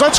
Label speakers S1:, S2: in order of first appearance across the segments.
S1: Let's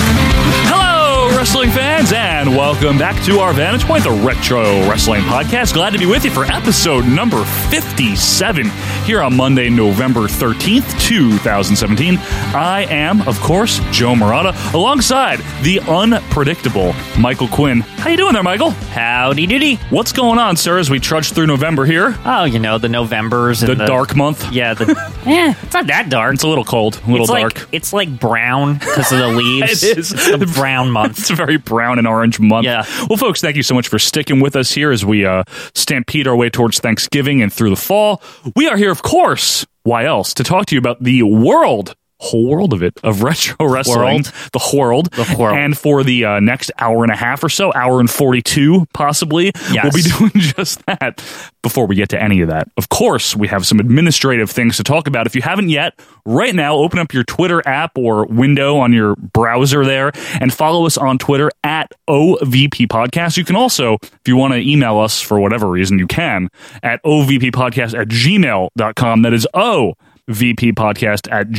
S2: Hello, wrestling fans, and welcome back to our Vantage Point, the Retro Wrestling Podcast. Glad to be with you for episode number 57 here on Monday, November 13th, 2017. I am, of course, Joe Morata, alongside the unpredictable Michael Quinn. How you doing there, Michael?
S3: Howdy doody.
S2: What's going on, sir, as we trudge through November here?
S3: Oh, you know, the Novembers and
S2: The,
S3: the,
S2: dark month.
S3: Yeah, the Eh, it's not that dark.
S2: It's a little cold, a little
S3: it's
S2: dark.
S3: like it's like brown because of the leaves.
S2: It is.
S3: It's the brown month.
S2: It's a very brown and orange month.
S3: Yeah.
S2: Well, folks, thank you so much for sticking with us here as we uh, stampede our way towards Thanksgiving and through the fall. We are here, of course. Why else? To talk to you about the world. Whole world of it of retro wrestling,
S3: World.
S2: the world, the
S3: world.
S2: and for the uh, next hour and a half or so, hour and forty-two possibly,
S3: Yes.
S2: we'll be doing just that. Before we get to any of that, of course, we have some administrative things to talk about. If you haven't yet, right now, open up your Twitter app or window on your browser there and follow us on Twitter at OVP Podcast. You can also, if you want to email us for whatever reason, you can at OVP Podcast at gmail.com. That is O. VP podcast at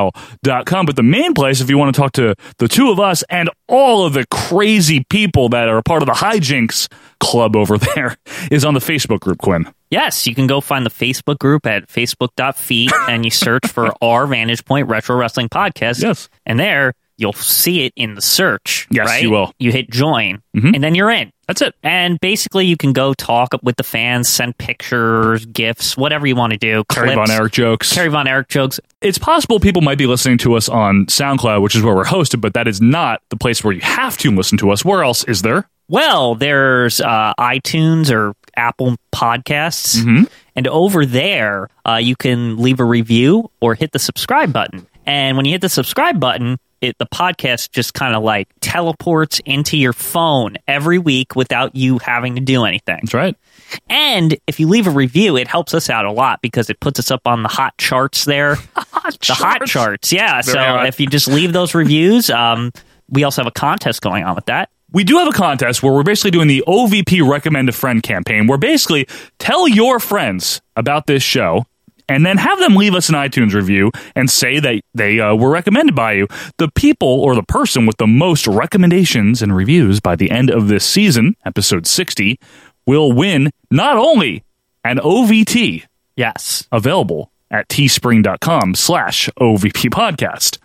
S2: gmail.com. But the main place, if you want to talk to the two of us and all of the crazy people that are a part of the hijinks club over there, is on the Facebook group, Quinn.
S3: Yes, you can go find the Facebook group at facebook.feet and you search for our Vantage Point Retro Wrestling Podcast.
S2: Yes.
S3: And there you'll see it in the search.
S2: Yes,
S3: right?
S2: you will. Mm-hmm.
S3: You hit join and then you're in.
S2: That's it.
S3: And basically, you can go talk with the fans, send pictures, gifts, whatever you want to do.
S2: Terry Von
S3: clips,
S2: Eric jokes.
S3: Terry Von Erich jokes.
S2: it's possible people might be listening to us on SoundCloud, which is where we're hosted, but that is not the place where you have to listen to us. Where else is there?
S3: Well, there's uh, iTunes or Apple Podcasts, and over there uh, you can leave a review or hit the subscribe button. And when you hit the subscribe button, it the podcast just kind of like teleports into your phone every week without you having to do anything.
S2: That's right.
S3: And if you leave a review, it helps us out a lot because it puts us up on the hot charts there. the hot charts, yeah. so
S2: hot.
S3: if you just leave those reviews, um, we also have a contest going on with that.
S2: we do have a contest where we're basically doing the OVP recommend a friend campaign where basically tell your friends about this show and then have them leave us an iTunes review and say that they uh, were recommended by you. The people or the person with the most recommendations and reviews by the end of this season, episode 60, will win not only an OVT
S3: Yes.
S2: available at teespring.com slash OVP podcast,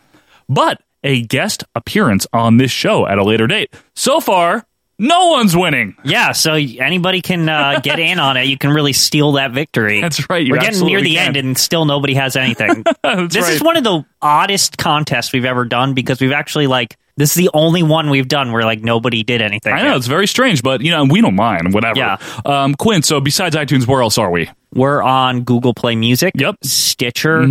S2: but a guest appearance on this show at a later date. So far, no one's winning.
S3: Yeah, so anybody can uh, get in on it. You can really steal that victory.
S2: That's right, you
S3: We're getting near
S2: absolutely
S3: the
S2: can.
S3: end, and still nobody has anything.
S2: That's
S3: this is
S2: right.
S3: one of the oddest contests we've ever done because we've actually like this is the only one we've done where like nobody did anything.
S2: I know it's very strange, but you know we don't mind. Whatever.
S3: Yeah.
S2: Um, Quinn. So besides iTunes, where else are we?
S3: We're on Google Play Music.
S2: Yep. Mm-hmm.
S3: Stitcher.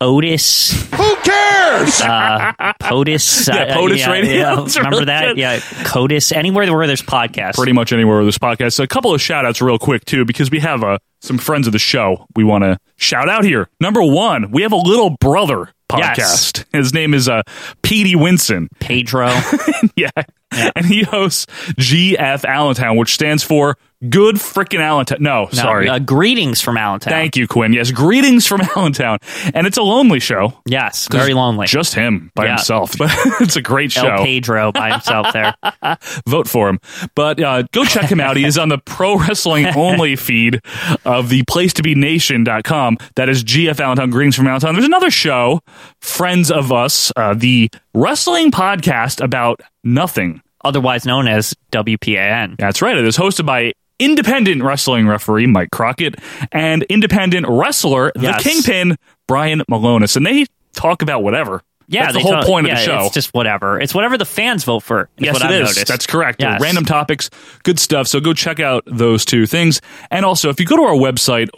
S3: Otis,
S1: Who cares?
S4: Uh,
S3: POTUS,
S2: Yeah, POTUS Radio. That's
S3: remember
S2: really
S3: that?
S2: good.
S3: Yeah, CODIS, anywhere where there's podcasts.
S2: Pretty much anywhere with this podcast. A couple of shout outs real quick too, because we have uh, some friends of the show we want to shout out here. Number one, we have a little brother podcast.
S3: Yes.
S2: His name is uh, Petey Winson.
S3: Pedro,
S2: yeah. And he hosts GF Allentown, which stands for Good Frickin' Allentown. No,
S3: No,
S2: sorry.
S3: uh, greetings from Allentown.
S2: Thank you, Quinn. Yes, greetings from Allentown. And it's a lonely show.
S3: Yes, very lonely.
S2: Just him by
S3: Yeah.
S2: himself. But it's a great show.
S3: El Pedro by himself there.
S2: Vote for him. But uh, go check him out. He is on the pro wrestling only feed of the place to be nation.com. That is GF Allentown, Greetings from Allentown. There's another show, Friends of Us, uh, the wrestling podcast about nothing.
S3: otherwise known as WPAN.
S2: That's right. It is hosted by independent wrestling referee Mike Crockett and independent wrestler,
S3: Yes.
S2: the kingpin, Brian Malonis. And they talk about whatever.
S3: Yeah,
S2: That's the
S3: they
S2: whole
S3: don't-
S2: point of the
S3: yeah,
S2: show.
S3: It's just whatever. It's whatever the fans vote for. is
S2: Yes,
S3: what
S2: it
S3: I've
S2: is.
S3: noticed.
S2: That's correct.
S3: Yes.
S2: Random topics, good stuff. So go check out those two things. And also, if you go to our website,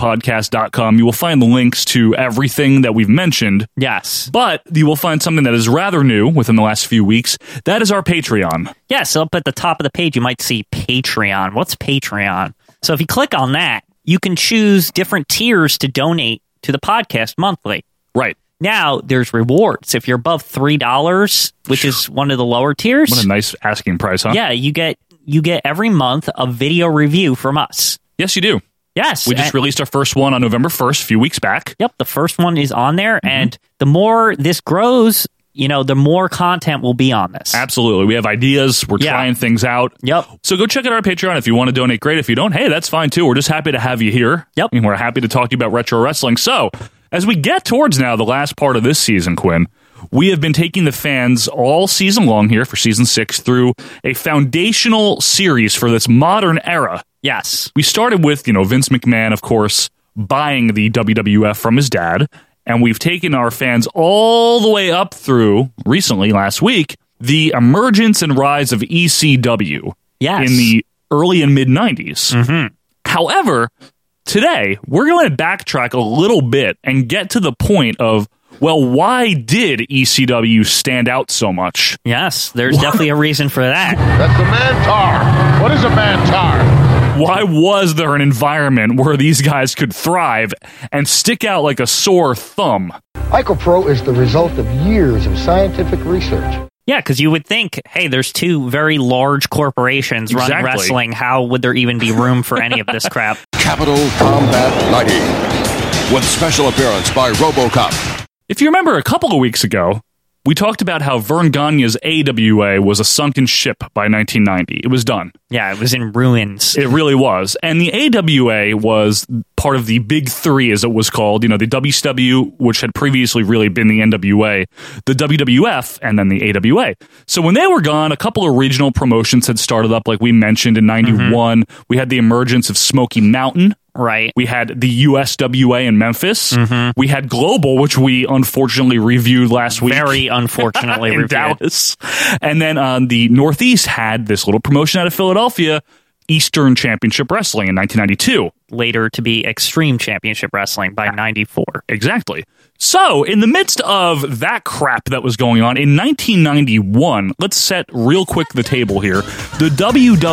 S2: ovppodcast.com, you will find the links to everything that we've mentioned.
S3: Yes.
S2: But you will find something that is rather new within the last few weeks. That is our Patreon.
S3: Yes, up at the top of the page, you might see Patreon. What's Patreon? So if you click on that, you can choose different tiers to donate to the podcast monthly.
S2: Right.
S3: Now there's rewards. If you're above three dollars, which is one of the lower tiers,
S2: What a nice asking price, huh?
S3: yeah, you get you get every month a video review from us.
S2: Yes, you do.
S3: Yes,
S2: We just
S3: and-
S2: released our first one on November 1st, a few weeks back.
S3: Yep, the first one is on there,
S2: Mm-hmm.
S3: and the more this grows, you know, the more content will be on this.
S2: Absolutely. We have ideas. We're
S3: Yeah.
S2: trying things out.
S3: Yep.
S2: So go check out our Patreon if you want to donate. Great. If you don't, hey, that's fine too. We're just happy to have you here.
S3: Yep.
S2: And we're happy to talk to you about retro wrestling. So as we get towards now the last part of this season, Quinn, we have been taking the fans all season long here for season six through a foundational series for this modern era.
S3: Yes.
S2: We started with, you know, Vince McMahon, of course, buying the WWF from his dad. And we've taken our fans all the way up through recently, last week, the emergence and rise of ECW
S3: Yes.
S2: in the early and mid 90s. However, today we're going to backtrack a little bit and get to the point of, well, why did ECW stand out so much?
S3: Yes. There's definitely a reason for that.
S1: That's a mantar. What is a mantar?
S2: why was there an environment where these guys could thrive and stick out like a sore thumb?
S5: IcoPro is the result of years of scientific research.
S3: Yeah, because you would think, hey, there's two very large corporations running
S2: Exactly.
S3: wrestling. How would there even be room for any of this crap?
S6: Capital Combat Lighting with special appearance by RoboCop.
S2: If you remember a couple of weeks ago, we talked about how Vern Gagne's AWA was a sunken ship by 1990. It was done.
S3: Yeah, it was in ruins.
S2: It really was. And the AWA was part of the Big Three, as it was called. You know, the WCW, which had previously really been the NWA, the WWF, and then the AWA. So when they were gone, a couple of regional promotions had started up, like we mentioned in 91. We had the emergence of Smoky Mountain.
S3: right.
S2: We had the USWA in Memphis. We had Global, which we unfortunately reviewed last week
S3: Very unfortunately
S2: in
S3: reviewed.
S2: Dallas. And then um, the Northeast had this little promotion out of Philadelphia, Eastern Championship Wrestling in 1992.
S3: Later to be Extreme Championship Wrestling by 94.
S2: Exactly. So, in the midst of that crap that was going on in 1991, let's set real quick the table here. The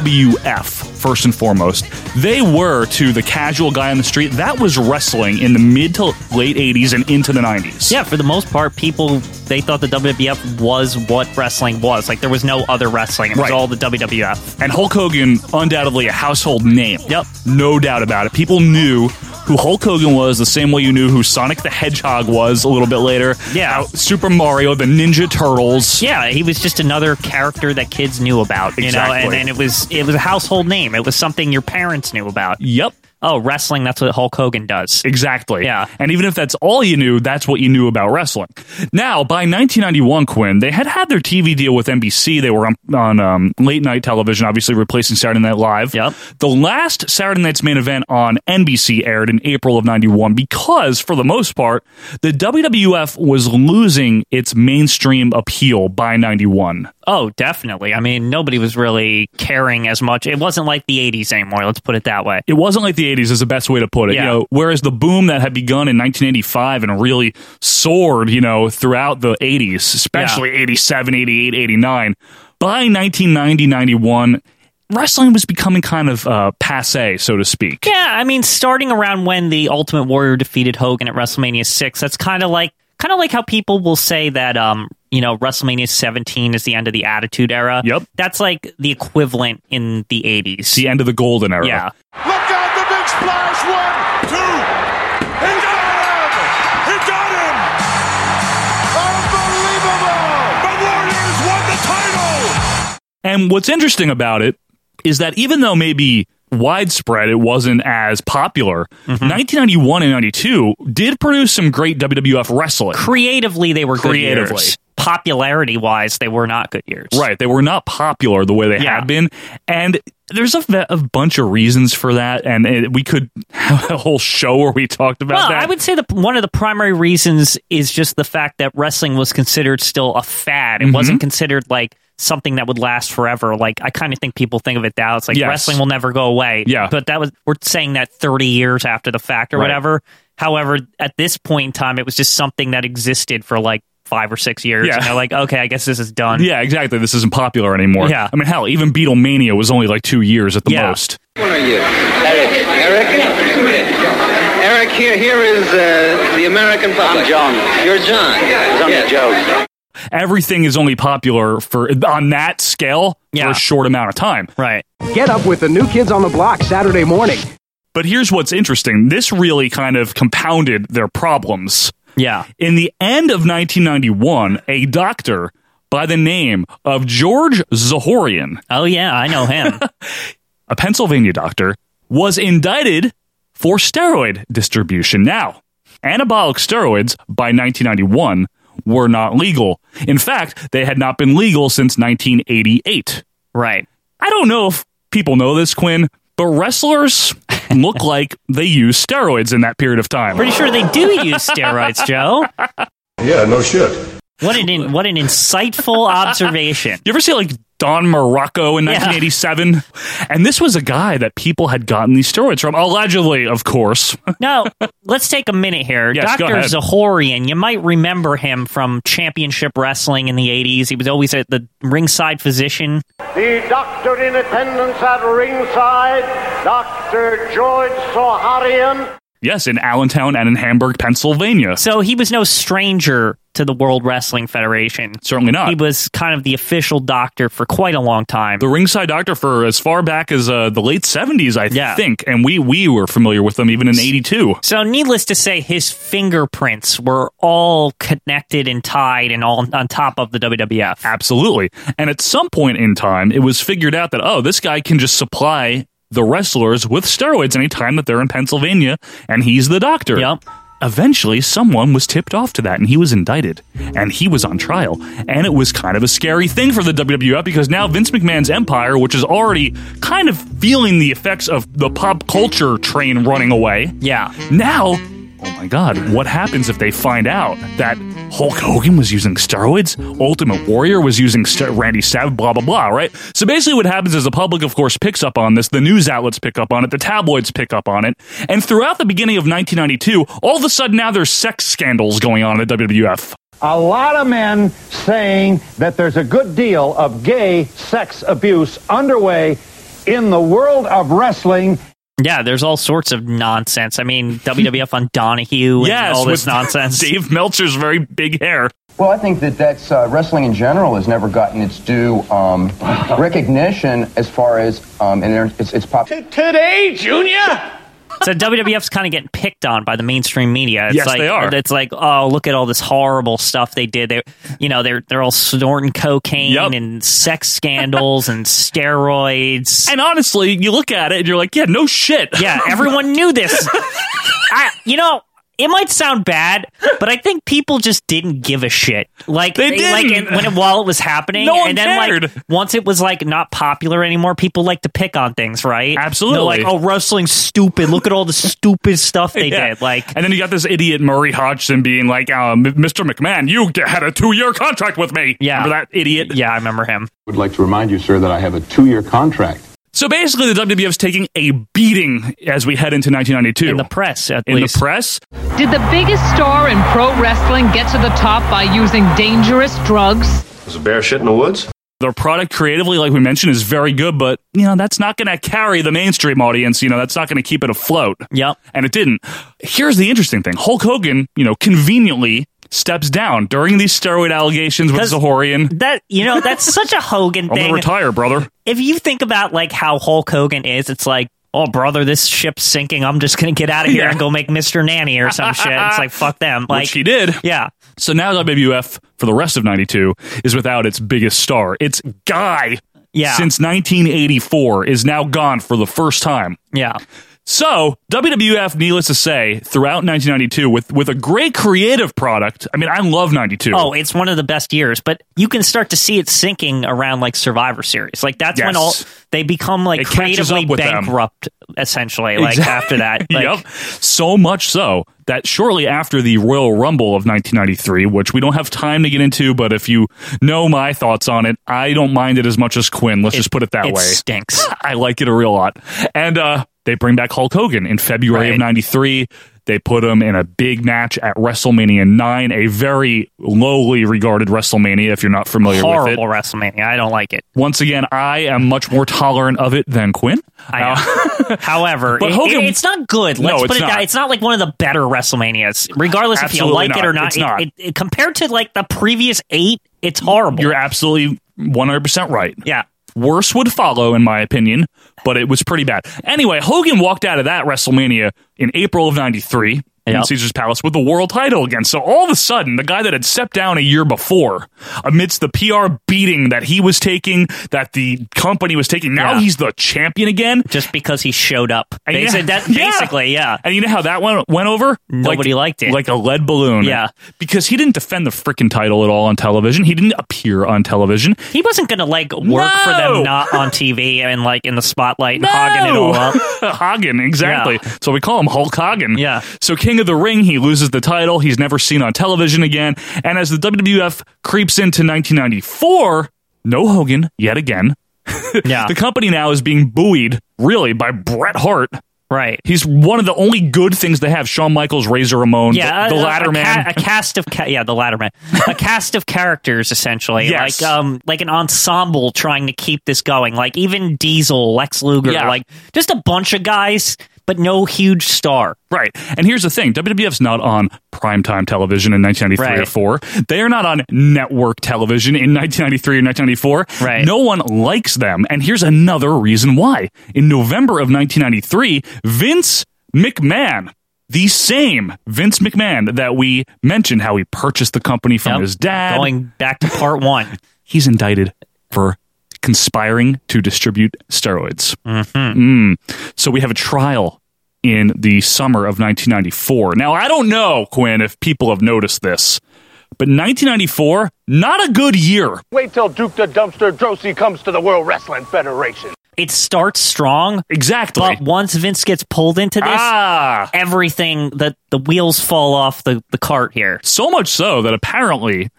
S2: WWF, first and foremost, they were to the casual guy on the street that was wrestling in the mid to late 80s and into the 90s.
S3: Yeah, for the most part, people they thought the WWF was what wrestling was. Like there was no other wrestling. It was
S2: Right.
S3: all the WWF.
S2: And Hulk Hogan, undoubtedly a household name.
S3: Yep.
S2: No doubt about it. People knew who Hulk Hogan was the same way you knew who Sonic the Hedgehog was a little bit later.
S3: Yeah.
S2: How Super Mario, the Ninja Turtles.
S3: Yeah, he was just another character that kids knew about. You
S2: Exactly.
S3: know, and, and it was it was a household name. It was something your parents knew about.
S2: Yep.
S3: Oh, wrestling, that's what Hulk Hogan does.
S2: Exactly.
S3: Yeah.
S2: And even if that's all you knew, that's what you knew about wrestling. Now, by 1991, Quinn, they had had their TV deal with NBC. They were on, on um, late night television, obviously replacing Saturday Night Live.
S3: Yep.
S2: The last Saturday night's main event on NBC aired in April of 91 because, for the most part, the WWF was losing its mainstream appeal by 91.
S3: Oh, definitely. I mean, nobody was really caring as much. It wasn't like the 80s anymore, let's put it that way.
S2: it wasn't like the 80s is the best way to put it
S3: Yeah.
S2: you know whereas the boom that had begun in 1985 and really soared you know throughout the 80s especially 87 88 89 by 1990 91 wrestling was becoming kind of uh, passe so to speak
S3: Yeah, I mean, starting around when the Ultimate Warrior defeated Hogan at WrestleMania six, that's kind of like kind of like how people will say that um you know WrestleMania seventeen is the end of the Attitude Era.
S2: Yep.
S3: that's like the equivalent in the eighties.
S2: the end of the golden era
S3: Yeah,
S1: Look out, the big splash. One, two. He got him! He got him! Unbelievable! The Warriors won the title!
S2: and what's interesting about it is that even though maybe widespread. It wasn't as popular.
S3: Mm-hmm.
S2: 1991 and 92 did produce some great WWF wrestling.
S3: Creatively, they were
S2: Creatively.
S3: good years. Popularity wise, they were not good years.
S2: Right. They were not popular the way they
S3: Yeah.
S2: had been. And there's a, ve- a bunch of reasons for that. And it, we could have a whole show where we talked about
S3: Well,
S2: that.
S3: I would say the one of the primary reasons is just the fact that wrestling was considered still a fad. It
S2: Mm-hmm.
S3: wasn't considered like something that would last forever. Like I kind of think people think of it now. It's like
S2: Yes.
S3: wrestling will never go away.
S2: Yeah.
S3: But that was we're saying that thirty years after the fact or
S2: Right.
S3: whatever. However, at this point in time, it was just something that existed for like five or six years.
S2: Yeah.
S3: And they're like, okay, I guess this is done.
S2: yeah, exactly. This isn't popular anymore.
S3: Yeah.
S2: I mean, hell, even Beatlemania was only like two years at the
S3: Yeah.
S2: most.
S7: What are you? Eric. Eric? Eric, here, here is uh, the American public. I'm John. You're John. I'm Joe.
S2: Everything is only popular for on that scale for
S3: Yeah.
S2: a short amount of time.
S3: Right.
S8: Get up with the new kids on the block Saturday morning.
S2: But here's what's interesting this really kind of compounded their problems.
S3: Yeah.
S2: In the end of 1991, a doctor by the name of George Zahorian,
S3: Oh yeah, I know him.
S2: a Pennsylvania doctor, was indicted for steroid distribution. Now, anabolic steroids by 1991 were not legal. In fact, they had not been legal since 1988.
S3: right.
S2: I don't know if people know this, Quinn, but wrestlers look like they use steroids in that period of time.
S3: Pretty sure they do use steroids, Joe.
S6: Yeah, no shit.
S3: What an in, what an insightful observation.
S2: You ever see like Don Morocco in
S3: Yeah.
S2: 1987? And this was a guy that people had gotten these steroids from, allegedly, of course.
S3: Now, let's take a minute here.
S2: Yes, go
S3: Dr.
S2: ahead.
S3: Zahorian, you might remember him from championship wrestling in the 80s. He was always at the ringside physician.
S4: The doctor in attendance at ringside, Dr. George Soharian.
S2: yes, in Allentown and in Hamburg, Pennsylvania.
S3: So he was no stranger to the World Wrestling Federation.
S2: Certainly not.
S3: He was kind of the official doctor for quite a long time.
S2: the ringside doctor for as far back as uh, the late 70s, I
S3: Yeah.
S2: think. And we, we were familiar with them even in 82.
S3: So, needless to say, his fingerprints were all connected and tied and all on top of the WWF.
S2: Absolutely. And at some point in time, it was figured out that, oh, this guy can just supply the wrestlers with steroids anytime that they're in Pennsylvania, and he's the doctor.
S3: Yep.
S2: Eventually, someone was tipped off to that, and he was indicted, and he was on trial. And it was kind of a scary thing for the WWF because now Vince McMahon's empire, which is already kind of feeling the effects of the pop culture train running away,
S3: Yeah.
S2: now, oh my God, what happens if they find out that Hulk Hogan was using steroids, Ultimate Warrior was using st- Randy Savage, blah, blah, blah, right? So basically, what happens is the public, of course, picks up on this, the news outlets pick up on it, the tabloids pick up on it, and throughout the beginning of 1992, all of a sudden now there's sex scandals going on in the WWF.
S4: A lot of men saying that there's a good deal of gay sex abuse underway in the world of wrestling.
S3: Yeah, there's all sorts of nonsense. I mean, WWF on Donahue and
S2: Yes,
S3: all this
S2: with
S3: nonsense.
S2: Dave Meltzer's very big hair.
S8: Well, I think that that's uh, wrestling in general has never gotten its due um, recognition as far as um, and it's, it's pop.
S4: Today, Junior?
S3: so WWF's kind of getting picked on by the mainstream media. It's
S2: Yes,
S3: like,
S2: they are.
S3: It's like, oh, look at all this horrible stuff they did. They, you know, they're they're all snorting cocaine
S2: Yep.
S3: and sex scandals and steroids.
S2: And honestly, you look at it and you're like, yeah, no shit.
S3: yeah, everyone knew this. I, you know. It might sound bad, but I think people just didn't give a shit. Like
S2: They
S3: like
S2: didn't.
S3: it, when it, while it was happening,
S2: No one
S3: and then
S2: cared.
S3: like once it was like not popular anymore, people like to pick on things, right?
S2: Absolutely.
S3: They're like, oh, wrestling's stupid. Look at all the stupid stuff they
S2: Yeah.
S3: did. Like,
S2: and then you got this idiot Murray Hodgson being like, uh, M- "Mr. McMahon, you g- had a two-year contract with me."
S3: Yeah.
S2: remember that idiot?
S3: yeah, I remember him.
S9: would like to remind you, sir, that I have a two-year contract.
S2: So basically, the WWF's taking a beating as we head into 1992
S3: In the press, at
S2: In the
S3: least.
S2: press.
S10: Did the biggest star in pro wrestling get to the top by using dangerous drugs?
S1: Was a bear shit in the woods?
S2: Their product creatively, like we mentioned, is very good, but you know that's not going to carry the mainstream audience. You know that's not going to keep it afloat.
S3: Yep.
S2: and it didn't. Here's the interesting thing: Hulk Hogan, you know, conveniently steps down during these steroid allegations with
S3: 'Cause-
S2: Zahorian.
S3: That you know, that's such a Hogan
S2: I'm
S3: thing.
S2: gonna retire, brother.
S3: if you think about like how Hulk Hogan is, it's like, oh brother, this ship's sinking. I'm just gonna get out of here
S2: Yeah.
S3: and go make Mr. Nanny or some shit. It's like fuck them. Like
S2: Which he did.
S3: Yeah.
S2: So now WWF for the rest of 92 is without its biggest star. Its guy yeah. since 1984 is now gone for the first time.
S3: Yeah.
S2: So WWF, needless to say, throughout 1992, with with a great creative product. I mean, I love 92.
S3: Oh, it's one of the best years, but you can start to see it sinking around like Survivor Series. Like that's
S2: Yes.
S3: when all they become like
S2: It catches
S3: creatively
S2: up with them.
S3: bankrupt, essentially. Like
S2: Exact-
S3: after that, like,
S2: yep. So much so that shortly after the Royal Rumble of 1993, which we don't have time to get into, but if you know my thoughts on it, I don't mind it as much as Quinn. Let's just put it that
S3: it
S2: way.
S3: stinks.
S2: I like it a real lot. And uh, they bring back Hulk Hogan in February of
S3: Right.
S2: 93. They put him in a big match at WrestleMania 9, a very lowly regarded WrestleMania if you're not familiar with it.
S3: horrible WrestleMania. I don't like it.
S2: Once again, I am much more tolerant of it than Quinn.
S3: I know. However,
S2: But
S3: it-
S2: Hogan-
S3: it- it's not good.
S2: No,
S3: Let's put
S2: it's
S3: it that
S2: not.
S3: It's not like one of the better WrestleManias, regardless
S2: Absolutely
S3: if you like
S2: not.
S3: it or not.
S2: It's
S3: it-
S2: not.
S3: it- it- compared to like the previous eight, it's horrible.
S2: You're absolutely 100% right.
S3: yeah.
S2: Worse would follow, in my opinion, but it was pretty bad. Anyway, Hogan walked out of that WrestleMania in April of 93 in
S3: Yep.
S2: Caesar's Palace with the world title again. So all of a sudden, the guy that had stepped down a year before, amidst the PR beating that he was taking, that the company was taking, now
S3: Yeah.
S2: he's the champion again.
S3: Just because he showed up.
S2: And
S3: They
S2: you know-
S3: said that
S2: Yeah.
S3: basically, yeah.
S2: And you know how that one went over?
S3: Nobody liked it.
S2: Like a lead balloon.
S3: Yeah.
S2: Because he didn't defend the freaking title at all on television. He didn't appear on television.
S3: He wasn't going to like work for
S2: No!
S3: them not on TV and like in the spotlight and
S2: No!
S3: hogging it all up.
S2: uh, Hagen, exactly. So we call him Hulk Hogan.
S3: Yeah.
S2: So King of the Ring, he loses the title. He's never seen on television again. And as the WWF creeps into 1994, no Hogan yet again.
S3: Yeah.
S2: The company now is being buoyed, really, by Bret Hart.
S3: right.
S2: He's one of the only good things they have. Shawn Michaels, Razor Ramon,
S3: Yeah, uh,
S2: the, the
S3: a- a-
S2: Ladder
S3: a,
S2: Man.
S3: ca- a cast of ca- yeah, the Ladder Man, a cast of characters essentially,
S2: Yes.
S3: like um, like an ensemble trying to keep this going. Like even Diesel, Lex Luger,
S2: Yeah.
S3: like just a bunch of guys, but no huge star.
S2: Right. And here's the thing WWF's not on primetime television in 1993 or 4. They are not on network television in 1993 or 1994.
S3: Right.
S2: No one likes them. And here's another reason why. In November of 1993, Vince McMahon. The same Vince McMahon that we mentioned, how he purchased the company from
S3: Yep.
S2: his dad.
S3: Going back to part one,
S2: He's indicted for conspiring to distribute steroids. Mm. So we have a trial in the summer of 1994. Now, I don't know, Quinn, if people have noticed this, but 1994, not a good year.
S4: Wait till Duke the Dumpster Drosy comes to the World Wrestling Federation.
S3: it starts strong,
S2: Exactly.
S3: but once Vince gets pulled into this,
S2: ah,
S3: everything that the wheels fall off the the cart here.
S2: so much so that apparently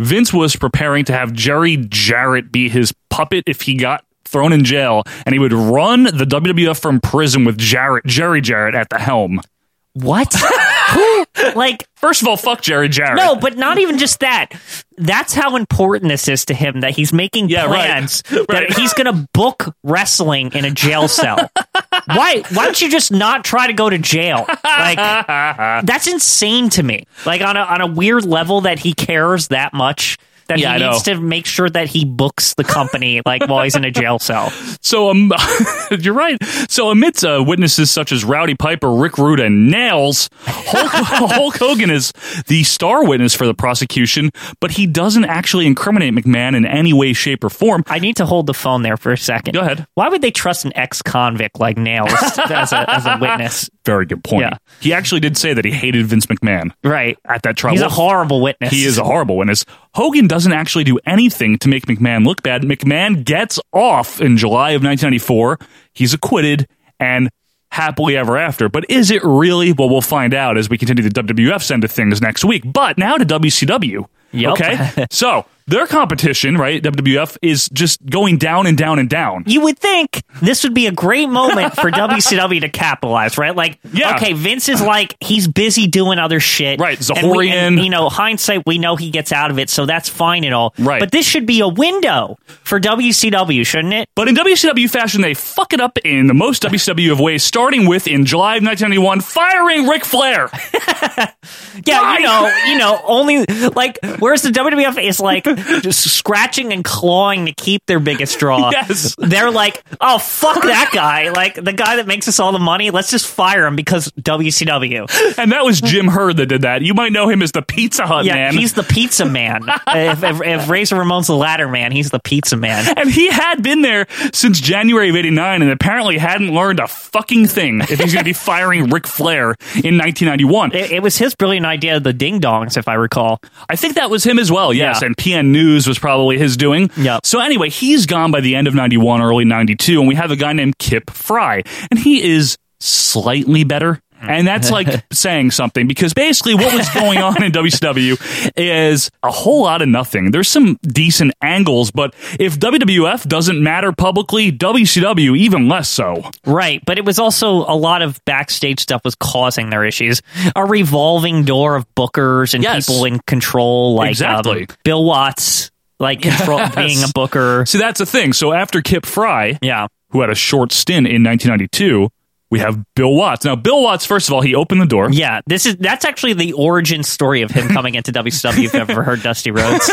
S2: Vince was preparing to have Jerry Jarrett be his puppet if he got thrown in jail, and he would run the WWF from prison with Jarrett, Jerry Jarrett at the helm.
S3: What? Who? Like
S2: First of all, fuck Jerry Jarrett.
S3: No, but not even just that. That's how important this is to him that he's making
S2: Yeah, right.
S3: plans
S2: Right.
S3: that he's going to book wrestling in a jail cell. why? Why don't you just not try to go to jail? Like that's insane to me. Like on a on a weird level that he cares that much. That
S2: Yeah, I
S3: he
S2: know.
S3: needs to make sure that he books the company like while he's in a jail cell.
S2: So um, you're right. So amidst uh, witnesses such as Rowdy Piper, Rick Rude, and Nails, Hulk, Hulk Hogan is the star witness for the prosecution, but he doesn't actually incriminate McMahon in any way, shape, or form.
S3: I need to hold the phone there for a second.
S2: Go ahead.
S3: Why would they trust an ex convict like Nails as a, as a witness?
S2: Very good point.
S3: Yeah.
S2: He actually did say that he hated Vince McMahon
S3: Right.
S2: at that trial.
S3: He's a
S2: Well,
S3: horrible witness.
S2: He is a horrible witness. Hogan doesn't actually do anything to make McMahon look bad. McMahon gets off in July of 1994. He's acquitted and happily ever after. But is it really? Well, we'll find out as we continue the WWF send of things next week. But now to WCW.
S3: Yep.
S2: Okay. so their competition, right? WWF is just going down and down and down.
S3: you would think this would be a great moment for WCW to capitalize, right? Like,
S2: Yeah.
S3: okay, Vince is like he's busy doing other shit,
S2: Right,
S3: And we- and,
S2: Zahorian.
S3: you know, hindsight, we know he gets out of it, so that's fine and all.
S2: Right.
S3: but this should be a window for WCW, shouldn't it?
S2: But in WCW fashion, they fuck it up in the most WCW of ways, starting with in July of 1991, firing Ric Flair.
S3: Yeah,
S2: Why?
S3: you know, you know, only like whereas the WWF is like just scratching and clawing to keep their biggest draw.
S2: Yes.
S3: They're like, oh, fuck that guy. Like, the guy that makes us all the money, let's just fire him because WCW.
S2: And that was Jim Hurd that did that. You might know him as the Pizza Hut
S3: yeah,
S2: man.
S3: he's the pizza man. if, if, if Razor Ramon's the ladder man, he's the pizza man.
S2: and he had been there since January of 89 and apparently hadn't learned a fucking thing if he's going to be firing Ric Flair in 1991.
S3: It, it was his brilliant idea of the ding dongs, if I recall.
S2: I think that was him as well, yes.
S3: Yeah.
S2: And PN News was probably his doing.
S3: Yep.
S2: So anyway, he's gone by the end of 91, early 92, and we have a guy named Kip Fry, and he is slightly better. And that's like saying something because basically what was going on in WCW is a whole lot of nothing. There's some decent angles, but if WWF doesn't matter publicly, WCW even less so.
S3: Right, but it was also a lot of backstage stuff was causing their issues. A revolving door of bookers and
S2: Yes.
S3: people in control, like um,
S2: Exactly.
S3: Bill Watts, like control, being a booker.
S2: See, that's the thing. So after Kip Fry,
S3: Yeah,
S2: who had a short stint in 1992, we have Bill Watts. Now, Bill Watts, first of all, he opened the door.
S3: yeah. This is that's actually the origin story of him coming into WCW. If you've ever heard Dusty Rhodes,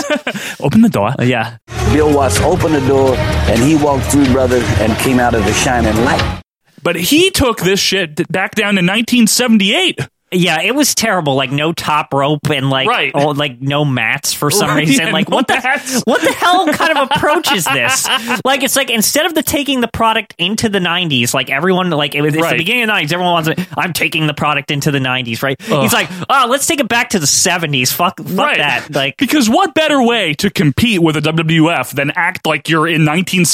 S2: Open the door.
S3: yeah,
S11: Bill Watts opened the door and he walked through, brother, and came out as a shining light.
S2: But he took this shit t- back down to 1978.
S3: yeah. It was terrible. Like no top rope and like
S2: Right.
S3: all, like no mats for some
S2: Right,
S3: reason.
S2: yeah,
S3: like
S2: no
S3: what
S2: mats.
S3: the what the hell kind of approach is this? Like it's like instead of the taking the product into the '90s, like everyone like it was it's
S2: Right.
S3: the beginning of the '90s. Everyone wants it. I'm taking the product into the '90s, right? He's like, oh, let's take it back to the '70s. Fuck, fuck that. Like
S2: because what better way to compete with a WWF than act like you're in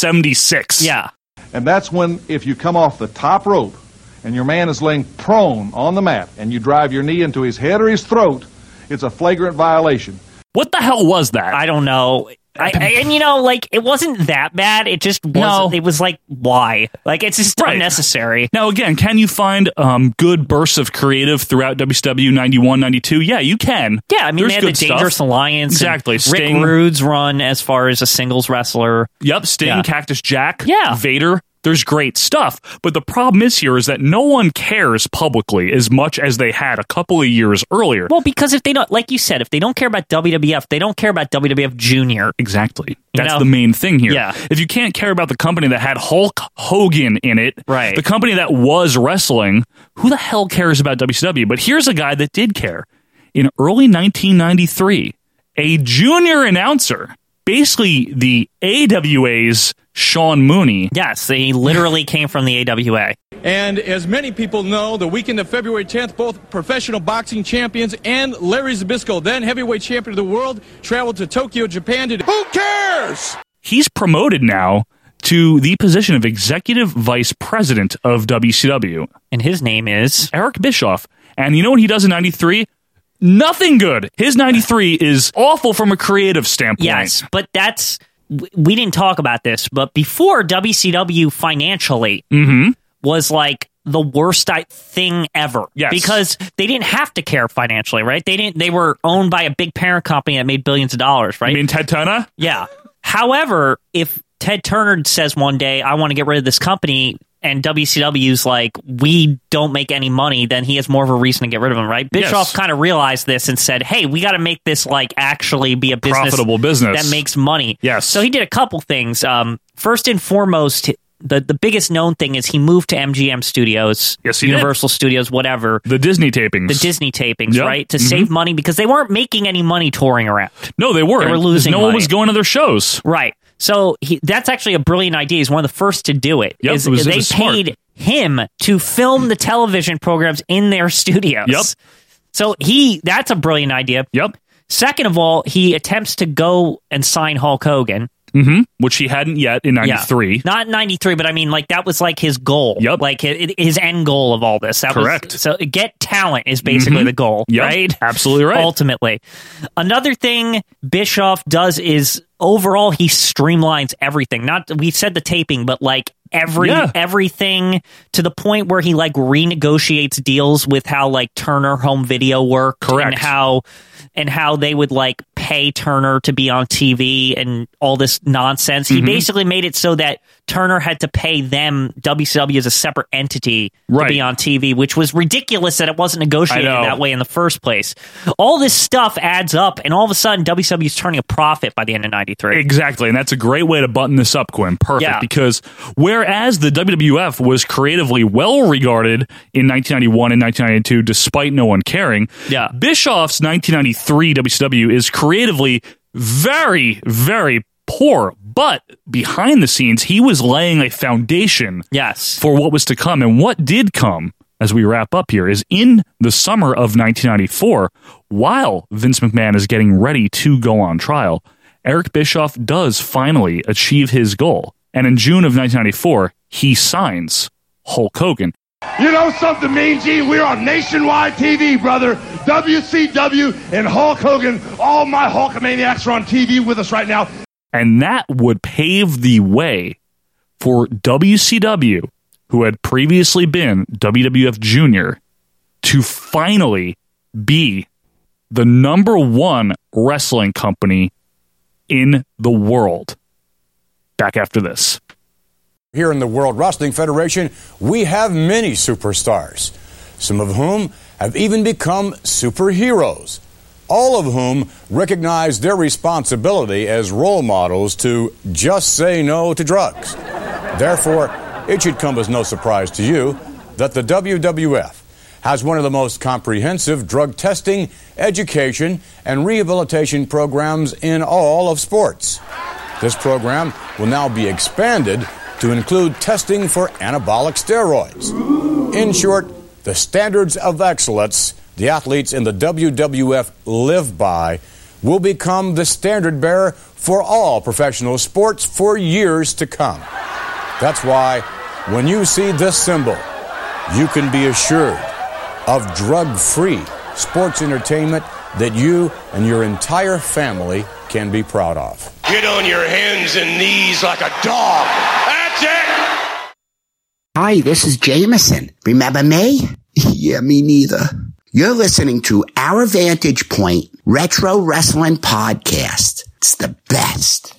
S2: 1976?
S3: yeah.
S4: And that's when, if you come off the top rope and your man is laying prone on the mat and you drive your knee into his head or his throat, it's a flagrant violation.
S2: What the hell was that?
S3: I don't know. I, I- and you know, like it wasn't that bad. It just
S2: No.
S3: wasn't. It was like why? Like it's just
S2: Right.
S3: unnecessary.
S2: now again, can you find um, good bursts of creative throughout WCW 91, 92? Yeah, you can.
S3: Yeah, I mean,
S2: There's
S3: they had
S2: good
S3: the Dangerous
S2: stuff.
S3: Alliance, and
S2: Exactly,
S3: Rick
S2: Sting.
S3: Rude's run as far as a singles wrestler.
S2: Yep, Sting,
S3: Yeah.
S2: Cactus Jack,
S3: Yeah.
S2: Vader. There's great stuff, but the problem is here is that no one cares publicly as much as they had a couple of years earlier.
S3: Well, because if they don't, like you said, if they don't care about WWF, they don't care about WWF Junior.
S2: Exactly.
S3: You
S2: That's
S3: know?
S2: the main thing here.
S3: Yeah.
S2: If you can't care about the company that had Hulk Hogan in it,
S3: Right.
S2: the company that was wrestling, who the hell cares about WCW? But here's a guy that did care. In early 1993, a junior announcer, basically the AWA's Sean Mooney,
S3: Yes, they literally came from the AWA.
S12: And as many people know, the weekend of February 10th, both professional boxing champions and Larry Zabisco, then heavyweight champion of the world, traveled to Tokyo, Japan to. Who cares?
S2: he's promoted now to the position of executive vice president of WCW.
S3: And his name is
S2: Eric Bischoff. And you know what he does in 93? Nothing good. His 93 is awful from a creative standpoint.
S3: Yes, but that's w- we didn't talk about this, but before WCW financially
S2: Mm-hmm.
S3: was like the worst I- thing ever.
S2: Yes.
S3: because they didn't have to care financially, right? They didn't. They were owned by a big parent company that made billions of dollars, right?
S2: I mean, Ted Turner?
S3: yeah. However, if Ted Turner says one day, "I want to get rid of this company." And WCW's like, we don't make any money, then he has more of a reason to get rid of him, right?
S2: Yes.
S3: Bischoff kind of realized this and said, hey, we got to make this like actually be a business
S2: Profitable business.
S3: that makes money.
S2: Yes.
S3: So he did a couple things. Um, first and foremost, the the biggest known thing is he moved to MGM Studios,
S2: Yes, he did.
S3: Universal Studios, whatever,
S2: The Disney tapings.
S3: the Disney tapings,
S2: Yep.
S3: right, to
S2: Mhm.
S3: save money because they weren't making any money touring around.
S2: No, they weren't.
S3: They were losing
S2: No one
S3: money.
S2: was going to their shows.
S3: Right. So he, that's actually a brilliant idea. He's one of the first to do it.
S2: Yep,
S3: is
S2: it was- it
S3: they
S2: was smart.
S3: paid him to film the television programs in their studios.
S2: Yep.
S3: So he that's a brilliant idea.
S2: Yep.
S3: Second of all, he attempts to go and sign Hulk Hogan.
S2: hmm Which he hadn't yet in 93.
S3: Yeah. Not 93, but I mean, like, that was like his goal.
S2: Yep.
S3: Like, his, his end goal of all this. That
S2: Correct.
S3: Was, so, get talent is basically
S2: Mhm.
S3: the goal,
S2: Yep.
S3: right?
S2: Absolutely right.
S3: Ultimately. Another thing Bischoff does is overall, he streamlines everything. Not, we said the taping, but like, Every
S2: Yeah.
S3: everything to the point where he like renegotiates deals with how like Turner Home Video worked
S2: Correct.
S3: and how and how they would like pay Turner to be on TV and all this nonsense. He
S2: Mhm.
S3: basically made it so that Turner had to pay them WCW as a separate entity
S2: Right.
S3: to be on TV, which was ridiculous that it wasn't negotiated
S2: I know.
S3: that way in the first place. All this stuff adds up, and all of a sudden WCW's turning a profit by the end of '93.
S2: Exactly. And that's a great way to button this up, Quinn. Perfect.
S3: Yeah.
S2: Because whereas the WWF was creatively well regarded in 1991 and 1992, despite no one caring,
S3: Yeah.
S2: Bischoff's 1993 WCW is creatively very, very poor. But behind the scenes, he was laying a foundation
S3: yes.
S2: for what was to come. And what did come, as we wrap up here, is in the summer of 1994, while Vince McMahon is getting ready to go on trial, Eric Bischoff does finally achieve his goal. And in June of 1994, he signs Hulk Hogan.
S1: You know something, Mean Gene? We're on nationwide TV, brother. WCW and Hulk Hogan. All my Hulkamaniacs are on TV with us right now.
S2: And that would pave the way for WCW, who had previously been WWF Junior, to finally be the number one wrestling company in the world. Back after this.
S13: Here in the World Wrestling Federation, we have many superstars, some of whom have even become superheroes, all of whom recognize their responsibility as role models to just say no to drugs. Therefore, it should come as no surprise to you that the WWF has one of the most comprehensive drug testing, education, and rehabilitation programs in all of sports. This program will now be expanded to include testing for anabolic steroids. In short, the standards of excellence the athletes in the WWF live by will become the standard bearer for all professional sports for years to come. That's why when you see this symbol, you can be assured of drug free sports entertainment that you and your entire family can be proud of.
S1: Get on your hands and knees like a dog. That's it.
S14: Hi, this is Jameson. Remember me? yeah, me neither. You're listening to Our Vantage Point Retro Wrestling Podcast. It's the best.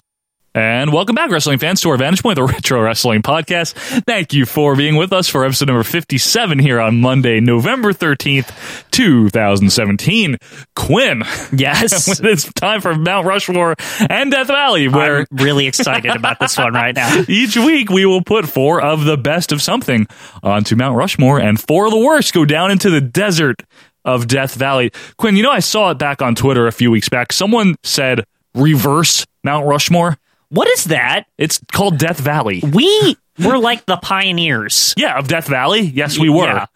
S2: And welcome back, wrestling fans, to our Vantage Point, the Retro Wrestling Podcast. Thank you for being with us for episode number 57 here on Monday, November 13th, 2017. Quinn.
S3: Yes.
S2: it's time for Mount Rushmore and Death Valley, where.
S3: I'm really excited about this one right now.
S2: Each week, we will put four of the best of something onto Mount Rushmore, and four of the worst go down into the desert of Death Valley. Quinn, you know, I saw it back on Twitter a few weeks back. Someone said reverse Mount Rushmore.
S3: What is that?
S2: It's called Death Valley.
S3: We were like the pioneers.
S2: Yeah, of Death Valley. Yes, we were.
S3: Yeah.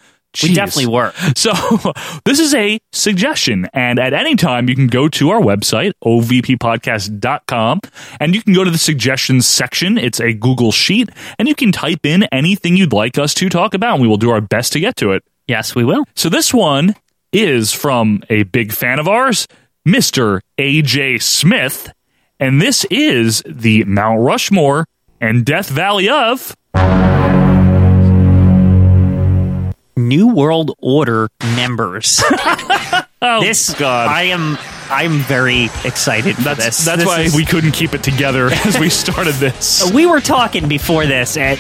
S3: We definitely were.
S2: So, this is a suggestion. And at any time, you can go to our website, ovppodcast.com, and you can go to the suggestions section. It's a Google sheet, and you can type in anything you'd like us to talk about, and we will do our best to get to it.
S3: Yes, we will.
S2: So, this one is from a big fan of ours, Mr. AJ Smith. And this is the Mount Rushmore and Death Valley of.
S3: New World Order members.
S2: oh,
S3: this God, I am. I'm very excited for
S2: That's,
S3: this.
S2: that's
S3: This
S2: why
S3: is-
S2: we couldn't keep it together as we started this.
S3: We were talking before this, and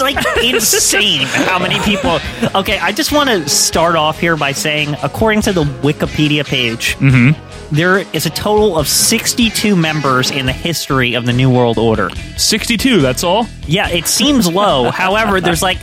S3: like insane how many people. Okay, I just want to start off here by saying, according to the Wikipedia page,
S2: Mm-hmm.
S3: there is a total of 62 members in the history of the New World Order.
S2: 62, that's all?
S3: Yeah, it seems low. However, there's like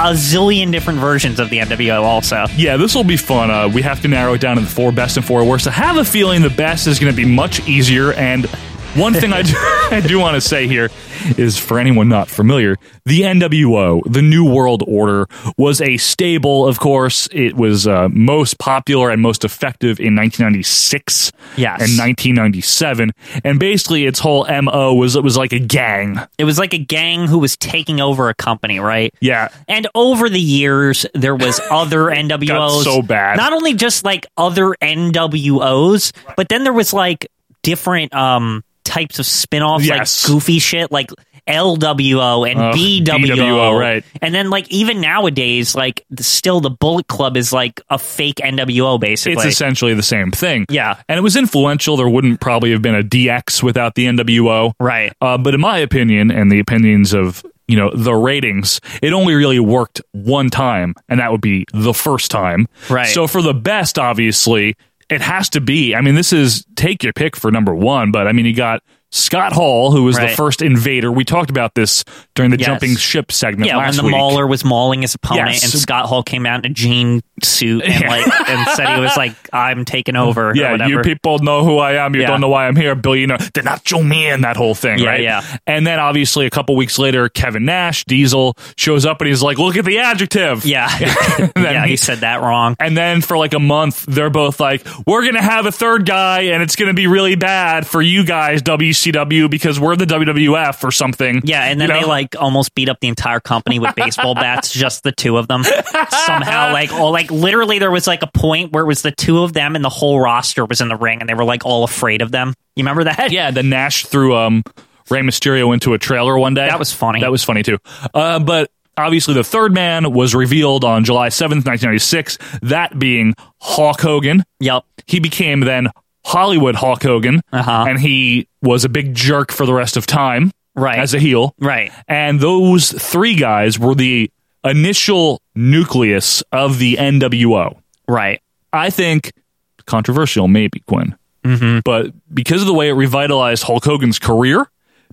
S3: a zillion different versions of the NWO also.
S2: Yeah, this will be fun. Uh, we have to narrow it down to the four best and four worst. I have a feeling the best is going to be much easier. And one thing I do, I do want to say here is for anyone not familiar, the NWO, the New World Order, was a stable, of course. It was uh, most popular and most effective in 1996
S3: Yes.
S2: and 1997. And basically, its whole MO was it was like a gang.
S3: It was like a gang who was taking over a company, right?
S2: Yeah.
S3: And over the years, there was other NWOs.
S2: so bad.
S3: Not only just like other NWOs, but then there was like different um types of spin-offs,
S2: Yes.
S3: like goofy shit, like LWO and
S2: Ugh,
S3: BWO,
S2: BWO, right.
S3: And then like even nowadays, like the- still the Bullet Club is like a fake NWO basically.
S2: It's essentially the same thing.
S3: Yeah.
S2: And it was influential. There wouldn't probably have been a DX without the NWO.
S3: Right.
S2: Uh, but in my opinion, and the opinions of, you know, the ratings, it only really worked one time, and that would be the first time.
S3: Right.
S2: So for the best, obviously, it has to be. I mean, this is take your pick for number one, but I mean, you got. Scott Hall, who was the
S3: Right.
S2: first invader, we talked about this during the
S3: Yes.
S2: jumping ship segment
S3: yeah,
S2: last
S3: when the
S2: week.
S3: Mauler was mauling his opponent,
S2: Yes.
S3: and Scott Hall came out in a jean suit and
S2: Yeah.
S3: like and said he was like, "I'm taking over." or
S2: Yeah,
S3: whatever.
S2: you people know who I am. You
S3: Yeah.
S2: don't know why I'm here, billionaire. They're not your man. That whole thing,
S3: Yeah,
S2: right?
S3: yeah.
S2: And then obviously a couple weeks later, Kevin Nash Diesel shows up and he's like, "Look at the adjective."
S3: Yeah, yeah, he said that wrong.
S2: And then for like a month, they're both like, "We're gonna have a third guy, and it's gonna be really bad for you guys, WCW, because we're the WWF or something."
S3: Yeah, and then
S2: You know?
S3: they like almost beat up the entire company with baseball bats, just the two of them. Somehow, like all like literally, there was like a point where it was the two of them and the whole roster was in the ring, and they were like all afraid of them. You remember that?
S2: Yeah, the Nash threw um Rey Mysterio into a trailer one day. That was
S3: funny.
S2: That was funny too. Uh, but obviously, the third man was revealed on July seventh, nineteen ninety six. That being Hulk Hogan.
S3: Yep.
S2: He became then Hollywood Hulk Hogan, uh-huh. and he was a big jerk for the rest of time.
S3: Right.
S2: As a heel.
S3: Right.
S2: And those three guys were the initial nucleus of the NWO.
S3: Right.
S2: I think controversial, maybe, Quinn.
S3: Mm-hmm.
S2: But because of the way it revitalized Hulk Hogan's career,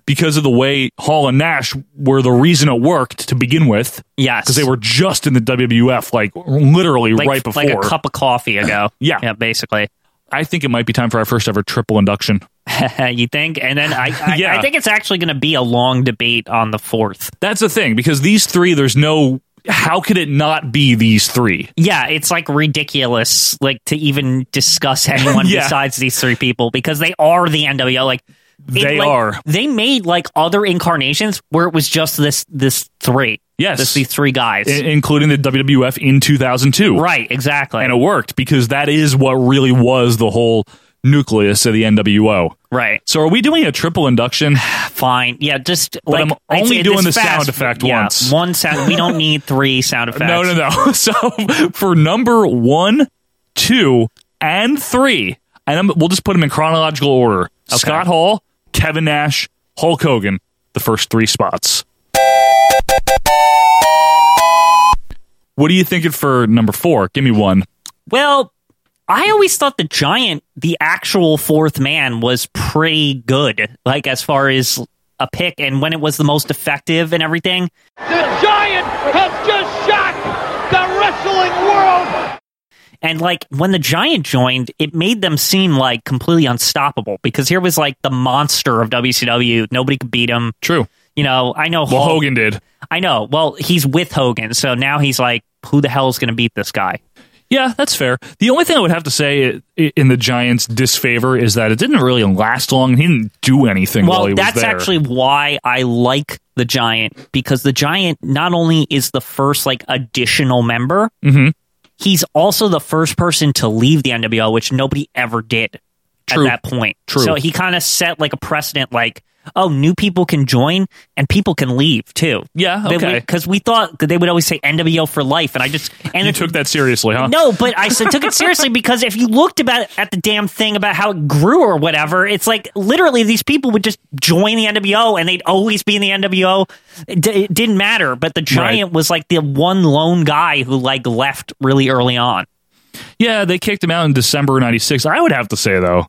S2: because of the way Hall and Nash were the reason it worked to begin with.
S3: Yes.
S2: Because they were just in the WWF, like literally
S3: Like-
S2: right before.
S3: like a cup of coffee ago.
S2: yeah.
S3: Yeah, basically.
S2: I think it might be time for our first ever triple induction.
S3: you think? And then I, I,
S2: Yeah.
S3: I think it's actually going to be a long debate on the fourth.
S2: That's the thing, because these three, there's no. How could it not be these three?
S3: Yeah, it's like ridiculous, like to even discuss anyone
S2: Yeah.
S3: besides these three people because they are the NWO. Like it-
S2: They
S3: like,
S2: are.
S3: They made like other incarnations where it was just this this three.
S2: Yes.
S3: this, these three guys.
S2: I- including the WWF in 2002.
S3: Right, exactly.
S2: And it worked because that is what really was the whole nucleus of the NWO.
S3: right.
S2: So are we doing a triple induction?
S3: Fine. Yeah, just
S2: But
S3: like
S2: I'm
S3: I'd
S2: only
S3: say
S2: doing
S3: this
S2: the
S3: fast-
S2: sound effect
S3: yeah,
S2: once.
S3: One sound. We don't need three sound effects.
S2: No, no, no. So for number one, two, and three, and I'm, we'll just put them in chronological order: Scott Hall, Kevin Nash, Hulk Hogan. The first three spots. What are you thinking for number four? Give me one.
S3: Well, I always thought the giant, the actual fourth man, was pretty good. Like as far as a pick and when it was the most effective and everything.
S15: The Giant has just shocked the wrestling world.
S3: And like when the giant joined, it made them seem like completely unstoppable because here was like the monster of WCW. Nobody could beat him.
S2: True.
S3: You know, I know.
S2: Well, Hogan did.
S3: I know. Well, he's with Hogan, so now he's like, who the hell is going to beat this guy?
S2: Yeah, that's fair. The only thing I would have to say i- in the Giants' disfavor is that it didn't really last long. He didn't do anything
S3: well
S2: while he was
S3: that's
S2: there.
S3: actually why i like the giant because the giant not only is the first like additional member
S2: Mhm.
S3: he's also the first person to leave the nwo which nobody ever did
S2: True.
S3: at that point
S2: True.
S3: so he kind of set like a precedent like oh new people can join and people can leave too
S2: Yeah, okay.
S3: because we thought that they would always say nwo for life and i just and
S2: you
S3: it's-
S2: took that seriously, huh?
S3: no, but I said, took it seriously because if you looked about at the damn thing about how it grew or whatever, it's like literally these people would just join the NWO and they'd always be in the NWO. It, d- it didn't matter, but the giant was like the one lone guy who like left really early on.
S2: Yeah, they kicked him out in December '96. I would have to say though,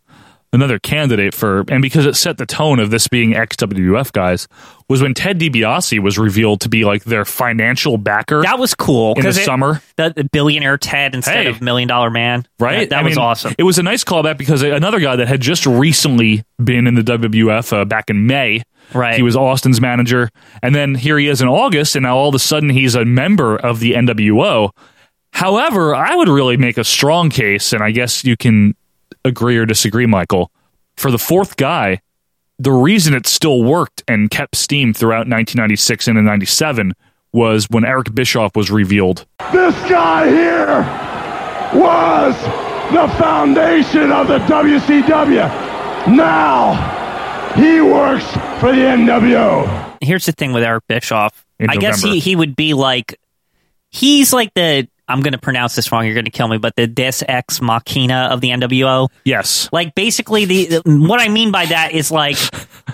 S2: another candidate for and because it set the tone of this being XWF guys was when Ted DiBiase was revealed to be like their financial backer.
S3: That was cool
S2: in the
S3: 'cause it-
S2: summer,
S3: The, the billionaire Ted instead
S2: Hey.
S3: of Million Dollar Man,
S2: right?
S3: That, that
S2: I
S3: was
S2: mean,
S3: awesome.
S2: It was a nice callback because another guy that had just recently been in the WWF uh, back in May.
S3: Right.
S2: He was Austin's manager, and then here he is in August, and now all of a sudden he's a member of the NWO. However, I would really make a strong case, and I guess you can agree or disagree, Michael, for the fourth guy. The reason it still worked and kept steam throughout 1996 and 97 was when Eric Bischoff was revealed.
S1: This guy here was the foundation of the WCW. Now he works for the NWO.
S3: here's the thing with Eric Bischoff.
S2: In
S3: I guess
S2: November.
S3: he he would be like he's like the I'm going to pronounce this wrong. You're going to kill me, but the Deus Ex Machina of the NWO.
S2: Yes.
S3: Like basically the what I mean by that is like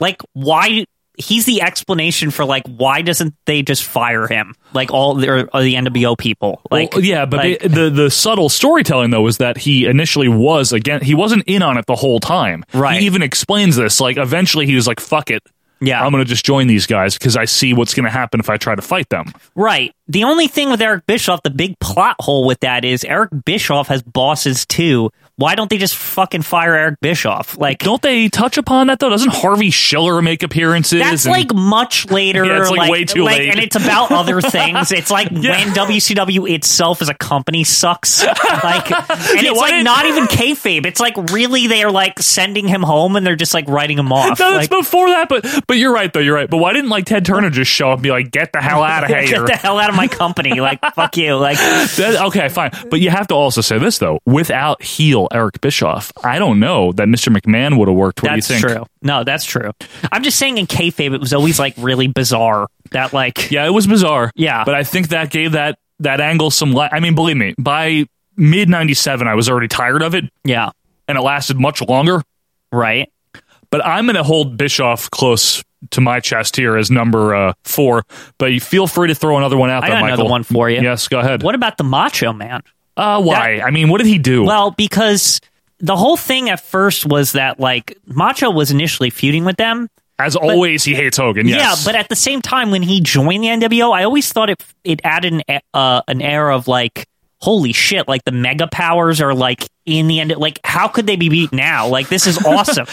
S3: like why he's the explanation for like why doesn't they just fire him like all the, or, the NWO people like
S2: Well, yeah, but
S3: like-
S2: the, the the subtle storytelling though is that he initially was again he wasn't in on it the whole time. Right. He even explains this. Like eventually he was like, "Fuck it,
S3: yeah,
S2: I'm gonna just join these guys because I see what's gonna happen if I try to fight them."
S3: Right. The only thing with Eric Bischoff, the big plot hole with that is Eric Bischoff has bosses too. Why don't they just fucking fire Eric Bischoff? Like,
S2: don't they touch upon that though? Doesn't Harvey Schiller make appearances?
S3: That's
S2: and-
S3: like much later.
S2: Yeah, it's like, way too late,
S3: and it's about other things. It's like when WCW itself as a company sucks. Like, and it's
S2: why
S3: like
S2: didn't-
S3: not even kayfabe. It's like really they are like sending him home, and they're just like writing him off.
S2: No,
S3: Like,
S2: that's before that, but but you're right though. You're right. But why didn't like Ted Turner just show up and be like, "Get the hell out of here!
S3: Get the hell out of my company! Like, fuck you! Like,
S2: That- okay, fine. But you have to also say this though. Without heel Eric Bischoff, I don't know that Mr. McMahon would have worked. What
S3: That's
S2: do you think?
S3: true. No, that's true. I'm just saying in kayfabe, it was always like really bizarre. That like,
S2: yeah, it was bizarre.
S3: Yeah,
S2: But I think that gave that that angle some. Li- I mean, believe me, by mid '97, I was already tired of it.
S3: Yeah,
S2: and it lasted much longer.
S3: Right.
S2: But I'm going to hold Bischoff close to my chest here as number uh, four. But you feel free to throw another one out
S3: I
S2: there,
S3: got
S2: Michael.
S3: another one for you.
S2: Yes, go ahead.
S3: What about the Macho Man?
S2: Uh, why? I mean, what did he do?
S3: Well, because the whole thing at first was that like Macho was initially feuding with them.
S2: As always, he hates Hogan. Yes.
S3: Yeah, but at the same time, when he joined the NWO, I always thought it it added an a- uh, an air of like, holy shit! Like the mega powers are like in the end. Like, how could they be beat now? Like, this is awesome.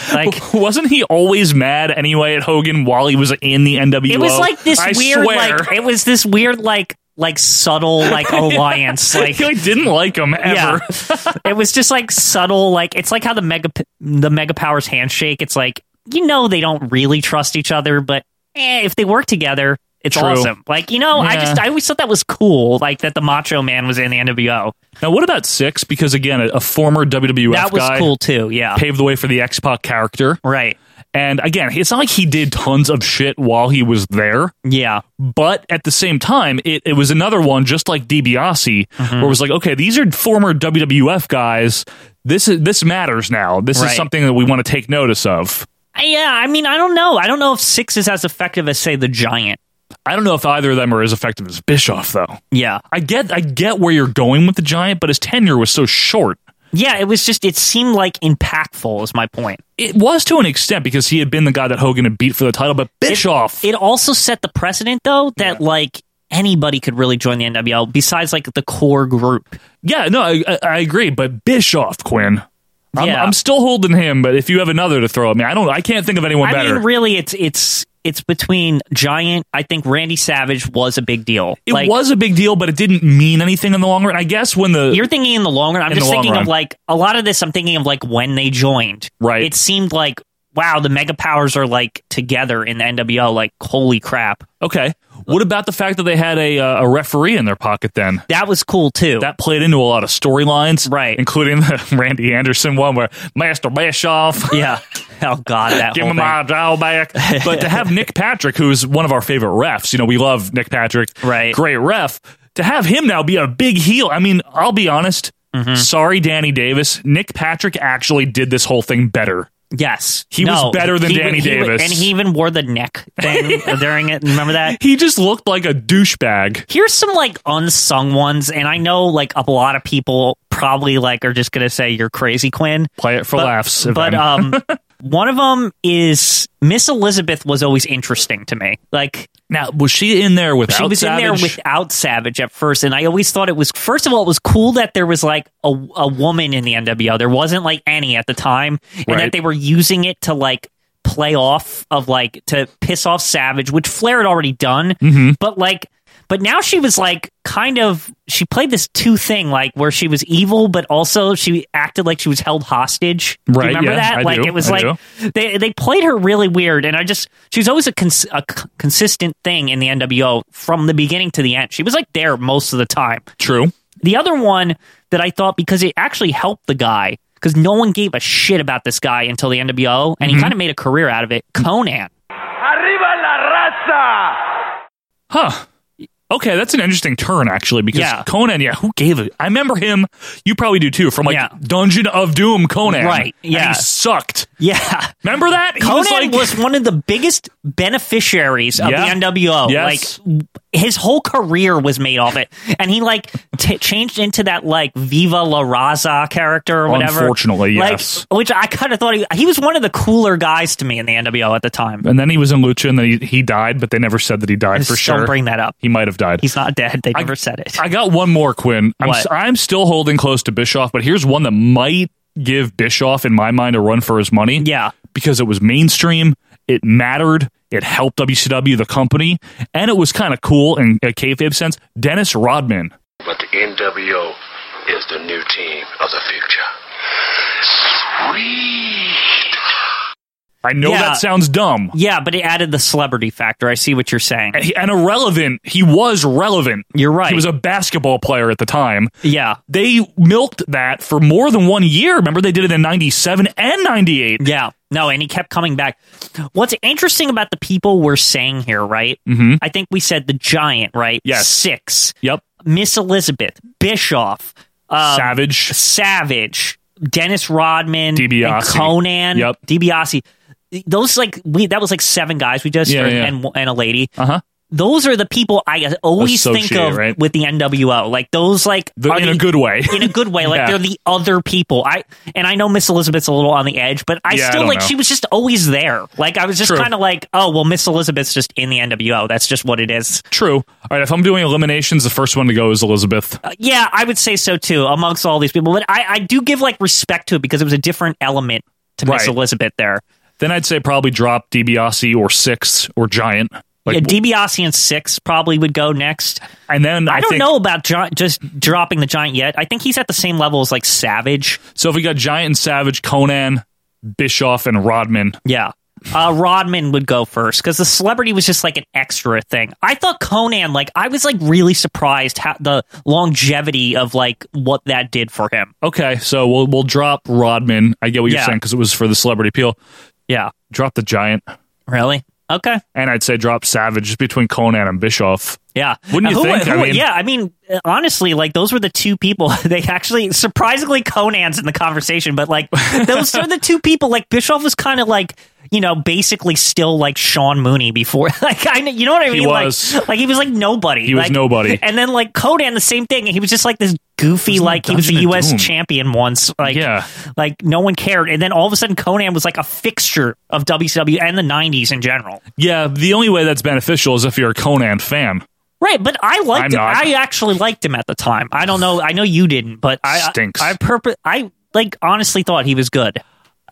S3: Like,
S2: wasn't he always mad anyway at Hogan while he was in the NWO?
S3: It was like this
S2: I
S3: weird,
S2: swear.
S3: like it was this weird, like like subtle, like
S2: Yeah.
S3: alliance. Like
S2: He, like, didn't like him ever.
S3: Yeah. it was just like subtle. Like it's like how the mega the mega powers handshake. It's like you know they don't really trust each other, but eh, if they work together, it's
S2: True.
S3: awesome. Like you know, I
S2: Yeah.
S3: just I always thought that was cool. Like that the Macho Man was in the NWO.
S2: Now, what about six? Because again, a, a former WWF
S3: That was
S2: guy
S3: cool, too, yeah.
S2: paved the way for the X Pac character,
S3: right?
S2: And again, it's not like he did tons of shit while he was there,
S3: yeah. Uh,
S2: But at the same time, it, it was another one just like DiBiase,
S3: Mm-hmm.
S2: where it was like, okay, these are former WWF guys. This is this matters now. This
S3: Right.
S2: is something that we want to take notice of.
S3: I- Yeah, I mean, I don't know. I don't know if six is as effective as say the Giant.
S2: I don't know if either of them are as effective as Bischoff, though.
S3: Yeah,
S2: I get I get where you're going with the Giant, but his tenure was so short.
S3: Yeah, it was just it seemed like impactful is my point.
S2: It was to an extent because he had been the guy that Hogan had beat for the title, but Bischoff.
S3: It also set the precedent though that like anybody could really join the NWO besides like the core group.
S2: yeah, no, I, I- I agree, but Bischoff Quinn. I'm,
S3: Yeah.
S2: I'm still holding him, but if you have another to throw at me, I don't. I can't think of anyone
S3: I
S2: better.
S3: mean, really, it's it's it's between Giant. I think Randy Savage was a big deal.
S2: It was a big deal, but it didn't mean anything in the long run. I guess when the
S3: You're thinking in the long run. I'm
S2: In
S3: just
S2: the long
S3: thinking
S2: run.
S3: of like a lot of this. I'm thinking of like when they joined.
S2: Right.
S3: It seemed like wow, the mega powers are like together in the NWO. Like holy crap.
S2: okay, what about the fact that they had a uh, a referee in their pocket? Then
S3: that was cool too.
S2: That played into a lot of storylines, right? Including the Randy Anderson one where Master Bischoff,
S3: yeah, oh god, that
S2: give
S3: whole
S2: him my dial back. but to have Nick Patrick, who's one of our favorite refs, you know, we love Nick Patrick, right? Great ref. To have him now be a big heel. I mean, I'll be honest.
S3: Mm-hmm.
S2: Sorry, Danny Davis. Nick Patrick actually did this whole thing better.
S3: Yes,
S2: He was better than
S3: he-
S2: Danny
S3: he-
S2: Davis.
S3: and he even wore the neck thing during it. Remember that?
S2: He just looked like a douchebag.
S3: Here's some like unsung ones, and I know like a lot of people probably like are just gonna say you're crazy, Quinn.
S2: Play it for laughs,
S3: But
S2: then.
S3: um, one of them is Miss Elizabeth was always interesting to me. Like
S2: now, was she in there without
S3: She was in
S2: Savage?
S3: there without Savage at first, and I always thought it was first of all it was cool that there was like a, a woman in the NWO. There wasn't like any at the time, and
S2: Right.
S3: that they were using it to like play off of like to piss off Savage, which Flair had already done.
S2: Mm-hmm.
S3: But like, but now she was like kind of she played this two thing like where she was evil, but also she acted like she was held hostage. Do
S2: Right,
S3: you remember
S2: yeah,
S3: that?
S2: I
S3: like
S2: do,
S3: it was
S2: I
S3: like
S2: do.
S3: they they played her really weird, and I just she was always a, cons- a c- consistent thing in the NWO from the beginning to the end. She was like there most of the time.
S2: True.
S3: The other one that I thought because it actually helped the guy because no one gave a shit
S2: Mm-hmm.
S3: about this guy until the NWO, and he kind of made a career out of it. Conan.
S15: Arriba la raza. Yakuza!
S2: Huh. Okay, that's an interesting turn actually because
S3: Yeah.
S2: Conan, yeah, who gave it? I remember him. You probably do too from like Dungeon of Doom Conan.
S3: Right,
S2: And
S3: yeah.
S2: he sucked.
S3: Yeah.
S2: Remember that? He
S3: Conan
S2: was
S3: was,
S2: like-
S3: one of the biggest beneficiaries of
S2: Yeah.
S3: the NWO.
S2: Yes.
S3: Like his whole career was made off it, and he like t- changed into that like Viva La Raza character or whatever.
S2: Unfortunately,
S3: Like,
S2: yes.
S3: which I kind of thought he, he was one of the cooler guys to me in the NWO at the time.
S2: And then he was in Lucha, and then he, he died, but they never said that he died for
S3: Just
S2: sure.
S3: don't bring that up.
S2: He might have died.
S3: He's not dead. They never said it.
S2: I got one more, Quinn. I'm,
S3: What?
S2: s- I'm still holding close to Bischoff, but here's one that might give Bischoff, in my mind, a run for his money.
S3: Yeah.
S2: Because it was mainstream, it mattered, it helped WCW, the company, and it was kind of cool in a kayfabe sense. Dennis Rodman.
S16: But the NWO is the new team of the future. Sweet.
S2: I know
S3: Yeah.
S2: that sounds dumb.
S3: Yeah, but it added the celebrity factor. I see what you're saying.
S2: And, he, and irrelevant, he was relevant.
S3: You're right.
S2: He was a basketball player at the time.
S3: Yeah.
S2: They milked that for more than one year. Remember, they did it in 97 and 98.
S3: Yeah. No, and he kept coming back. What's interesting about the people we're saying here, right?
S2: Mhm.
S3: I think we said the giant, right?
S2: Yes.
S3: Six.
S2: Yep.
S3: Miss Elizabeth, Bischoff, um,
S2: Savage.
S3: Savage, Dennis Rodman, and
S2: DiBiase.
S3: Conan,
S2: Yep.
S3: DiBiase. Those like we that was like seven guys we just
S2: Yeah,
S3: or-
S2: yeah.
S3: and and a lady.
S2: Uh huh.
S3: Those are the people I always think
S2: Associate,
S3: of
S2: right?
S3: with the NWO. Like those, like
S2: The-
S3: are
S2: in
S3: the-
S2: a good way.
S3: in a good way. Like
S2: Yeah.
S3: they're the other people. I and I know Miss Elizabeth's a little on the edge, but I
S2: Yeah, I
S3: still
S2: don't
S3: like
S2: know.
S3: she was just always there. Like I was just
S2: True.
S3: kind of like, oh well, Miss Elizabeth's just in the NWO. That's just what it is.
S2: True. All right, if I'm doing eliminations, the first one to go is Elizabeth.
S3: Uh, yeah, I would say so too. Amongst all these people, but I, I do give like respect to it because it was a different element to Miss
S2: Right.
S3: Elizabeth there.
S2: Then I'd say probably drop DiBiase or Sixth or Giant. Like,
S3: yeah, DiBiase and six probably would go next.
S2: and then I,
S3: I, don't
S2: think-
S3: know about gi- just dropping the giant yet. I think he's at the same level as like Savage.
S2: So if we got Giant and Savage, Conan, Bischoff, and Rodman.
S3: Yeah. Uh, Rodman would go first because the celebrity was just like an extra thing. I thought Conan, like, I was like really surprised how the longevity of like what that did for him.
S2: Okay, so we'll we'll drop Rodman. I get what you're
S3: Yeah.
S2: saying because it was for the celebrity appeal.
S3: Yeah.
S2: Drop the Giant.
S3: Really? Okay.
S2: And I'd say drop Savage just between Conan and Bischoff.
S3: Yeah.
S2: Wouldn't you
S3: Who-
S2: think?
S3: who-
S2: I mean-
S3: yeah, I mean, uh, honestly, like those were the two people. They actually surprisingly Conan's in the conversation, but like those are the two people. Like Bischoff was kind of like you know basically still like Sean Mooney before. Like I, kn- you know what I
S2: He
S3: mean?
S2: was.
S3: Like, like he was like nobody.
S2: He was
S3: Like-
S2: nobody.
S3: And then like Conan, the same thing. He was just like this goofy,
S2: Wasn't
S3: like
S2: that
S3: he was a
S2: Dungeon of
S3: U.S.
S2: Doom?
S3: champion once. Like
S2: Yeah.
S3: like no one cared. And then all of a sudden, Conan was like a fixture of WCW and the '90s in general.
S2: Yeah, the only way that's beneficial is if you're a Conan fan.
S3: Right, but I liked
S2: I'm
S3: him.
S2: not.
S3: I actually liked him at the time. I don't know. I know you didn't, but I
S2: Stinks.
S3: I, I purpo- I like honestly thought he was good.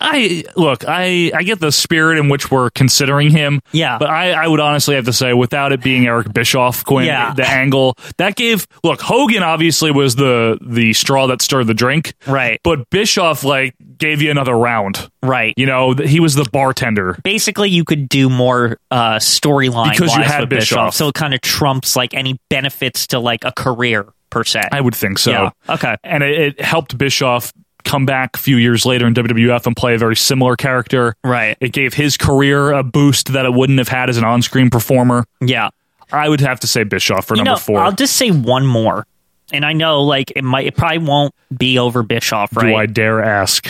S2: I look, I I get the spirit in which we're considering him.
S3: Yeah.
S2: But I, I would honestly have to say, without it being Eric Bischoff, Quinn,
S3: Yeah.
S2: the angle that gave look, Hogan obviously was the the straw that stirred the drink.
S3: Right.
S2: But Bischoff like gave you another round.
S3: Right.
S2: You know, th- he was the bartender.
S3: Basically, you could do more uh, storyline
S2: Because you
S3: wise
S2: had
S3: with Bischoff,
S2: Bischoff.
S3: so it kind of trumps like any benefits to like a career per se.
S2: I would think so.
S3: Yeah. Okay.
S2: And it, it helped Bischoff come back a few years later in WWF and play a very similar character.
S3: Right.
S2: It gave his career a boost that it wouldn't have had as an on screen performer.
S3: Yeah.
S2: I would have to say Bischoff for
S3: you
S2: number
S3: know,
S2: four.
S3: I'll just say one more, and I know like it might it probably won't be over Bischoff,
S2: Do I
S3: right?
S2: dare ask?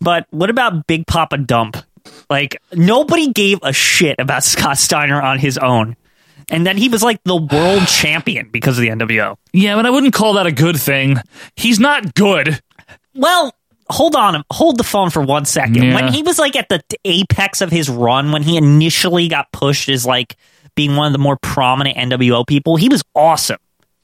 S3: But what about Big Papa Dump? Like nobody gave a shit about Scott Steiner on his own. And then he was like the world champion because of the NWO.
S2: yeah, but I wouldn't call that a good thing. He's not good.
S3: Well, hold on, hold the phone for one second.
S2: Yeah.
S3: When he was like at the apex of his run, when he initially got pushed as like being one of the more prominent NWO people, he was awesome.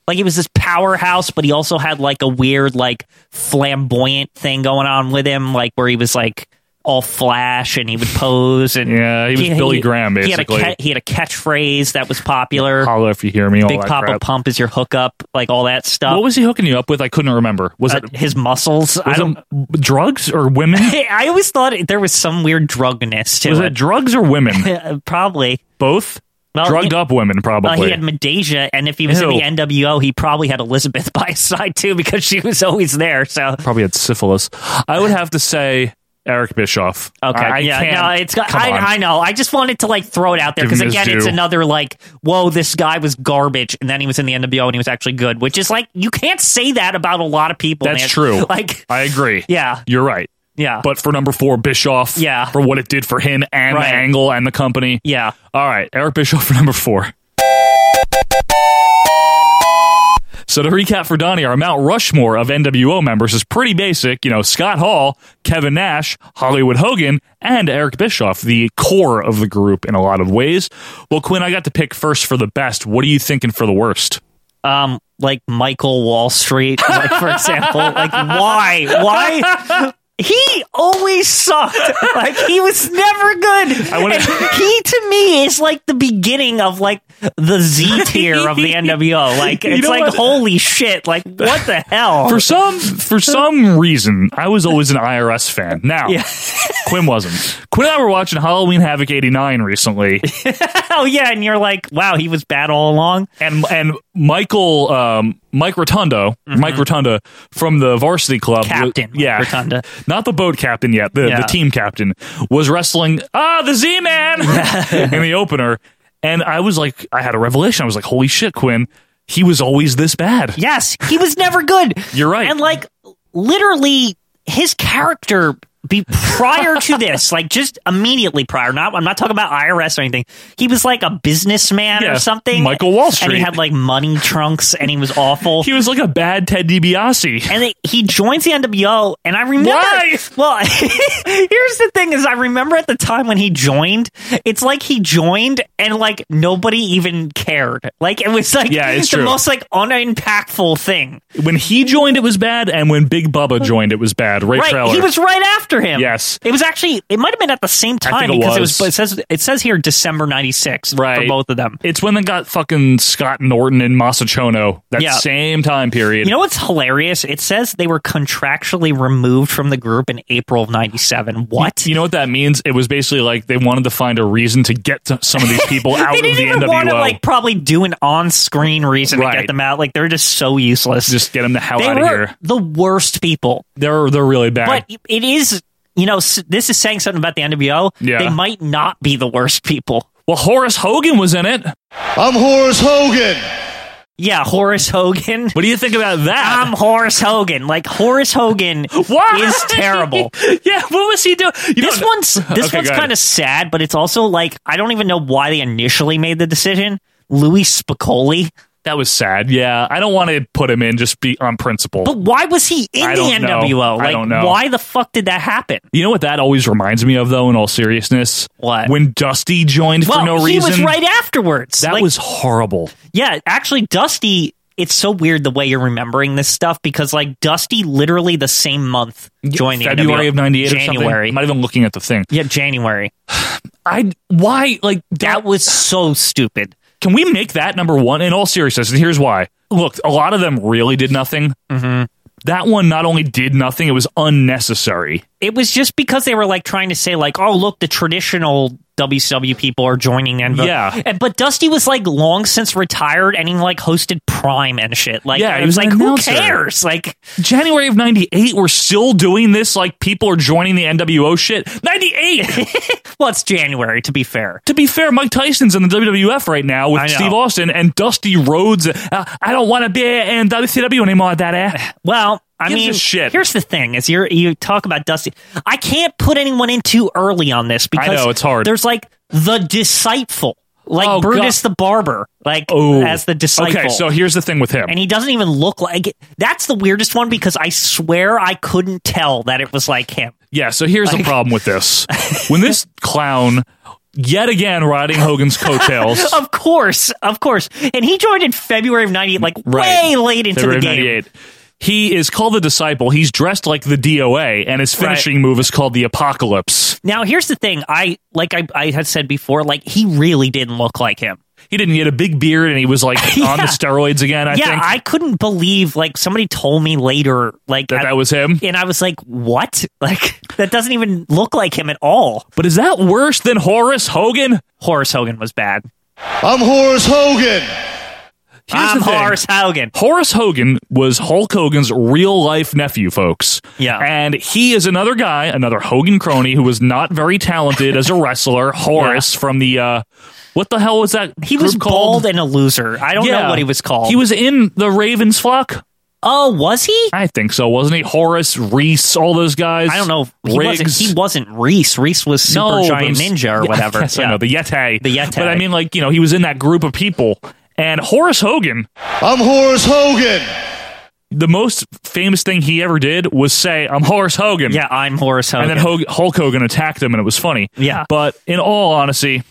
S3: Like he was this powerhouse, but he also had like a weird, like flamboyant thing going on with him, like where he was like all flash and he would pose and
S2: Yeah, he was Billy Graham,
S3: He
S2: basically.
S3: had, a ca- he had a catchphrase that was popular.
S2: Holler if you hear me. All
S3: Big
S2: that
S3: Papa
S2: crap.
S3: Pump is your hookup, like all that stuff.
S2: What was he hooking you up with? I couldn't remember. Was
S3: Uh,
S2: it
S3: his muscles? I
S2: was
S3: don't.
S2: it drugs or women?
S3: I always thought it- there was some weird drugness to
S2: was it drugs or women?
S3: probably.
S2: Both.
S3: Well,
S2: Drugged
S3: he-
S2: up women,
S3: Well,
S2: probably.
S3: he had Medeja, and if he was
S2: Ew.
S3: in the NWO, he probably had Elizabeth by his side too because she was always there. So
S2: probably had syphilis. I would have to say, Eric Bischoff.
S3: Okay.
S2: I, I
S3: yeah.
S2: can't.
S3: No, it's got,
S2: come
S3: I,
S2: on.
S3: I know. I just wanted to like throw it out there
S2: Give
S3: because
S2: him his
S3: again,
S2: due.
S3: it's another like, whoa, this guy was garbage, and then he was in the NWO and he was actually good, which is like you can't say that about a lot of people.
S2: That's
S3: man.
S2: true.
S3: Like,
S2: I agree.
S3: yeah,
S2: You're right.
S3: Yeah.
S2: But for number four, Bischoff. Yeah. For what it did for him and
S3: Right.
S2: the angle and the company.
S3: Yeah.
S2: All right. Eric Bischoff for number four. So to recap for Donnie, our Mount Rushmore of NWO members is pretty basic. You know, Scott Hall, Kevin Nash, Hollywood Hogan, and Eric Bischoff, the core of the group in a lot of ways. Well, Quinn, I got to pick first for the best. What are you thinking for the worst?
S3: um, like Michael Wall Street, like for example, like why, why? He always sucked. Like he was never good.
S2: wanna-
S3: And he to me is like the beginning of like the Z tier of the NWO. Like
S2: You
S3: it's
S2: know
S3: like
S2: what?
S3: holy shit. Like what the hell?
S2: For some for some reason, I was always an IRS fan. Now, Quinn wasn't. Quinn and I were watching Halloween Havoc '89 recently,
S3: oh yeah, and you're like, wow, he was bad all along.
S2: and and Michael um, Mike Rotundo, Mike Rotunda from the Varsity Club,
S3: Mm-hmm. Captain
S2: yeah,
S3: Rotunda.
S2: not the boat captain yet, the,
S3: Yeah.
S2: the team captain was wrestling ah the Z Man in the opener, and I was like, I had a revelation. I was like, holy shit, Quinn, he was always this bad.
S3: Yes, he was never good.
S2: You're right.
S3: And like literally his character be prior to this, like just immediately prior. Not I'm not talking about IRS or anything. He was like a businessman
S2: Yeah,
S3: or something.
S2: Michael Wall
S3: And
S2: Street.
S3: he had like money trunks and he was awful.
S2: He was like a bad Ted DiBiase.
S3: and they- he joins the NWO, and I remember.
S2: Why?
S3: Well, here's the thing: is I remember at the time when he joined, it's like he joined and like nobody even cared. Like it was like
S2: Yeah, it's
S3: the
S2: true.
S3: most like unimpactful thing.
S2: When he joined, it was bad, and when Big Bubba joined, it was bad. Ray
S3: right,
S2: Treller.
S3: he was right after him.
S2: Yes.
S3: it was actually it might have been at the same
S2: I
S3: time
S2: think it
S3: because
S2: was.
S3: it was. But it says it says here December '96
S2: Right.
S3: for both of them.
S2: It's when they got fucking Scott Norton and Masachono that
S3: Yeah.
S2: same time period.
S3: You know what's hilarious? It says they were contractually removed from the group in April of '97. What?
S2: You know what that means? It was basically like they wanted to find a reason to get to- some of these people out
S3: they
S2: of the
S3: didn't even
S2: NWO.
S3: want to like probably do an on-screen reason to
S2: Right.
S3: get them out. Like they're just so useless.
S2: Just get them the hell
S3: they
S2: out
S3: were
S2: of here.
S3: the worst people.
S2: They're they're really bad.
S3: But it is, you know, s- this is saying something about the NWO.
S2: Yeah.
S3: They might not be the worst people.
S2: well, Horace Hogan was in it.
S3: I'm Horace Hogan. Yeah, Horace Hogan.
S2: What do you think about that?
S3: I'm Horace Hogan. Like Horace Hogan
S2: Why?
S3: is terrible.
S2: yeah, what was he doing? You
S3: this
S2: know-
S3: one's this
S2: Okay,
S3: one's
S2: go ahead.
S3: kind of sad, but it's also like I don't even know why they initially made the decision. Louis Spicoli.
S2: that was sad. Yeah, I don't want to put him in just be on principle.
S3: But why was he in
S2: I
S3: the
S2: don't know.
S3: NWO?
S2: I
S3: Like,
S2: don't know.
S3: Why the fuck did that happen?
S2: you know what that always reminds me of, though. In all seriousness,
S3: What?
S2: when Dusty joined
S3: well,
S2: for no
S3: he
S2: reason?
S3: was right afterwards.
S2: that
S3: Like,
S2: was horrible.
S3: yeah. Actually, Dusty. It's so weird the way you're remembering this stuff because like Dusty literally the same month joined the
S2: February
S3: NWO.
S2: of '98 or something.
S3: January.
S2: I'm not even looking at the thing.
S3: yeah, January.
S2: I why like
S3: That was so stupid.
S2: Can we make that number one in all seriousness? And here's why. Look, a lot of them really did nothing. Mm-hmm. That one not only did nothing, it was unnecessary.
S3: It was just because they were like trying to say like, oh look, the traditional WCW people are joining the NWO.
S2: Yeah.
S3: And, but Dusty was like long since retired and he like hosted Prime and shit. Like,
S2: Yeah, he
S3: it
S2: was
S3: was
S2: an
S3: like, who
S2: announcer.
S3: cares? Like,
S2: January of 98, we're still doing this. Like, people are joining the NWO shit. 98!
S3: well, it's January to be fair.
S2: to be fair, Mike Tyson's in the WWF right now
S3: I
S2: with
S3: know.
S2: Steve Austin and Dusty Rhodes. Uh, I don't want to be in WCW anymore, that
S3: Well, I
S2: Gives
S3: mean,
S2: a shit.
S3: here's the thing: is you you talk about Dusty. I can't put anyone in too early on this because
S2: know, it's hard.
S3: There's like the disciple, like
S2: Oh,
S3: Brutus
S2: God.
S3: the barber, like
S2: Oh.
S3: as the disciple.
S2: Okay, so here's the thing with him.
S3: and he doesn't even look like. That's the weirdest one because I swear I couldn't tell that it was like him.
S2: Yeah, so here's the problem with this. When this clown, yet again riding Hogan's coattails,
S3: Of course, of course, and he joined in February of '98, like way late into
S2: February
S3: the game.
S2: 98, he is called the Disciple. He's dressed like the DOA, and his finishing move is called the Apocalypse.
S3: Now, here's the thing: I like I, I had said before, like he really didn't look like him.
S2: He didn't. He had a big beard, and he was like on the steroids again. I
S3: yeah,
S2: think
S3: I couldn't believe like somebody told me later like
S2: that
S3: I-
S2: that was him.
S3: and I was like, "What? Like that doesn't even look like him at all."
S2: But is that worse than Horace Hogan?
S3: Horace Hogan was bad.
S12: I'm Horace Hogan.
S2: Here's
S3: I'm
S2: the thing.
S3: Horace Hogan.
S2: Horace Hogan was Hulk Hogan's real life nephew, folks.
S3: Yeah.
S2: And he is another guy, another Hogan crony who was not very talented as a wrestler, Horace from the uh what the hell was that?
S3: He was
S2: group called?
S3: bald and a loser. I don't know
S2: Yeah.
S3: what he was called.
S2: He was uh, in the Ravens flock.
S3: Oh, was he?
S2: I think so, wasn't he? Horace, Reese, all those guys.
S3: I don't know. He
S2: Riggs.
S3: wasn't, he wasn't Reese. Reese was Super
S2: No, but
S3: Giant
S2: I'm s-
S3: Ninja or
S2: Yeah,
S3: whatever.
S2: yes, I know, the Yeti.
S3: The Yeti.
S2: But I mean, like, you know, he was in that group of people. And Horace Hogan. I'm Horace Hogan. The most famous thing he ever did was say, I'm Horace Hogan.
S3: Yeah, I'm Horace Hogan.
S2: And then Hogan, Hulk Hogan attacked him, and it was funny.
S3: Yeah.
S2: But in all honesty,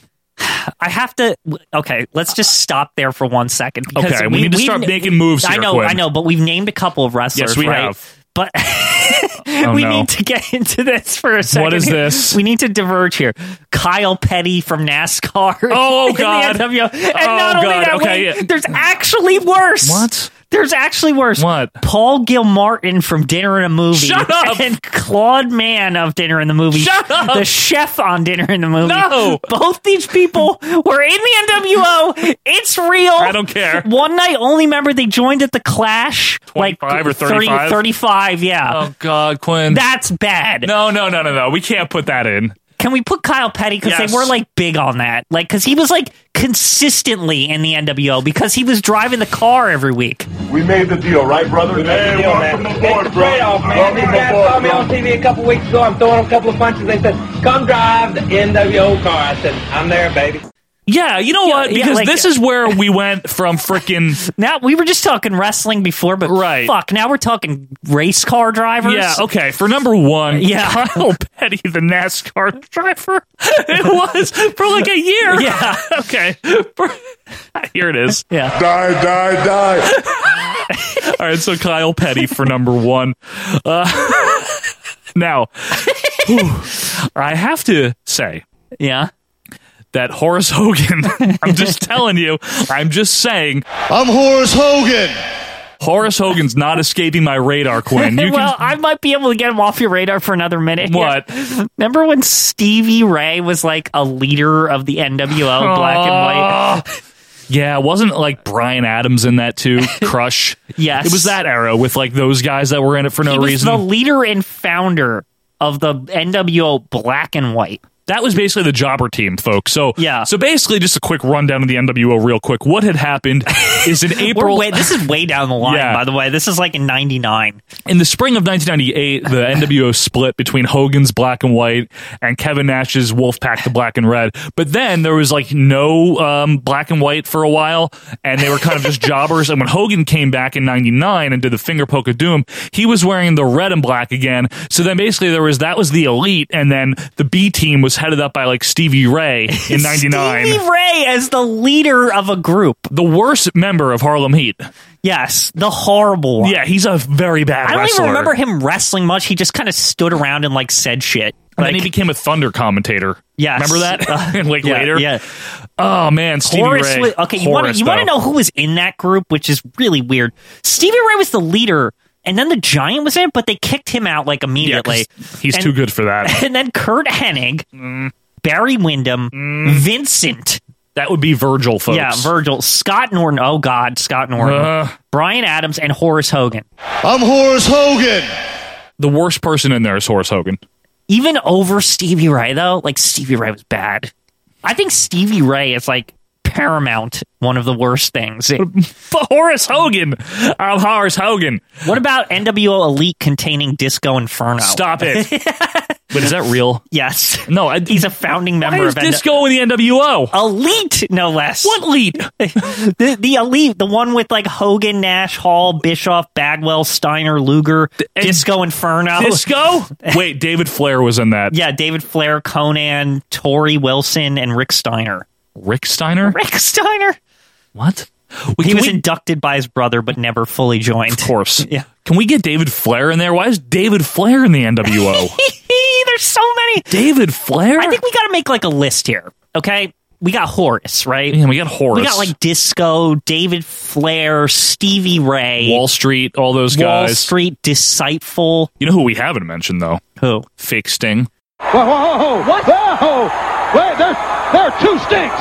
S3: I have to. Okay, let's just stop there for one second.
S2: Okay, we need to
S3: we've
S2: start
S3: n-
S2: making moves
S3: I
S2: here,
S3: know,
S2: Quinn.
S3: I know, but we've named a couple of
S2: Yes,
S3: wrestlers.
S2: we
S3: right?
S2: have.
S3: But
S2: Oh,
S3: we
S2: no.
S3: need to get into this for a second.
S2: is
S3: here.
S2: this?
S3: We need to diverge here. Kyle Petty from NASCAR.
S2: Oh,
S3: in the
S2: God.
S3: NWO. And
S2: Oh,
S3: not only
S2: God,
S3: that,
S2: okay,
S3: wait,
S2: yeah.
S3: there's actually worse.
S2: What?
S3: There's actually worse.
S2: What?
S3: Paul Gilmartin from Dinner in a Movie.
S2: Shut up!
S3: And Claude Mann of Dinner in the Movie.
S2: Shut up!
S3: The chef on Dinner in the Movie.
S2: No!
S3: Both these people were in the NWO. It's real.
S2: I don't care.
S3: One night only member they joined at the Clash.
S2: 25 or 35?
S3: 35, yeah.
S2: oh, God, Quinn.
S3: That's bad.
S2: no, no, no, no, no. We can't put that in.
S3: Can we put Kyle Petty? Because
S2: Yes.
S3: they were like big on that. Like, because he was like consistently in the NWO because he was driving the car every week.
S17: We made the deal, right, brother? Hey, welcome aboard, bro.
S18: These guys saw me on TV a couple weeks ago. I'm throwing a couple of punches. They said, "Come drive the NWO car." I said, "I'm there, baby."
S2: Yeah, you know what?
S3: yeah,
S2: Because
S3: like-
S2: this is where we went from freaking.
S3: Now we were just talking wrestling before, but
S2: Right.
S3: fuck, now we're talking race car drivers.
S2: Yeah, okay. For number one,
S3: Yeah.
S2: Kyle Petty, the NASCAR driver. It was for like a year.
S3: Yeah.
S2: okay. Here it is.
S3: Yeah.
S2: Die, die, die. All right, so Kyle Petty for number one. Uh, now, whew, I have to say
S3: Yeah.
S2: that Horace Hogan, I'm just telling you, I'm just saying. I'm Horace Hogan. Horace Hogan's not escaping my radar, Quinn. You
S3: well,
S2: can
S3: I might be able to get him off your radar for another minute. here.
S2: What?
S3: Remember when Stevie Ray was like a leader of the NWO, black and white?
S2: Yeah, wasn't like Brian Adams in that too? Crush.
S3: Yes.
S2: it was that era with like those guys that were in it for no
S3: he was
S2: Oh. reason.
S3: the leader and founder of the NWO, black and white.
S2: that was basically the jobber team, folks. So
S3: Yeah.
S2: So basically, just a quick rundown of the NWO, real quick. What had happened is in
S3: We're
S2: April.
S3: way, this is way down the line,
S2: Yeah.
S3: by the way. This is like in '99.
S2: in the spring of 1998, the NWO split between Hogan's Black and White and Kevin Nash's Wolfpack, the Black and Red. But then there was like no um, Black and White for a while, and they were kind of just jobbers. And when Hogan came back in '99 and did the finger poke of doom, he was wearing the red and black again. So then basically there was that was the elite, and then the B team was headed up by like Stevie Ray in '99,
S3: Stevie Ray as the leader of a group.
S2: the worst member of Harlem Heat.
S3: Yes, the horrible one.
S2: Yeah, he's a very bad.
S3: I don't
S2: wrestler.
S3: even remember him wrestling much. He just kind of stood around and like said shit.
S2: And
S3: Like,
S2: then he became a Thunder commentator.
S3: Yes. Uh,
S2: remember that? And like
S3: yeah,
S2: later,
S3: yeah.
S2: Oh man, Stevie
S3: Horace
S2: Ray.
S3: was- okay, you want
S2: Horace,
S3: to you want to
S2: though.
S3: know who was in that group, which is really weird. Stevie Ray was the leader, and then the Giant was in it, but they kicked him out like
S2: Yeah, 'cause
S3: immediately.
S2: he's
S3: And-
S2: too good Mm. for that.
S3: And then Kurt Hennig, Barry Windham, Vincent.
S2: that would be Virgil, Mm. folks.
S3: Yeah, Virgil, Scott Norton. Oh God, Scott Norton,
S2: Uh.
S3: Brian Adams, and Horace Hogan.
S2: I'm Horace Hogan. The worst person in there is Horace Hogan.
S3: Even over Stevie Ray though, like Stevie Ray was bad. I think Stevie Ray is like paramount, one of the worst things.
S2: But Horace Hogan. I'm Horace Hogan.
S3: What about NWO Elite containing Disco Inferno?
S2: Stop it. but is that real?
S3: Yes.
S2: No, I,
S3: He's a founding member
S2: why is
S3: of NWO.
S2: Disco in the NWO?
S3: Elite, no less.
S2: What lead?
S3: The, the Elite, the one with like Hogan, Nash, Hall, Bischoff, Bagwell, Steiner, Luger,
S2: and-
S3: Disco Inferno.
S2: Disco? Wait, David Flair was in that.
S3: yeah, David Flair, Conan, Tori Wilson, and Rick Steiner.
S2: Rick Steiner?
S3: Rick Steiner?
S2: What? We,
S3: He
S2: can
S3: was
S2: we-
S3: inducted by his brother, but never fully joined.
S2: Of course.
S3: Yeah.
S2: Can we get David Flair in there? Why is David Flair in the NWO?
S3: There's so many.
S2: David Flair?
S3: I think we got to make like a list here. Okay, we got Horace, right?
S2: Man, we got Horace.
S3: We got like Disco, David Flair, Stevie Ray,
S2: Wall Street, all those
S3: Wall
S2: guys.
S3: Street, Discipful.
S2: You know who we haven't mentioned though?
S3: Who?
S2: Fake Sting.
S15: Whoa, whoa, whoa, whoa. What? Whoa. Wait, there, there are two stinks.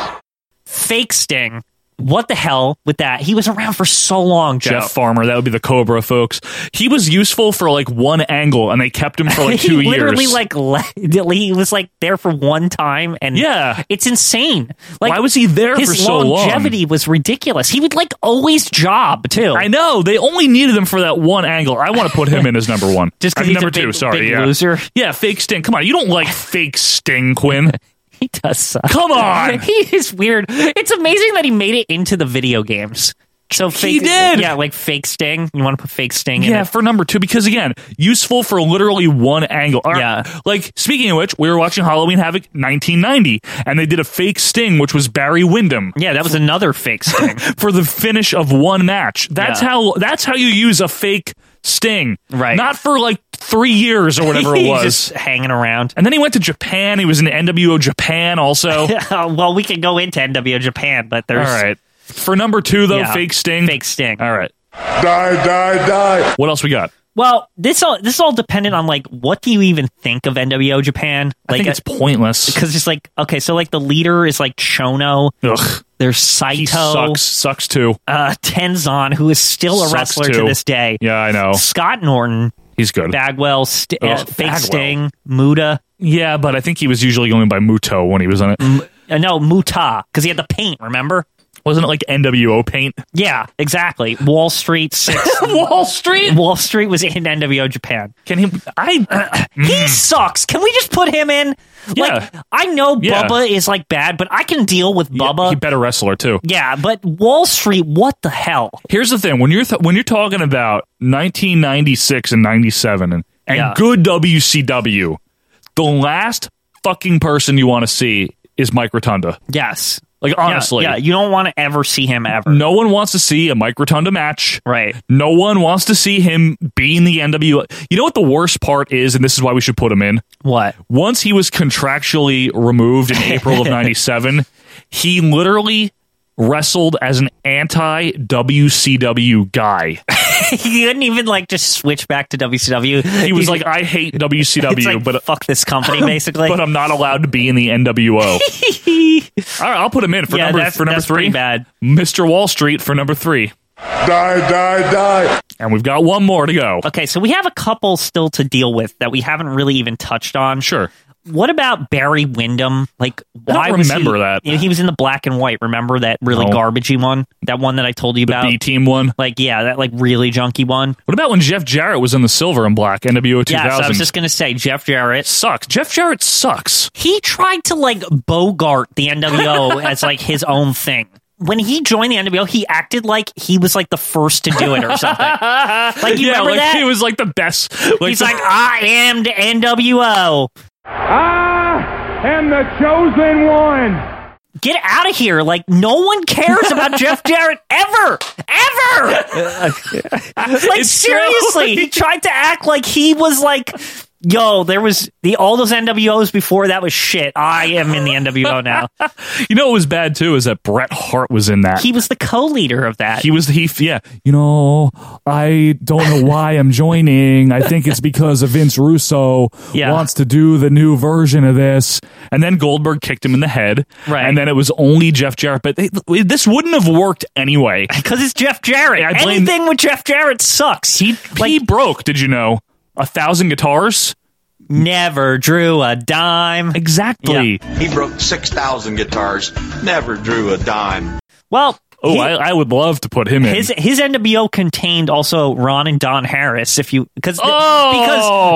S3: Fake Sting What the hell with that? He was around for so long, Joe.
S2: Jeff Farmer, that would be the Cobra folks. He was useful for like one angle, and they kept him for like
S3: he
S2: two
S3: literally
S2: years.
S3: like le- he was like there for one time, and yeah, it's insane. Like,
S2: Why was he there
S3: his
S2: for so long?
S3: longevity was ridiculous. He would like always job too.
S2: I know they only needed him for that one angle. I want to put him in as number one,
S3: Just 'cause
S2: Uh,
S3: he's a
S2: number
S3: big-
S2: two. Sorry,
S3: big
S2: yeah.
S3: loser.
S2: Yeah, fake Sting. Come on, you don't like fake Sting, Quinn.
S3: he does suck.
S2: Come on.
S3: he is weird. It's amazing that he made it into the video games. So fake,
S2: did.
S3: yeah, like fake Sting. You want to put fake Sting in
S2: Yeah,
S3: it?
S2: for number two, because again, useful for literally one angle. yeah. Like, speaking of which, we were watching Halloween Havoc 1990, and they did a fake sting, which was Barry Windham.
S3: Yeah, that was another fake sting.
S2: for the finish of one match. That's
S3: Yeah.
S2: how that's how you use a fake sting.
S3: Right.
S2: Not for like three years or whatever it
S3: He's
S2: was.
S3: just hanging around.
S2: and then he went to Japan. He was in NWO Japan also.
S3: well, we can go into NWO Japan, but there's
S2: All right. For number two, though,
S3: Yeah.
S2: fake sting.
S3: Fake Sting.
S2: All right. Die, die, die. What else we got?
S3: Well, this all this is all dependent on like what do you even think of NWO Japan? Like
S2: think it's pointless.
S3: because it's like okay, so like the leader is like Chono.
S2: Ugh.
S3: There's Saito.
S2: He sucks. Sucks too.
S3: Uh, Tenzon, who is still a
S2: Sucks,
S3: wrestler to
S2: too.
S3: this day.
S2: Yeah, I know.
S3: Scott Norton.
S2: He's good.
S3: Bagwell. St- uh,
S2: Ugh,
S3: fake
S2: Bagwell.
S3: Sting. Muda.
S2: Yeah, but I think he was usually going by Muto when he was on it.
S3: Uh, no, Muta because he had the paint. Remember?
S2: Wasn't it like NWO paint?
S3: Yeah, exactly. Wall Street Six.
S2: Wall Street.
S3: Wall Street was in NWO Japan.
S2: Can he? I.
S3: he sucks. Can we just put him in? Like,
S2: Mm. Yeah.
S3: I know
S2: Yeah.
S3: Bubba is like bad, but I can deal with Bubba.
S2: He better wrestler too.
S3: yeah, but Wall Street, what the hell?
S2: Here's the thing: when you're th- when you're talking about 1996 and 97 and, and
S3: Yeah.
S2: good WCW, the last fucking person you want to see is Mike Rotunda.
S3: Yes.
S2: Like
S3: Yeah,
S2: honestly,
S3: yeah, you don't want to ever see him ever.
S2: no one wants to see a Mike Rotunda match.
S3: Right.
S2: No one wants to see him being the NWO. You know what the worst part is, and this is why we should put him in.
S3: What?
S2: Once he was contractually removed in April of 97, he literally wrestled as an anti WCW guy.
S3: he couldn't even like just switch back to WCW.
S2: He was like, I hate WCW,
S3: It's like,
S2: but uh,
S3: fuck this company, basically.
S2: but um, I'm not allowed to be in the NWO. All right, I'll put him in for
S3: Yeah,
S2: number
S3: that's-
S2: for number
S3: that's
S2: three.
S3: pretty bad.
S2: Mr. Wall Street for number three. Die, die, die. And we've got one more to go.
S3: okay, so we have a couple still to deal with that we haven't really even touched on.
S2: Sure.
S3: What about Barry Windham? Like,
S2: I don't
S3: why was he-
S2: remember that.
S3: you know, He was in the black and white. Remember that really
S2: No.
S3: garbagey one? That one that I told you
S2: The
S3: about?
S2: B team one.
S3: Like, yeah, that like really junky one.
S2: What about when Jeff Jarrett was in the silver and black NWO 2000?
S3: Yeah, so I was just gonna say Jeff Jarrett
S2: sucks. Jeff Jarrett sucks.
S3: He tried to like bogart the NWO as like his own thing. When he joined the NWO, he acted like he was like the first to do it or something. like you
S2: yeah,
S3: remember
S2: like
S3: that?
S2: he was like the best. Like,
S3: He's
S2: the-
S3: like, I am the NWO.
S15: I am the chosen one.
S3: Get out of here! Like no one cares about Jeff Jarrett ever, ever. like
S2: It's true.
S3: seriously, he tried to act like he was like, yo, there was the all those NWOs before that was shit. I am in the NWO now.
S2: you know what was bad too is that Bret Hart was in that.
S3: he was the co-leader of that.
S2: He was the he yeah. You know, I don't know why I'm joining. I think it's because of Vince Russo
S3: Yeah.
S2: wants to do the new version of this. And then Goldberg kicked him in the head.
S3: Right.
S2: And then it was only Jeff Jarrett. But they, this wouldn't have worked anyway.
S3: Because it's Jeff Jarrett.
S2: I blame-
S3: Anything with Jeff Jarrett sucks. He
S2: he broke, did you know? A thousand guitars?
S3: never drew a dime.
S2: Exactly.
S19: He broke 6,000 guitars, never drew a dime.
S3: Well,
S2: Oh,
S3: he-
S2: I, I would love to put him in.
S3: his his NWO contained also Ron and Don Harris. If you because
S2: Oh!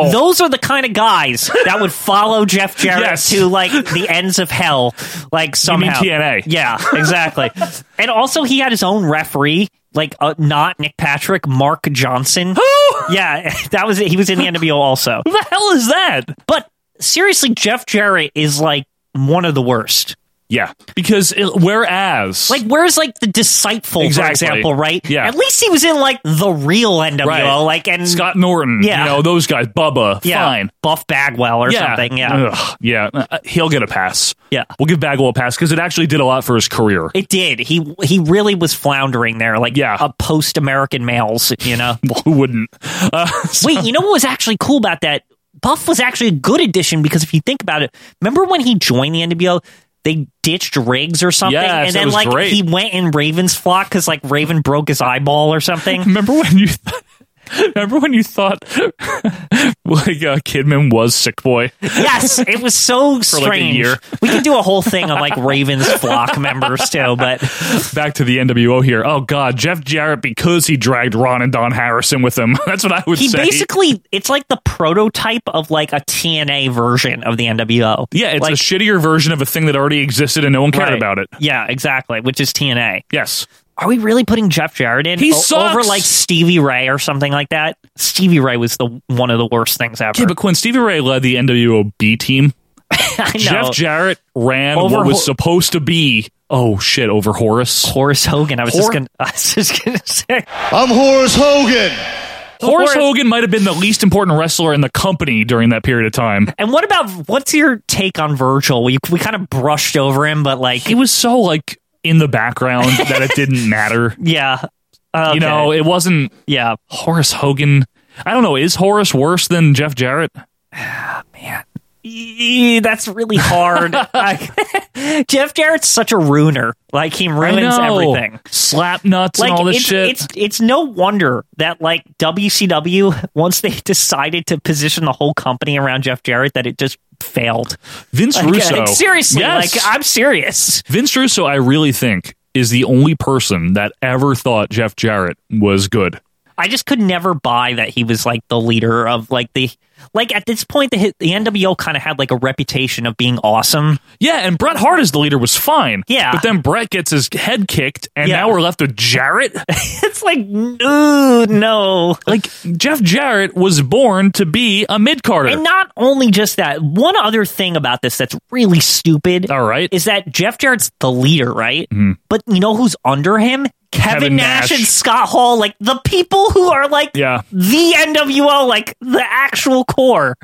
S3: because those are the kind of guys that would follow Jeff Jarrett
S2: Yes.
S3: to like the ends of hell, like somehow
S2: TNA.
S3: Yeah, exactly. and also, he had his own referee. Like uh, not Nick Patrick, Mark Johnson.
S2: Who?
S3: Yeah, that was it. He was in the NWO also.
S2: Who the hell is that?
S3: But seriously, Jeff Jarrett is like one of the worst.
S2: Yeah. Because it, whereas
S3: Like, where's like the disciple, for
S2: Exactly.
S3: example, right?
S2: Yeah.
S3: At least he was in like the real NWO,
S2: Right.
S3: like and
S2: Scott Norton,
S3: Yeah.
S2: you know, those guys, Bubba,
S3: yeah,
S2: fine.
S3: Buff Bagwell or something. Yeah,
S2: Ugh, yeah. Uh, he'll get a pass.
S3: Yeah.
S2: We'll give Bagwell a pass because it actually did a lot for his career.
S3: it did. He he really was floundering there, like
S2: Yeah.
S3: a post American males, you know.
S2: Who wouldn't? Uh, so-
S3: Wait, you know what was actually cool about that? Buff was actually a good addition because if you think about it, remember when he joined the NWO, they ditched Riggs or something,
S2: Yes,
S3: and
S2: that
S3: then
S2: was
S3: like
S2: great.
S3: he went in Raven's flock because like Raven broke his eyeball or something.
S2: Remember when you Remember when you thought like uh, Kidman was sick boy?
S3: yes, it was so
S2: For
S3: strange.
S2: like a year.
S3: We could do a whole thing on like Raven's flock members too, but
S2: Back to the NWO here. Oh God, Jeff Jarrett because he dragged Ron and Don Harrison with him. That's what I would
S3: he
S2: say.
S3: basically it's like the prototype of like a TNA version of the NWO.
S2: yeah, it's
S3: like,
S2: a shittier version of a thing that already existed and no one cared
S3: Right.
S2: about it.
S3: Yeah, exactly. Which is TNA.
S2: Yes.
S3: Are we really putting Jeff Jarrett in
S2: He
S3: o-
S2: sucks!
S3: over like Stevie Ray or something like that? Stevie Ray was the one of the worst things ever.
S2: Yeah, but Quinn Stevie Ray led the NWO B team.
S3: I know.
S2: Jeff Jarrett ran
S3: Over
S2: what
S3: Ho-
S2: was supposed to be oh shit over Horace
S3: Horace Hogan. I was
S2: Hor-
S3: just gonna. I was just gonna say.
S2: I'm Horace Hogan. Horace
S3: Horace-
S2: Hogan might have been the least important wrestler in the company during that period of time.
S3: And what about what's your take on Virgil? We we kind of brushed over him, but like
S2: He was so like in the background that it didn't matter.
S3: yeah,
S2: You know,
S3: Okay.
S2: it wasn't
S3: yeah.
S2: Horace Hogan. I don't know. Is Horace worse than Jeff Jarrett?
S3: Eh, that's really hard. I- Jeff Jarrett's such a ruiner. Like he ruins
S2: I know.
S3: everything.
S2: Slap nuts
S3: Like
S2: and all this
S3: it's,
S2: shit.
S3: it's it's no wonder that like WCW once they decided to position the whole company around Jeff Jarrett that it just failed.
S2: Vince
S3: Like,
S2: Russo.
S3: like, seriously,
S2: Yes.
S3: like I'm serious.
S2: Vince Russo, I really think, is the only person that ever thought Jeff Jarrett was good.
S3: I just could never buy that he was like the leader of like the like at this point the the NWO kind of had like a reputation of being awesome.
S2: Yeah, and Bret Hart as the leader was fine.
S3: Yeah.
S2: But then Bret gets his head kicked, and
S3: Yeah.
S2: now we're left with Jarrett.
S3: it's like ooh, no.
S2: like, Jeff Jarrett was born to be a mid Carter.
S3: And not only just that, one other thing about this that's really stupid. All
S2: right.
S3: Is that Jeff Jarrett's the leader, right? But you know who's under him? Kevin,
S2: Mm-hmm. Kevin
S3: Nash.
S2: Nash.
S3: and Scott Hall, like the people who are like
S2: Yeah.
S3: the NWO, like the actual core.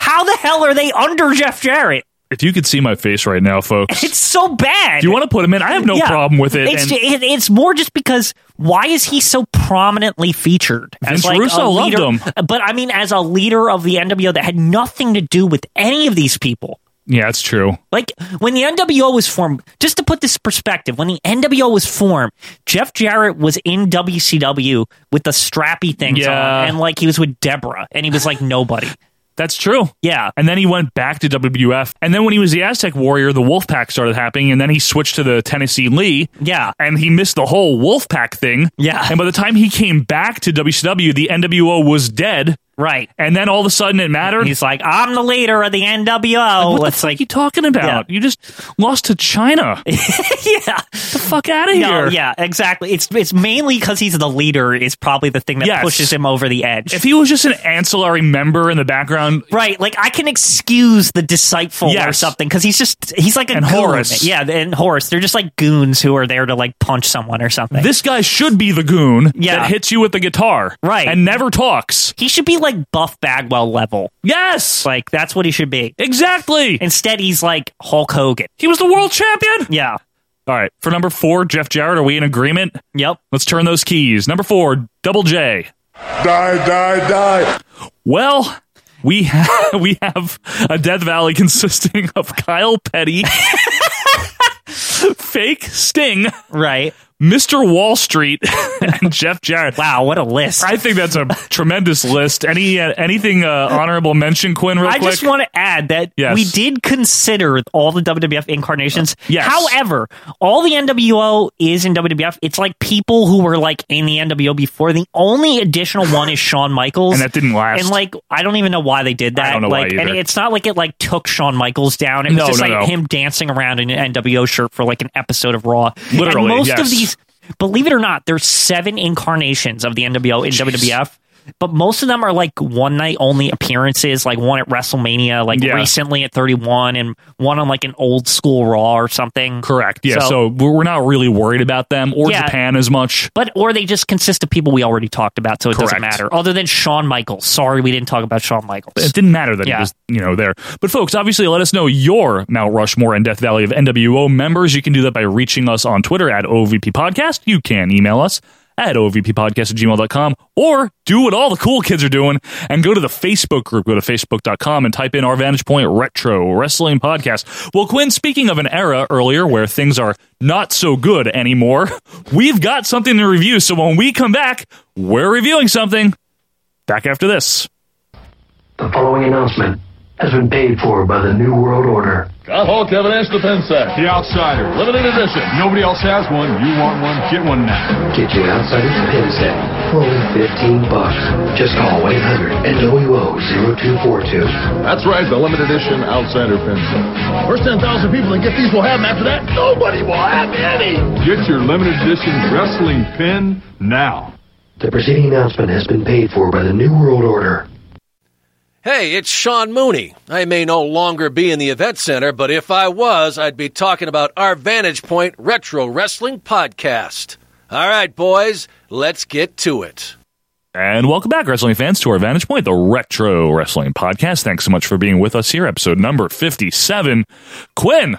S3: How the hell are they under Jeff Jarrett?
S2: If you could see my face right now, folks.
S3: It's so bad.
S2: Do you want to put him in? I have no
S3: Yeah.
S2: problem with it. and
S3: It's, ju- it- it's more just because why is he so prominently featured?
S2: Vince Russo loved
S3: leader, Uh,
S2: him.
S3: But I mean, as a leader of the NWO that had nothing to do with any of these people.
S2: yeah, it's true.
S3: Like when the NWO was formed, just to put this in perspective, when the NWO was formed, Jeff Jarrett was in WCW with the strappy things
S2: Yeah.
S3: on, and like he was with Deborah, and he was like nobody.
S2: That's true.
S3: Yeah.
S2: And then he went back to WWF. And then when he was the Aztec Warrior, the Wolfpack started happening. And then he switched to the Tennessee Lee.
S3: Yeah.
S2: And he missed the whole Wolfpack thing.
S3: Yeah.
S2: And by the time he came back to WCW, the NWO was dead.
S3: Right.
S2: And then all of a sudden it mattered.
S3: He's like, I'm the leader of the NWO.
S2: what
S3: it's
S2: the fuck
S3: like,
S2: you talking about? You just lost to China. Get
S3: yeah.
S2: the fuck out of
S3: No,
S2: here.
S3: yeah, exactly. It's it's mainly because he's the leader is probably the thing that
S2: Yes.
S3: pushes him over the edge.
S2: If he was just an ancillary member in the background,
S3: right, like I can excuse the disciple or
S2: Yes.
S3: something because he's just he's like a
S2: And
S3: goon.
S2: Horace.
S3: yeah, and Horace. They're just like goons who are there to like punch someone or something.
S2: this guy should be the goon
S3: Yeah.
S2: that hits you with the guitar.
S3: Right.
S2: And never talks.
S3: he should be like Buff Bagwell level.
S2: Yes.
S3: Like that's what he should be.
S2: exactly.
S3: Instead, he's like Hulk Hogan.
S2: He was the world champion.
S3: Yeah.
S2: All right. For number four, Jeff Jarrett, are we in agreement?
S3: Yep.
S2: Let's turn those keys. Number four, Double J.
S17: Die, die, die.
S2: Well, we ha- we have a Death Valley consisting of Kyle Petty, fake Sting,
S3: Right.
S2: Mr. Wall Street, and Jeff Jarrett.
S3: Wow. What a list.
S2: I think that's a tremendous list. Any uh, anything uh, honorable mention, Quinn? Real
S3: I
S2: quick.
S3: just want to add that
S2: Yes. Uh,
S3: we did consider all the WWF incarnations.
S2: yes.
S3: However, all the NWO is in WWF. It's like people who were like in the NWO before. The only additional one is Shawn Michaels.
S2: And that didn't last.
S3: And like I don't even know why they did that.
S2: I don't know why
S3: like
S2: either.
S3: and it's not like it like took Shawn Michaels down. It was
S2: No,
S3: just
S2: no,
S3: like
S2: no.
S3: him dancing around in an NWO shirt for like an episode of Raw.
S2: Literally,
S3: and most
S2: yes.
S3: of these believe it or not, there's seven incarnations of the NWO in WWF. But most of them are like one night only appearances, like one at WrestleMania, like
S2: Yeah.
S3: recently at 31, and one on like an old school Raw or something.
S2: correct. Yeah. So, we're we're not really worried about them or
S3: Yeah.
S2: Japan as much.
S3: but or they just consist of people we already talked about, so it doesn't
S2: Correct.
S3: matter. Other than Shawn Michaels, sorry we didn't talk about Shawn Michaels.
S2: It didn't matter that he
S3: Yeah.
S2: was, you know, there. But folks, obviously, let us know your Mount Rushmore and Death Valley of NWO members. You can do that by reaching us on Twitter at OVP Podcast. You can email us at ovppodcast at gmail.com or do what all the cool kids are doing and go to the Facebook group. Go to facebook.com and type in our Vantage Point Retro Wrestling Podcast. Well, Quinn, speaking of an era earlier where things are not so good anymore, we've got something to review. So when we come back, we're reviewing something. Back after this.
S20: The following announcement has been paid for by the New World Order.
S21: Scott Hall, Kevin Ash, the pen sack. The Outsider. Limited edition. Nobody else has one. You want one, get one now.
S20: Get your outsider's pin set for only 15 bucks. Just call 1-800 and OUO-0242.
S21: That's right, the limited edition Outsider pen set.
S22: First 10,000 people that get these will have them. After that, nobody will have any.
S21: Get your limited edition wrestling pin now.
S20: The preceding announcement has been paid for by the New World Order.
S23: Hey, it's Sean Mooney. I may no longer be in the event center, but if I was, I'd be talking about our Vantage Point Retro Wrestling Podcast. All right, boys, let's get to it.
S2: And welcome back, wrestling fans, to our Vantage Point, the Retro Wrestling Podcast. Thanks so much for being with us here, episode number 57. Quinn.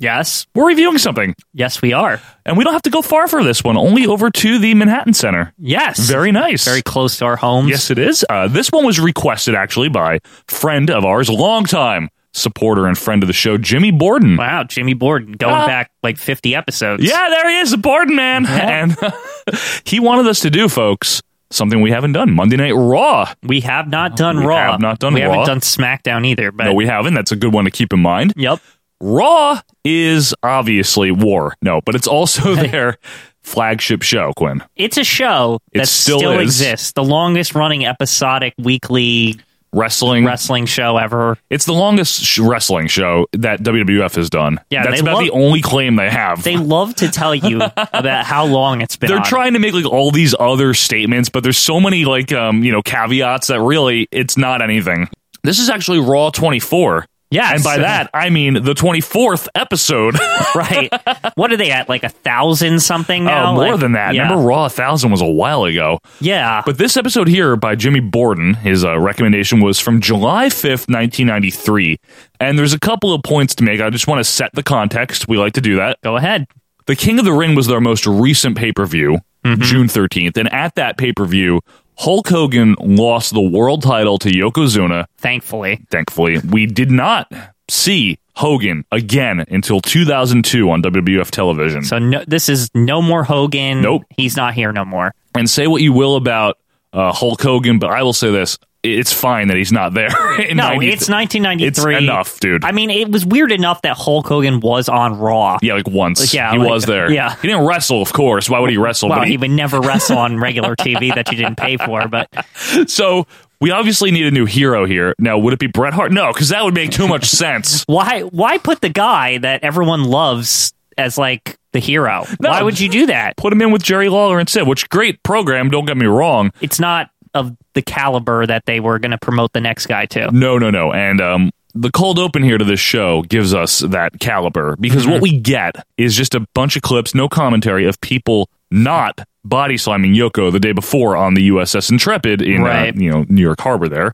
S3: Yes.
S2: We're reviewing something.
S3: Yes, we are.
S2: And we don't have to go far for this one, only over to the Manhattan Center.
S3: Yes.
S2: Very nice.
S3: Very close to our homes.
S2: Yes, it is. Uh, this one was requested actually by friend of ours, longtime supporter and friend of the show, Jimmy Borden.
S3: Wow, Jimmy Borden, going
S2: Ah.
S3: back like 50 episodes.
S2: Yeah, there he is, the Borden man. And he wanted us to do, folks, something we haven't done Monday Night Raw.
S3: We have not done
S2: We
S3: Raw.
S2: have not done
S3: We
S2: Raw.
S3: haven't done SmackDown either, but
S2: No, we haven't. That's a good one to keep in mind.
S3: Yep.
S2: Raw is obviously war. No, but it's also their flagship show, Quinn.
S3: it's a show
S2: It
S3: that
S2: still
S3: still,
S2: is.
S3: exists. The longest running episodic weekly
S2: Wrestling.
S3: wrestling show ever.
S2: It's the longest sh- wrestling show that WWF has done.
S3: Yeah,
S2: that's
S3: they
S2: about
S3: love-
S2: the only claim they have.
S3: They love to tell you about how long it's been.
S2: They're
S3: on.
S2: trying to make like all these other statements, but there's so many like um you know caveats that really it's not anything. This is actually Raw 24.
S3: Yes.
S2: and by that I mean the 24th episode.
S3: right. What are they at? Like a thousand something now?
S2: Oh, more
S3: Like-
S2: than that.
S3: Yeah.
S2: Remember, Raw 1000 was a while ago.
S3: Yeah.
S2: But this episode here by Jimmy Borden, his uh, recommendation was from July 5th, 1993. And there's a couple of points to make. I just want to set the context. We like to do that.
S3: Go ahead.
S2: The King of the Ring was their most recent pay per view,
S3: Mm-hmm.
S2: June 13th. And at that pay per view, Hulk Hogan lost the world title to Yokozuna.
S3: Thankfully.
S2: Thankfully, we did not see Hogan again until 2002 on WWF television.
S3: So no, this is no more Hogan.
S2: Nope.
S3: He's not here no more.
S2: and say what you will about uh, Hulk Hogan, but I will say this: it's fine that he's not there. in
S3: no,
S2: 90
S3: it's 1993.
S2: It's enough, dude.
S3: I mean, it was weird enough that Hulk Hogan was on Raw.
S2: yeah, like once.
S3: Yeah,
S2: he
S3: like-
S2: was there.
S3: yeah.
S2: he didn't wrestle, of course. Why would he wrestle?
S3: Well,
S2: But
S3: he,
S2: he-
S3: would never wrestle on regular TV that you didn't pay for, but
S2: so we obviously need a new hero here. Now, would it be Bret Hart? No, because that would make too much sense.
S3: why why put the guy that everyone loves as like the hero?
S2: No.
S3: Why would you do that?
S2: Put him in with Jerry Lawler instead, which great program. Don't get me wrong.
S3: It's not of the caliber that they were going to promote the next guy to.
S2: No, no, no. And um, the cold open here to this show gives us that caliber because
S3: Mm-hmm.
S2: what we get is just a bunch of clips, no commentary, of people not body slamming Yoko the day before on the USS Intrepid in
S3: Right. Mm-hmm.
S2: uh, you know New York Harbor there.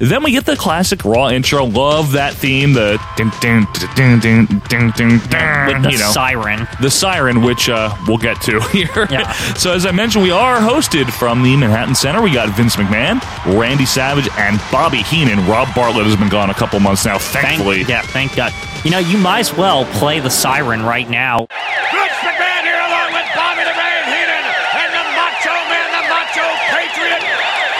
S2: Then we get the classic Raw intro. Love that theme. The ding, ding, ding, ding, ding, ding, ding,
S3: With the
S2: you know
S3: siren.
S2: the siren, which uh, we'll get to here.
S3: Yeah.
S2: so, as I mentioned, we are hosted from the Manhattan Center. We got Vince McMahon, Randy Savage, and Bobby Heenan. Rob Bartlett has been gone a couple months now, thankfully.
S3: Thank, yeah, thank God. You know, you might as well play the siren right now.
S15: Vince McMahon here along with Bobby the Man Heenan and the Macho Man, the Macho Patriot,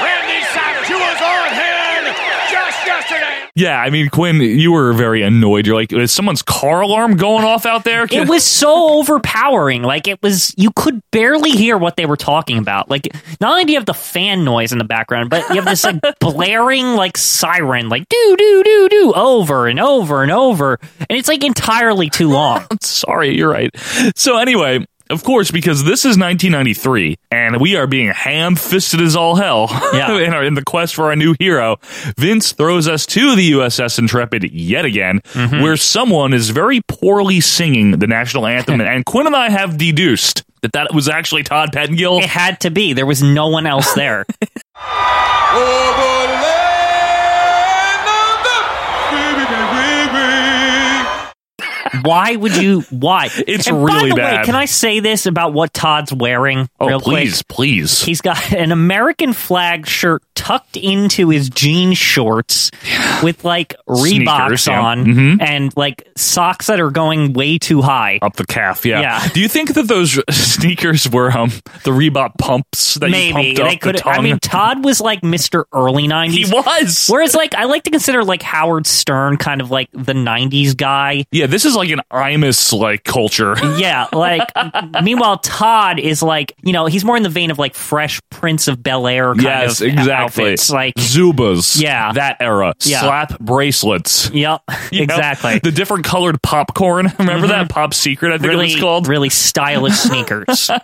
S15: Randy Savage, who was on hand just yesterday.
S2: Yeah, I mean, Quinn, you were very annoyed. You're like, is someone's car alarm going off out there?
S3: It was so overpowering. Like it was, you could barely hear what they were talking about. Like not only do you have the fan noise in the background, but you have this like blaring like siren, like do do do do over and over and over, and it's like entirely too long.
S2: sorry, you're right. So anyway, of course, because this is 1993, and we are being ham-fisted as all hell
S3: Yeah.
S2: in, our, in the quest for our new hero. Vince throws us to the USS Intrepid yet again,
S3: Mm-hmm.
S2: where someone is very poorly singing the national anthem, and Quinn and I have deduced that that was actually Todd Pettengill.
S3: It had to be. There was no one else there. Why would you? Why?
S2: It's
S3: and
S2: really
S3: by the Way,
S2: bad.
S3: can I say this about what Todd's wearing?
S2: Oh,
S3: real
S2: please,
S3: quick?
S2: please.
S3: He's got an American flag shirt tucked into his jean shorts with like Reeboks
S2: Sneakers, yeah. Mm-hmm.
S3: on and like socks that are going way too high
S2: up the calf. Yeah.
S3: Yeah.
S2: Do you think that those sneakers were um the Reebok pumps that
S3: Maybe
S2: you pumped
S3: they
S2: up the
S3: could.
S2: tongue?
S3: I mean, Todd was like Mr. Early '90s.
S2: He was.
S3: Whereas, like, I like to consider like Howard Stern kind of like the '90s guy.
S2: yeah, this is like an Imus like culture.
S3: Yeah, like. meanwhile, Todd is like you know he's more in the vein of like Fresh Prince of Bel Air. Kind
S2: yes,
S3: of
S2: exactly.
S3: Outfits. Like
S2: Zubas.
S3: Yeah.
S2: that era.
S3: Yeah.
S2: Slap bracelets.
S3: Yep,
S2: You know?
S3: exactly. Mm-hmm.
S2: The different colored popcorn. Remember that pop secret? I think it was
S3: Really,
S2: called.
S3: really stylish sneakers.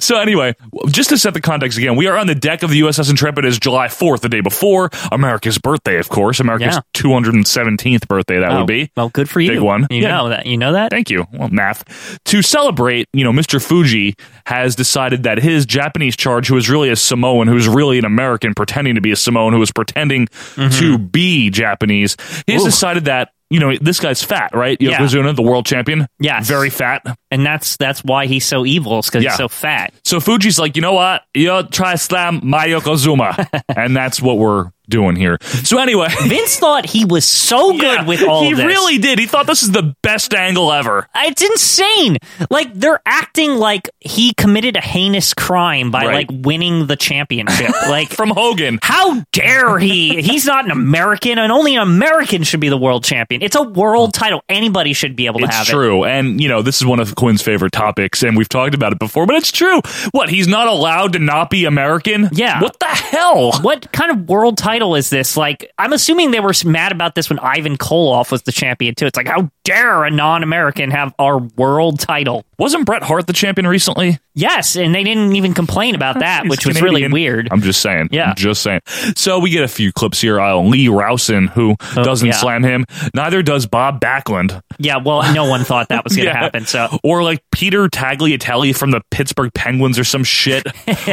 S2: So anyway, just to set the context again, we are on the deck of the USS Intrepid is July 4th, the day before America's birthday, of course. America's
S3: Yeah.
S2: 217th birthday that
S3: Oh,
S2: would be.
S3: Well, good for you.
S2: Big one.
S3: You
S2: Yeah.
S3: know that. You know that.
S2: Thank you. Well, math. To celebrate, you know, Mr. Fuji has decided that his Japanese charge, who is really a Samoan, who's really an American pretending to be a Samoan, who is pretending
S3: Mm-hmm.
S2: to be Japanese, he's decided that, you know, this guy's fat, right?
S3: Yeah.
S2: Yokozuna, the world champion.
S3: Yes.
S2: Very fat.
S3: And that's that's why he's so evil. because
S2: Yeah.
S3: he's so fat.
S2: So Fuji's like, you know what? You try slam my Yokozuna. and that's what we're doing here. So anyway.
S3: Vince thought he was so good with all
S2: he
S3: this.
S2: really did. He thought this is the best angle ever.
S3: It's insane. Like they're acting like he committed a heinous crime by
S2: Right.
S3: like winning the championship. like
S2: From Hogan.
S3: how dare he? He's not an American, and only an American should be the world champion. It's a world title. Anybody should be able to
S2: Hmm. It's
S3: have it.
S2: true. And, you know, this is one of Quinn's favorite topics, and we've talked about it before, but it's true. What, he's not allowed to not be American?
S3: Yeah.
S2: What the hell?
S3: What kind of world title is this? Like, I'm assuming they were mad about this when Ivan Koloff was the champion too. It's like, how dare a non-American have our world title?
S2: Wasn't Bret Hart the champion recently?
S3: Yes, and they didn't even complain about that,
S2: He's
S3: which was
S2: Canadian.
S3: really weird.
S2: I'm just saying.
S3: Yeah.
S2: I'm just saying. So we get a few clips here. Uh, Lee Rousen, who doesn't
S3: Oh, yeah.
S2: slam him, neither does Bob Backlund.
S3: Yeah, well, no one thought that was going to
S2: Yeah.
S3: happen. So
S2: Or like Peter Tagliatelle from the Pittsburgh Penguins or some shit.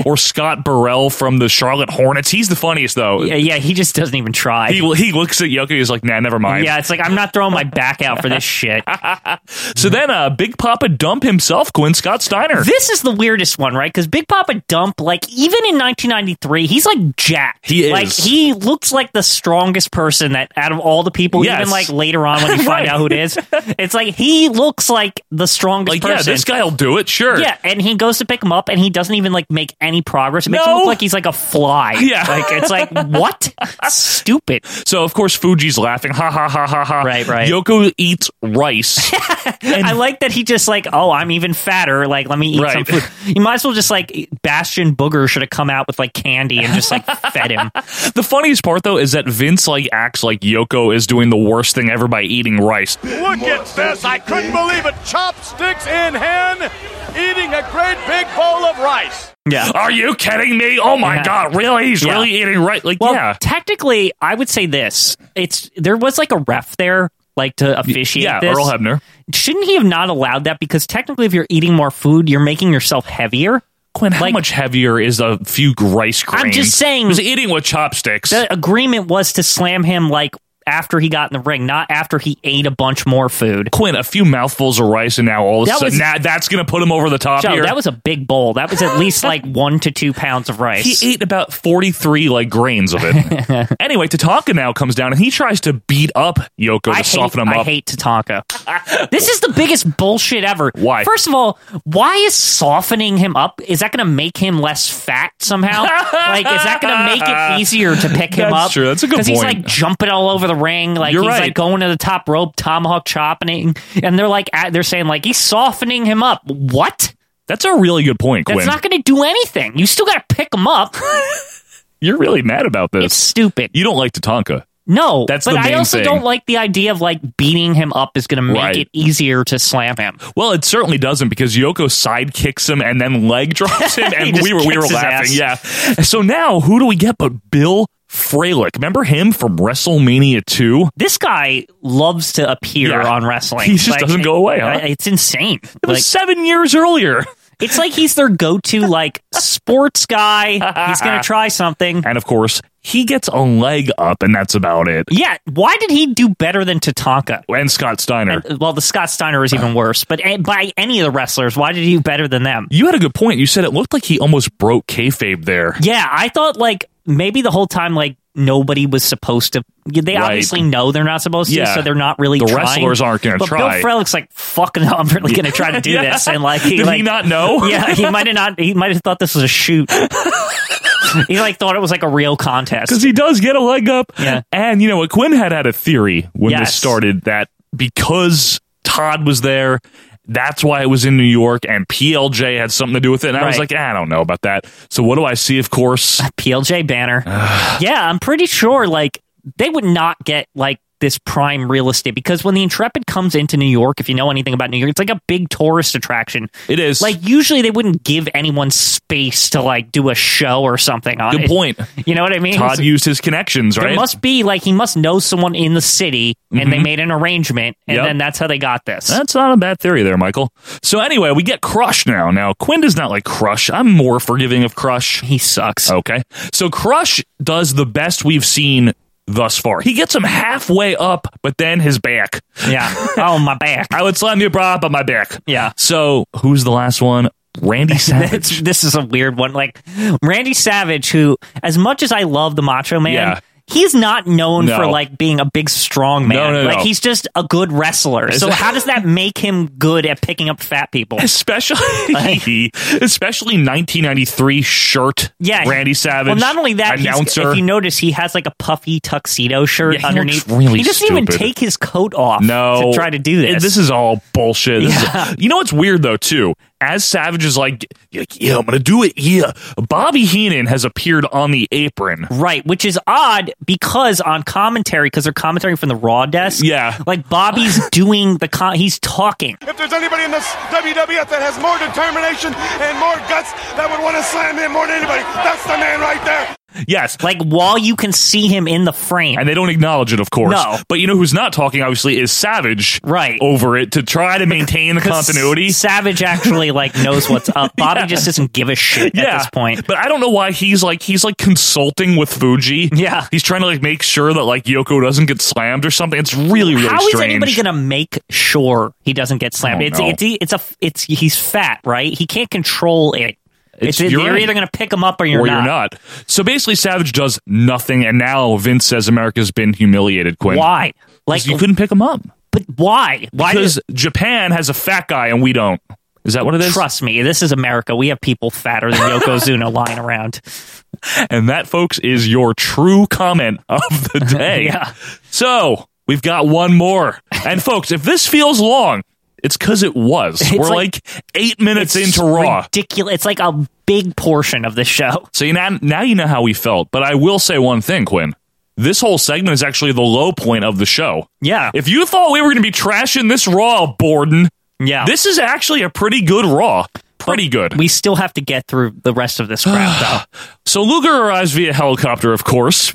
S2: or Scott Burrell from the Charlotte Hornets. He's the funniest, though.
S3: yeah, yeah, he just doesn't even try.
S2: He, he looks at Yoko. He's like, nah, never mind.
S3: yeah, it's like I'm not throwing my back out for this shit.
S2: So then, uh, Big Papa Dump himself, Gwen Scott Steiner.
S3: This is the weirdest one, right? Because Big Papa Dump, like even in 1993, he's like jacked.
S2: He is.
S3: like he looks like the strongest person that out of all the people.
S2: Yes.
S3: Even like later on when you find
S2: Right.
S3: out who it is, it's like he looks like the strongest
S2: like, yeah,
S3: person.
S2: this guy'll do it, sure.
S3: Yeah, and he goes to pick him up, and he doesn't even like make any progress. It makes
S2: No.
S3: him look like he's like a fly.
S2: Yeah.
S3: like it's like what? Stupid.
S2: So of course Fuji's laughing, ha ha ha ha ha.
S3: Right, right.
S2: Yoko eats rice.
S3: I like that he just like, oh, I'm even fatter. Like, let me eat
S2: Right.
S3: some food. You might as well just like Bastion Booger should have come out with like candy and just like fed him.
S2: the funniest part though is that Vince like acts like Yoko is doing the worst thing ever by eating rice.
S17: Look at this. I couldn't believe it. Chopsticks in hand, eating a great big bowl of rice.
S3: Yeah.
S2: Are you kidding me? Oh my
S3: Yeah.
S2: god, really? He's
S3: Yeah.
S2: really eating rice? Like
S3: Well,
S2: yeah.
S3: technically, I would say this: it's there was like a ref there, like to officiate.
S2: Yeah,
S3: this.
S2: Earl Hebner.
S3: Shouldn't he have not allowed that? Because technically, if you're eating more food, you're making yourself heavier.
S2: Quinn, how
S3: like-
S2: much heavier is a few rice grains?
S3: I'm just saying-
S2: He's eating with chopsticks.
S3: The agreement was to slam him like after he got in the ring, not after he ate a bunch more food.
S2: Quinn, a few mouthfuls of rice, and now all of a
S3: That
S2: sudden,
S3: was-
S2: nah, that's going to put him over the top
S3: Joe,
S2: here.
S3: that was a big bowl. That was at least like one to two pounds of rice.
S2: He ate about 43 like grains of it. anyway, Tatanka now comes down and he tries to beat up Yoko to
S3: I
S2: soften
S3: hate,
S2: him
S3: I
S2: up.
S3: hate Tatanka. this is the biggest bullshit ever.
S2: Why?
S3: First of all, why is softening him up? Is that going to make him less fat somehow? like, is that going to make it easier to pick him
S2: That's
S3: up?
S2: true. That's a good
S3: Because he's
S2: point.
S3: like jumping all over the ring. Like
S2: You're
S3: he's
S2: right.
S3: like going to the top rope, tomahawk chopping, and they're like at- they're saying like he's softening him up. What?
S2: That's a really good point,
S3: That's
S2: Quinn.
S3: not going to do anything. You still got to pick him up.
S2: You're really mad about this.
S3: it's stupid.
S2: you don't like Tatanka.
S3: No,
S2: That's
S3: but
S2: the
S3: I
S2: main
S3: also
S2: thing.
S3: don't like the idea of like beating him up is going to make
S2: Right.
S3: it easier to slam him.
S2: Well, it certainly doesn't because Yoko sidekicks him and then leg drops him, and
S3: just
S2: we were we
S3: kicks
S2: were
S3: his
S2: laughing.
S3: ass.
S2: Yeah. So now who do we get but Bill Fralick? Remember him from WrestleMania two?
S3: This guy loves to appear
S2: Yeah.
S3: on wrestling.
S2: He just doesn't go away, huh?
S3: I- It's insane.
S2: It was
S3: Like,
S2: seven years earlier.
S3: it's like he's their go-to like sports guy. He's going to try something.
S2: And of course, He gets a leg up, and that's about it.
S3: Yeah, why did he do better than Tatanka
S2: and Scott Steiner?
S3: well, the Scott Steiner is even worse. But eh, by any of the wrestlers, why did he do better than them?
S2: You had a good point. You said it looked like he almost broke kayfabe there.
S3: Yeah, I thought like maybe the whole time like nobody was supposed to. They
S2: Right.
S3: obviously know they're not supposed to,
S2: Yeah.
S3: so they're not really.
S2: The
S3: trying.
S2: wrestlers aren't gonna
S3: But
S2: try.
S3: Bill Frelick's like, "Fuck no, I'm really going to try to do
S2: Yeah.
S3: this." And like, he
S2: Did he
S3: like,
S2: not know?
S3: Yeah, he might have not. He might have thought this was a shoot. he like thought it was like a real contest.
S2: because he does get a leg up. And you know what? Quinn had had a theory when
S3: Yes.
S2: this started that because Todd was there, that's why it was in New York, and PLJ had something to do with it. And I was
S3: Right.
S2: like, "Eh, I don't know about that. So what do I see? Of course,
S3: PLJ banner. yeah, I'm pretty sure like they would not get like this prime real estate because when the Intrepid comes into New York, if you know anything about New York, it's like a big tourist attraction.
S2: It is.
S3: Like usually they wouldn't give anyone space to like do a show or something on
S2: Good
S3: it.
S2: point.
S3: You know what I mean?
S2: Todd
S3: So
S2: used his connections,
S3: there
S2: right?
S3: must be like he must know someone in the city and they
S2: Mhm.
S3: made an arrangement and
S2: Yep.
S3: then that's how they got this.
S2: That's not a bad theory there, Michael. So anyway, we get Crush now. Now Quinn does not like Crush. I'm more forgiving of Crush.
S3: He sucks.
S2: Okay. So Crush does the best we've seen thus far. He gets him halfway up, but then his back.
S3: Yeah. Oh my back.
S2: I would slam your bra, but my back.
S3: Yeah.
S2: So who's the last one? Randy Savage.
S3: That's- this is a weird one. Like Randy Savage, who, as much as I love the Macho Man,
S2: Yeah.
S3: he's not known
S2: No.
S3: for like being a big strong man.
S2: No, no,
S3: like
S2: no.
S3: he's just a good wrestler.
S2: Is
S3: So
S2: that-
S3: how does that make him good at picking up fat people?
S2: especially especially 1993 shirt.
S3: Yeah,
S2: Randy Savage.
S3: Well, not only that, he's-
S2: announcer.
S3: if you notice, he has like a puffy tuxedo shirt
S2: Yeah, he
S3: underneath.
S2: looks really
S3: he doesn't even
S2: stupid.
S3: take his coat off.
S2: no,
S3: to try to do this.
S2: This is all bullshit. This is-
S3: Yeah.
S2: you know what's weird though too? As Savage is like, yeah, yeah, I'm gonna do it. Yeah, Bobby Heenan has appeared on the apron.
S3: Right, which is odd because on commentary, because they're commentating from the Raw desk.
S2: Yeah.
S3: like Bobby's doing the con- he's talking.
S24: If there's anybody in this WWF that has more determination and more guts that would want to slam him more than anybody, that's the man right there.
S2: Yes,
S3: like while you can see him in the frame,
S2: and they don't acknowledge it, of course.
S3: No.
S2: but you know who's not talking? Obviously, is Savage
S3: right
S2: over it to try to maintain the
S3: Because
S2: continuity.
S3: Savage actually like knows what's up. Bobby just doesn't give a shit at this point.
S2: But I don't know why he's like he's like consulting with Fuji.
S3: Yeah.
S2: He's trying to like make sure that like Yoko doesn't get slammed or something. It's really really
S3: How is
S2: strange. Oh,
S3: anybody gonna make sure he doesn't get slammed?
S2: I
S3: It's,
S2: don't
S3: it's e, it's a it's he's fat, right? He can't control it.
S2: It's
S3: It's, you're
S2: urine.
S3: either gonna pick him up or you're
S2: or
S3: not.
S2: you're not. So basically, Savage does nothing, and now Vince says America's been humiliated. Quinn,
S3: Why?
S2: 'Cause you couldn't pick him up.
S3: But why? Why?
S2: because
S3: does-
S2: Japan has a fat guy and we don't. Is that what it is?
S3: Trust me, this is America. We have people fatter than Yokozuna lying around.
S2: And that, folks, is your true comment of the day.
S3: Yeah.
S2: So we've got one more. And, folks, if this feels long, it's because it was.
S3: It's
S2: We're like,
S3: like-
S2: eight minutes
S3: It's
S2: into Raw.
S3: ridiculous. It's like a big portion of the show.
S2: So you now, now you know how we felt. But I will say one thing, Quinn. This whole segment is actually the low point of the show.
S3: Yeah.
S2: If you thought we were going to be trashing this Raw, Borden,
S3: Yeah.
S2: this is actually a pretty good Raw. Pretty good.
S3: we still have to get through the rest of this crap, though.
S2: So Luger arrives via helicopter, of course.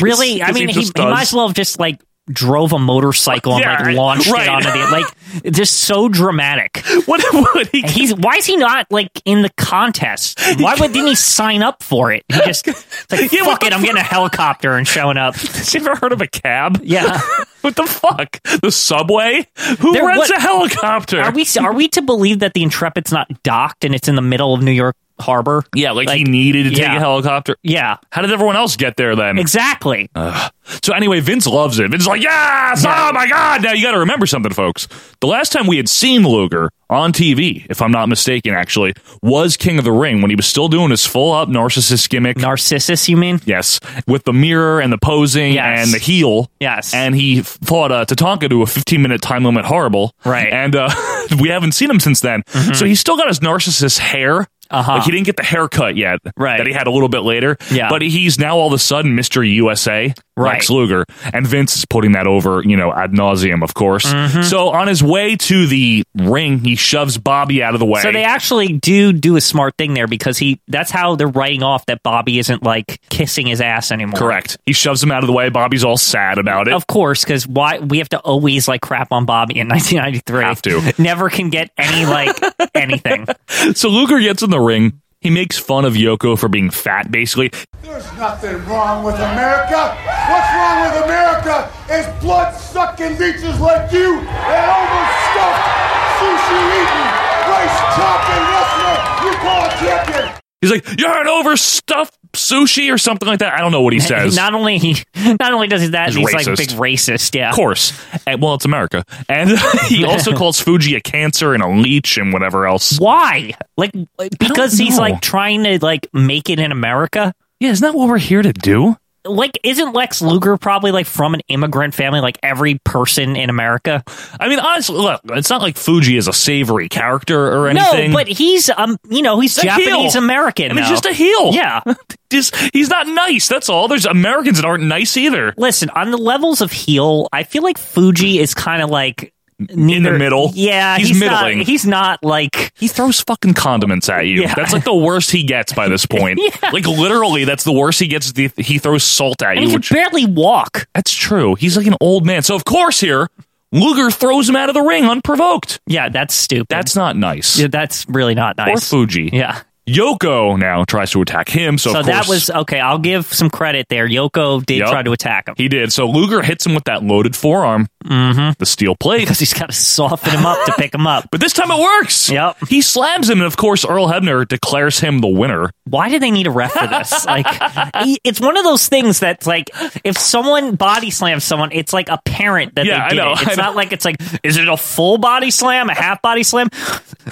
S3: Really, I
S2: 'cause he
S3: mean, he,
S2: just
S3: he
S2: does.
S3: might as well have just like drove a motorcycle and
S2: Yeah,
S3: like launched
S2: right.
S3: it onto the like. Just so dramatic.
S2: What would he?
S3: And he's why is he not like in the contest? Why would, didn't he sign up for it? He just it's like
S2: Yeah, what
S3: fuck
S2: the
S3: it, I'm getting a helicopter and showing up.
S2: You ever heard of a cab?
S3: Yeah.
S2: what the fuck? The subway? Who
S3: There-
S2: rents
S3: what-
S2: a helicopter?
S3: Are we are we to believe that the Intrepid's not docked and it's in the middle of New York Harbor?
S2: yeah, like, he needed to take
S3: yeah.
S2: a helicopter.
S3: Yeah,
S2: How did everyone else get there then?
S3: exactly.
S2: So anyway, Vince loves it. Vince's like, yes, oh my god. Now you got to remember something, folks. The last time we had seen Luger on TV, if I'm not mistaken, actually was King of the Ring when he was still doing his full up narcissist gimmick.
S3: Narcissus, you mean?
S2: Yes, with the mirror and the posing
S3: Yes.
S2: and the heel.
S3: Yes.
S2: and he fought uh, Tatanka to a 15 minute time limit horrible.
S3: Right. Mm-hmm.
S2: and uh, we haven't seen him since then. So he's still got his narcissist hair.
S3: Uh-huh.
S2: Like he didn't get the haircut yet,
S3: Right.
S2: That he had a little bit later,
S3: Yeah.
S2: But he's now all of a sudden Mister USA,
S3: Right.
S2: Lex Luger, and Vince is putting that over, you know, ad nauseum, of course.
S3: Mm-hmm.
S2: So on his way to the ring, he shoves Bobby out of the way.
S3: So they actually do do a smart thing there because he that's how they're writing off that Bobby isn't like kissing his ass anymore.
S2: correct. He shoves him out of the way. Bobby's all sad about it.
S3: Of course, because why we have to always like crap on Bobby in 1993.
S2: Have to.
S3: Never can get any like anything.
S2: So Luger gets in the ring. He makes fun of Yoko for being fat, basically.
S5: There's nothing wrong with America. What's wrong with America is blood sucking bitches like you and overstuffed sushi eating, race chopping wrestler you call a champion.
S2: He's like, "You're an overstuffed sushi" or something like that. I don't know what he says.
S3: Not only he, not only does he that, he's, like big racist. Yeah,
S2: of course. And, well, it's America, and he also calls Fuji a cancer and a leech and whatever else.
S3: Why? Like because he's like trying to like make it in America.
S2: Yeah, isn't that what we're here to do?
S3: Like, isn't Lex Luger probably like from an immigrant family, like every person in America?
S2: I mean, honestly, look, it's not like Fuji is a savory character or anything.
S3: No, but he's um, you know, he's
S2: He's a
S3: Japanese
S2: heel.
S3: American.
S2: I mean,
S3: now.
S2: just a heel.
S3: Yeah.
S2: Just- he's not nice. That's all. There's Americans that aren't nice either.
S3: Listen, on the levels of heel, I feel like Fuji is kind of like
S2: In the middle.
S3: Yeah,
S2: he's,
S3: not-
S2: middling.
S3: he's not like
S2: he throws fucking condiments at you.
S3: Yeah.
S2: That's like the worst he gets by this point.
S3: Yeah.
S2: Like literally, that's the worst he gets. is The, he throws salt at
S3: and
S2: you.
S3: he can
S2: which-
S3: barely walk.
S2: that's true. He's like an old man. So of course here, Luger throws him out of the ring unprovoked.
S3: Yeah, that's stupid.
S2: That's not nice.
S3: Yeah, that's really not
S2: Or
S3: nice.
S2: Fuji.
S3: Yeah.
S2: Yoko now tries to attack him. So,
S3: So,
S2: of
S3: that
S2: course-
S3: was okay. I'll give some credit there. Yoko did
S2: Yep.
S3: try to attack him
S2: He did. So Luger hits him with that loaded forearm, mm-hmm. the steel plate.
S3: because he's got to soften him up to pick him up.
S2: But this time it works.
S3: Yep.
S2: He slams him, and of course, Earl Hebner declares him the winner.
S3: Why do they need a ref for this? Like, he- it's one of those things that's like, if someone body slams someone, it's like apparent that
S2: Yeah, I
S3: they did
S2: know,
S3: it.
S2: I
S3: It's
S2: know.
S3: not like it's like, is it a full body slam, a half body slam?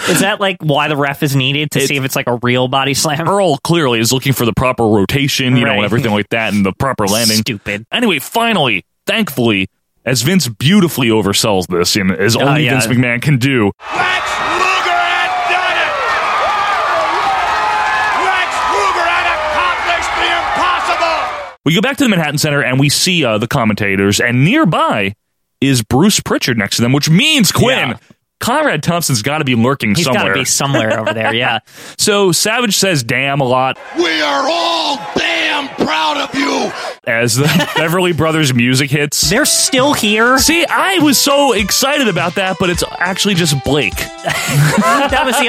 S3: Is that like why the ref is needed to see if it's like a real body slam?
S2: Earl clearly is looking for the proper rotation, you know, and
S3: Right.
S2: everything like that, and the proper landing.
S3: Stupid.
S2: Anyway, finally, thankfully, as Vince beautifully oversells this, and as
S3: Oh,
S2: only
S3: yeah.
S2: Vince McMahon can do,
S15: Luger had done it. Lex Luger had accomplished the impossible.
S2: we go back to the Manhattan Center and we see uh, the commentators, and nearby is Bruce Pritchard next to them, which means Quinn. Conrad Thompson's got to be lurking
S3: He's got
S2: somewhere.
S3: to be somewhere over there. Yeah.
S2: so Savage says "damn" a lot
S15: We are all damn proud of you.
S2: as the Beverly Brothers music hits.
S3: They're still here.
S2: See, I was so excited about that, but it's actually just Blake.
S3: that was the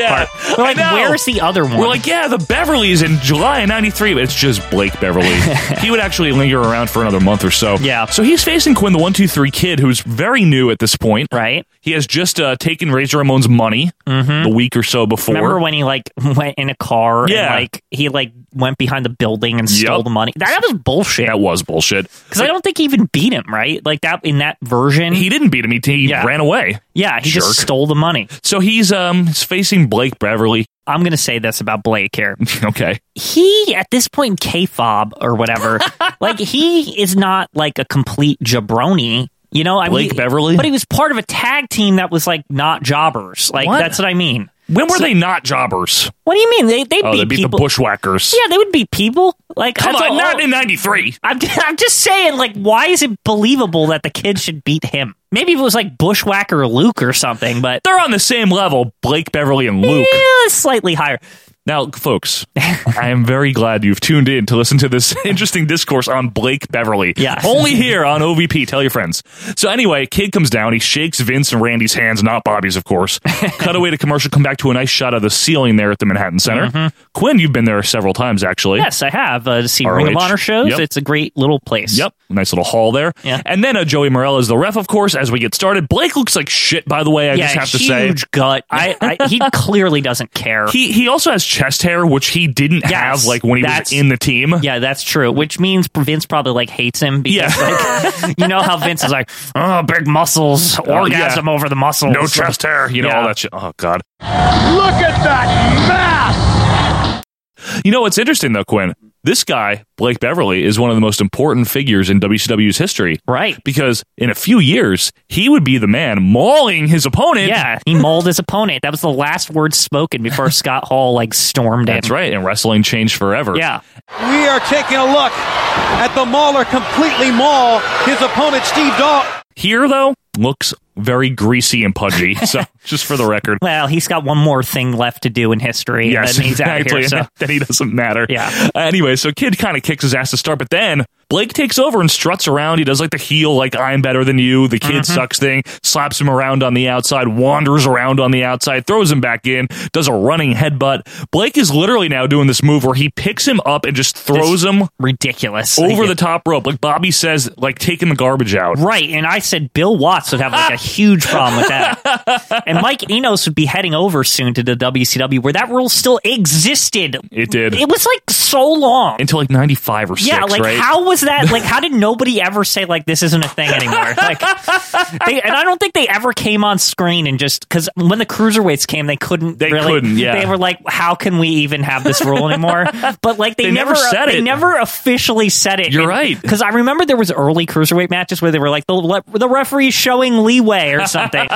S2: Yeah,
S3: part. We're like,
S2: I know.
S3: where's the other one?
S2: We're like, yeah, the Beverly's in July of 93, but it's just Blake Beverly. he would actually linger around for another month or so.
S3: Yeah.
S2: So he's facing Quinn, the 123 kid, who's very new at this point.
S3: right?
S2: He has just uh, taken Razor Ramon's money the week or so before.
S3: Mm-hmm. Remember when he like went in a car
S2: Yeah.
S3: and like he like went behind the building and stole
S2: Yup.
S3: the money? That was bullshit.
S2: that was bullshit.
S3: Because I don't think he even beat him, right? Like that in that version.
S2: He didn't beat him. He, he
S3: Yeah.
S2: ran away.
S3: yeah, he
S2: Jerk.
S3: just stole the money.
S2: So he's um he's facing Blake Beverly.
S3: I'm gonna say this about Blake here.
S2: okay.
S3: He at this point in KFOB or whatever, like he is not like a complete jabroni. You know, I
S2: Blake
S3: mean,
S2: Beverly?
S3: but he was part of a tag team that was like not jobbers. Like
S2: What?
S3: that's what I mean.
S2: When were
S3: So-
S2: they not jobbers?
S3: What do you mean? They they
S2: Oh,
S3: beat
S2: they beat
S3: people.
S2: the Bushwhackers.
S3: Yeah, they would beat people. Like
S2: Come
S3: that's
S2: on,
S3: all-
S2: not in 93.
S3: I'm just, I'm just saying, like, why is it believable that the kid should beat him? Maybe if it was like Bushwhacker Luke or something, but
S2: They're on the same level, Blake Beverly and Luke.
S3: Yeah, Eh, slightly higher.
S2: Now, folks, I am very glad you've tuned in to listen to this interesting discourse on Blake Beverly.
S3: Yeah.
S2: Only here on OVP. Tell your friends. So, anyway, kid comes down. He shakes Vince and Randy's hands, not Bobby's, of course. Cut away to commercial. Come back to a nice shot of the ceiling there at the Manhattan Center. Quinn, you've been there several times, actually.
S3: Mm-hmm. Yes, I have uh, to see Ring of
S2: ROH.
S3: Honor shows.
S2: Yep.
S3: It's a great little place.
S2: Yep, nice little hall there.
S3: Yeah.
S2: And then uh, Joey Morella is the ref, of course, as we get started. Blake looks like shit, by the way, I
S3: yeah,
S2: just have to
S3: huge
S2: say.
S3: gut. I, I he clearly doesn't care.
S2: He, he also has chest hair, which he didn't
S3: Yes,
S2: have like when he was
S3: that's-
S2: in the team.
S3: yeah, that's true. Which means Vince probably like hates him because like, you know how Vince is like, oh, big muscles, orgasm over the muscles,
S2: No chest hair, you know, all that shit. Oh, God.
S15: Look at that mass.
S2: You know what's interesting though, Quinn? This guy, Blake Beverly, is one of the most important figures in WCW's history.
S3: Right.
S2: Because in a few years, he would be the man mauling his opponent.
S3: Yeah, he mauled his opponent. That was the last word spoken before Scott Hall like stormed in.
S2: That's right. And wrestling changed forever.
S3: Yeah.
S6: We are taking a look at the mauler completely maul his opponent Steve Dahl.
S2: Here though, looks very greasy and pudgy. So just for the record.
S3: Well, he's got one more thing left to do in history.
S2: Yes,
S3: and then he's out of
S2: exactly.
S3: here, so.
S2: then he doesn't matter.
S3: Yeah.
S2: Uh, anyway, so Kid kind of kicks his ass to start, but then Blake takes over and struts around. He does like the heel, like I'm better than you, the kid
S3: Mhm.
S2: sucks thing, slaps him around on the outside, wanders around on the outside, throws him back in, does a running headbutt. Blake is literally now doing this move where he picks him up and just throws him
S3: ridiculous
S2: over
S3: Like,
S2: the top rope, like Bobby says, like taking the garbage out.
S3: Right, and I said Bill Watts would have like a huge problem with that. and Mike Enos would be heading over soon to the WCW where that rule still existed.
S2: It did.
S3: It was like so long.
S2: Until like 95 or 6,
S3: yeah, like
S2: right?
S3: how was that? Like, how did nobody ever say like this isn't a thing anymore? Like, they, and I don't think they ever came on screen and just because when the cruiserweights came, they couldn't. They really,
S2: couldn't, yeah.
S3: they were like, how can we even have this rule anymore? but like, they,
S2: They never said
S3: They
S2: it.
S3: never officially said it. You're right because I remember there was early cruiserweight matches where they were like the le- the referee showing leeway or something.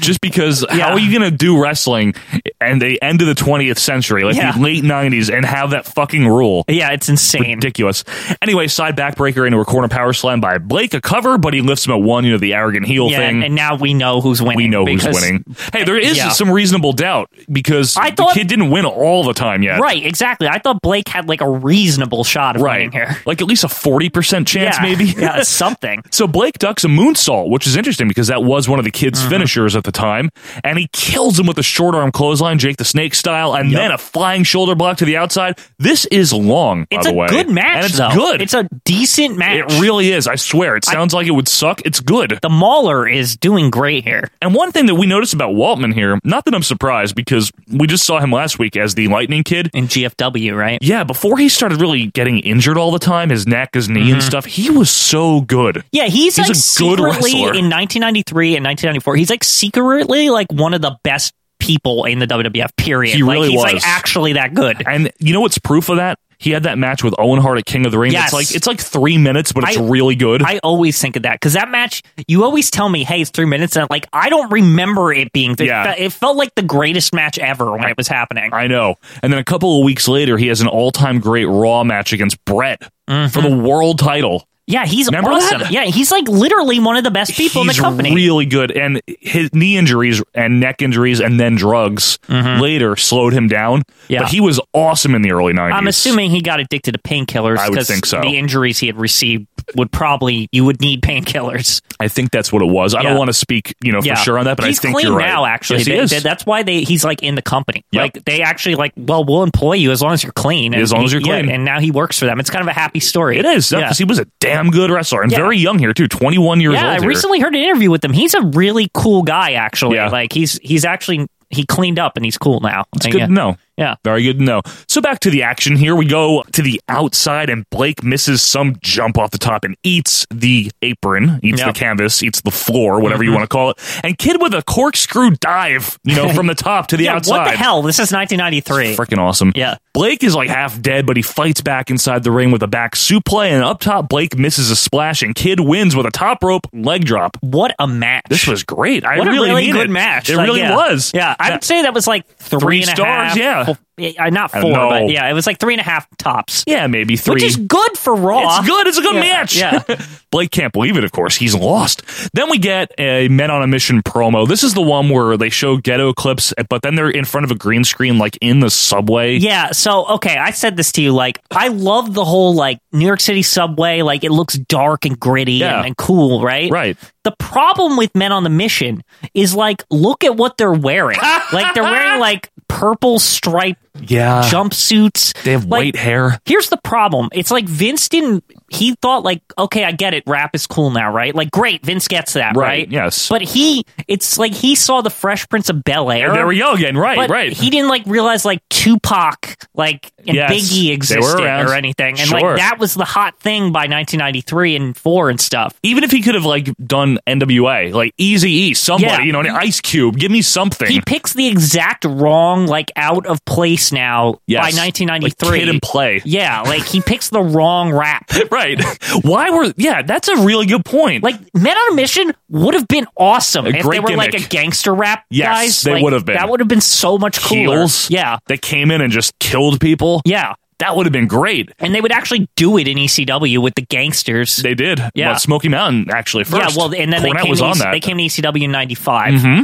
S2: just because how are you going to do wrestling and the end of the 20th century like
S3: Yeah.
S2: the late 90s and have that fucking rule
S3: yeah it's insane
S2: ridiculous anyway side backbreaker into a corner power slam by blake a cover but he lifts him at one you know the arrogant heel
S3: Yeah,
S2: thing
S3: and now we know who's winning
S2: we know who's
S3: because-
S2: winning hey there is
S3: Yeah.
S2: some reasonable doubt because
S3: I thought-
S2: the kid didn't win all the time yet
S3: Right, exactly. I thought Blake had like a reasonable shot of winning here.
S2: like at least a 40% chance
S3: Yeah.
S2: maybe
S3: Yeah, something
S2: so blake ducks a moonsault which is interesting because that was one of the kids
S3: Mm-hmm.
S2: finishers at the time and he kills him with a short arm clothesline jake the snake style and
S3: Yep.
S2: then a flying shoulder block to the outside this is long
S3: It's
S2: by
S3: a
S2: the way
S3: good match,
S2: and it's
S3: though.
S2: good
S3: It's a decent match.
S2: it really is i swear it sounds like it would suck it's good
S3: the mauler is doing great here
S2: and one thing that we noticed about waltman here not that i'm surprised because we just saw him last week as the lightning kid
S3: in gfw right
S2: yeah before he started really getting injured all the time his neck his knee
S3: Mm-hmm.
S2: and stuff he was so good
S3: Yeah, he's,
S2: He's a
S3: like
S2: good
S3: secretly
S2: wrestler.
S3: in 1993 and 1994. He's like secretly like one of the best people in the WWF. Period.
S2: He
S3: Like,
S2: really
S3: he's
S2: was
S3: like actually that good.
S2: And you know what's proof of that? He had that match with Owen Hart at King of the Ring.
S3: Yes.
S2: It's like it's like three minutes, but it's
S3: I-
S2: really good.
S3: I always think of that because that match. You always tell me, "Hey, it's three minutes," and like I don't remember it being. Three.
S2: Yeah.
S3: It felt like the greatest match ever when it was happening.
S2: I know. And then a couple of weeks later, he has an all-time great Raw match against Brett for
S3: Mm-hmm.
S2: the world title.
S3: Yeah, he's
S2: Remember
S3: awesome.
S2: that?
S3: Yeah, he's like literally one of the best people in
S2: He's
S3: the company.
S2: really good, and his knee injuries and neck injuries, and then drugs later slowed him down.
S3: Mm-hmm. Yeah.
S2: But he was awesome in the early nineties.
S3: I'm assuming he got addicted to painkillers
S2: I would
S3: because
S2: think so.
S3: the injuries he had received would probably you would need painkillers.
S2: I think that's what it was. I
S3: Yeah.
S2: don't want to speak, you know, Oh, for
S3: Yeah.
S2: sure on that, but
S3: he's
S2: I think
S3: clean
S2: you're right.
S3: now. Actually,
S2: Yes, he
S3: They-
S2: is.
S3: they- that's why they he's like in the company.
S2: Yep.
S3: Like they actually like, well, we'll employ you as long as you're clean.
S2: As long as
S3: he-
S2: you're clean.
S3: yeah, and now he works for them. It's kind of a happy story.
S2: it is because he was a damn good wrestler and
S3: Yeah.
S2: very young here too, 21 years
S3: yeah,
S2: old.
S3: I
S2: here.
S3: recently heard an interview with him. He's a really cool guy, actually.
S2: Yeah.
S3: Like he's he's actually he cleaned up and he's cool now.
S2: It's
S3: And
S2: good
S3: yeah.
S2: to know.
S3: Yeah.
S2: Very good to know. So back to the action here. We go to the outside, and Blake misses some jump off the top and eats the apron, eats
S3: Yep.
S2: the canvas, eats the floor, whatever you
S3: Mhm.
S2: want to call it. And Kid with a corkscrew dive, you know, from the top to the
S3: Yeah,
S2: outside.
S3: What the hell? This is 1993.
S2: Freaking awesome.
S3: Yeah.
S2: Blake is like half dead, but he fights back inside the ring with a back suplex, and up top, Blake misses a splash, and Kid wins with a top rope leg drop.
S3: What a match!
S2: This was great. I
S3: what
S2: really
S3: a really
S2: mean it.
S3: good match.
S2: It
S3: Like,
S2: really
S3: yeah.
S2: was.
S3: Yeah, I would say that was like three,
S2: Three
S3: and a
S2: stars,
S3: half,
S2: yeah.
S3: four- yeah, uh, not
S2: I don't
S3: four,
S2: know.
S3: but yeah, it was like three and a half tops.
S2: Yeah, maybe three.
S3: which is good for Raw.
S2: It's good. It's a good
S3: Yeah,
S2: match.
S3: Yeah.
S2: Blake can't believe it, of course. He's lost. Then we get a Men on a Mission promo. This is the one where they show ghetto clips, but then they're in front of a green screen, like in the subway.
S3: Yeah, so okay, I said this to you like I love the whole like New York City subway, like it looks dark and gritty
S2: Yeah.
S3: and, and cool, right?
S2: Right.
S3: The problem with Men on the Mission is like look at what they're wearing. like they're wearing like purple striped
S2: Yeah.
S3: jumpsuits.
S2: They have
S3: Like,
S2: white hair.
S3: Here's the problem. It's like Vince didn't. He thought like, okay, I get it. Rap is cool now, right? Like, great, Vince gets that,
S2: Right,
S3: right?
S2: yes.
S3: But he, it's like he saw the Fresh Prince of Bel Air.
S2: There we go again. Right,
S3: but
S2: right.
S3: He didn't like realize like Tupac, like and
S2: Yes, they
S3: Biggie
S2: were
S3: existed
S2: around.
S3: or anything, and
S2: Sure.
S3: like that was the hot thing by 1993 and four and stuff.
S2: Even if he could have like done NWA, like Easy E, somebody,
S3: Yeah.
S2: you know, an Ice Cube, give me something.
S3: He picks the exact wrong, like out of place now
S2: Yes.
S3: by 1993.
S2: Like, kid and play.
S3: Yeah, like he picks the wrong rap.
S2: right. Why were? Yeah, that's a really good point.
S3: Like Men on a Mission would have been awesome
S2: A
S3: if they
S2: great
S3: were like a
S2: gimmick.
S3: gangster rap
S2: Yes,
S3: guys.
S2: they
S3: Like,
S2: would have been.
S3: That would have been so much cooler.
S2: heels.
S3: Yeah.
S2: That came in and just killed people.
S3: Yeah.
S2: That would have been great.
S3: And they would actually do it in ECW with the gangsters.
S2: They did.
S3: Yeah.
S2: Well, Smoky Mountain actually first.
S3: Yeah, well, and then
S2: Cornette
S3: they came,
S2: was
S3: to
S2: on
S3: EC
S2: that.
S3: they came to ECW in 95.
S2: hmm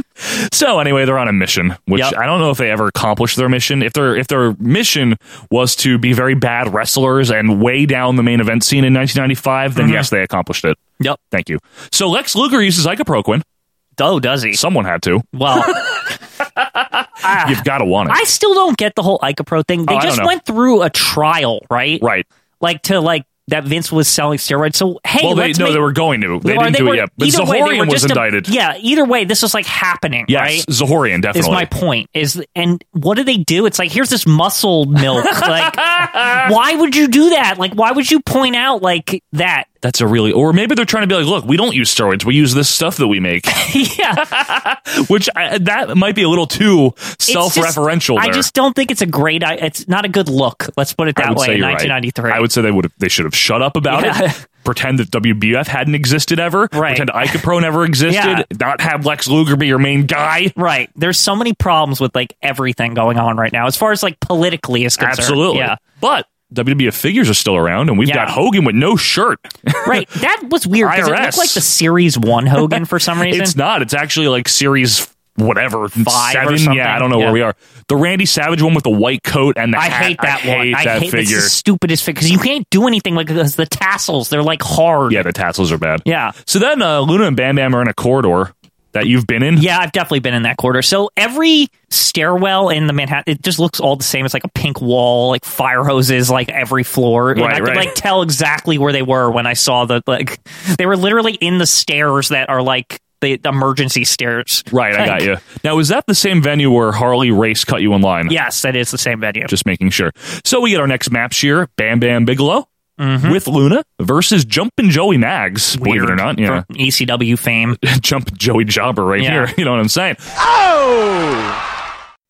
S2: So anyway, they're on a mission, which
S3: Yep.
S2: I don't know if they ever accomplished their mission. If their if their mission was to be very bad wrestlers and way down the main event scene in 1995,
S3: Mm-hmm.
S2: then yes, they accomplished it.
S3: Yep.
S2: Thank you. So Lex Luger uses ibuprofen.
S3: Oh, does he?
S2: Someone had to.
S3: Well,
S2: You've got to want it.
S3: Ah. I still don't get the whole Icapro thing. They
S2: Oh, I don't
S3: just
S2: know.
S3: went through a trial, right?
S2: Right.
S3: Like to like that Vince was selling steroids. So hey,
S2: well, they
S3: let's
S2: no,
S3: make-
S2: they were going to. They
S3: or
S2: didn't do
S3: were-
S2: it yet. But
S3: either way, they were
S2: Zahorian was
S3: just a-
S2: indicted.
S3: yeah. Either way, this was like happening.
S2: Yes,
S3: right?
S2: Zahorian definitely.
S3: Is my point is and what do they do? It's like here's this muscle milk. like why would you do that? Like why would you point out like that?
S2: That's a really, or maybe they're trying to be like, look, we don't use steroids. We use this stuff that we make,
S3: yeah.
S2: which I, that might be a little too
S3: It's just-
S2: self-referential.
S3: I
S2: there.
S3: just don't think it's a great. I- It's not a good look. Let's put it
S2: I
S3: that
S2: would
S3: way.
S2: say
S3: In
S2: you're right.
S3: 1993.
S2: I would say they would have, they should have shut up about
S3: Yeah.
S2: it. Pretend that WBF hadn't existed ever.
S3: Right.
S2: Pretend Icapro never existed.
S3: Yeah.
S2: Not have Lex Luger be your main guy.
S3: Right. There's so many problems with like everything going on right now, as far as like politically is concerned.
S2: Absolutely.
S3: Yeah.
S2: But WBF figures are still around, and we've
S3: Yeah.
S2: got Hogan with no shirt.
S3: Right. That was weird because it looked
S2: IRS.
S3: like the Series One Hogan for some reason.
S2: It's not. It's actually like series whatever
S3: Five or
S2: seven.
S3: something.
S2: Yeah, I don't know
S3: Yeah.
S2: where we are. The Randy Savage one with the white coat and the
S3: I
S2: hat.
S3: hate that
S2: I
S3: one.
S2: Hate
S3: I
S2: that
S3: hate
S2: figure.
S3: This is the stupidest figure because you can't do anything like because the tassels they're like hard.
S2: yeah, the tassels are bad.
S3: Yeah.
S2: So then uh, Luna and Bam Bam are in a corridor that you've been in.
S3: Yeah, I've definitely been in that quarter. So every stairwell in the Manhattan, it just looks all the same. It's like a pink wall, like fire hoses, like every floor. And
S2: Right,
S3: I could
S2: right.
S3: like tell exactly where they were when I saw the like they were literally in the stairs that are like the emergency stairs.
S2: Right, I got
S3: Like,
S2: you. Now, is that the same venue where Harley Race cut you in line?
S3: Yes, that is the same venue.
S2: Just making sure. So we get our next map shear, Bam Bam Bigelow with Luna versus Jumpin' Joey Mags, believe it or
S3: Mm-hmm. Weird.
S2: not. Yeah.
S3: From ECW fame.
S2: Jump Joey Jobber right
S3: Yeah.
S2: here. You know what I'm saying? Oh!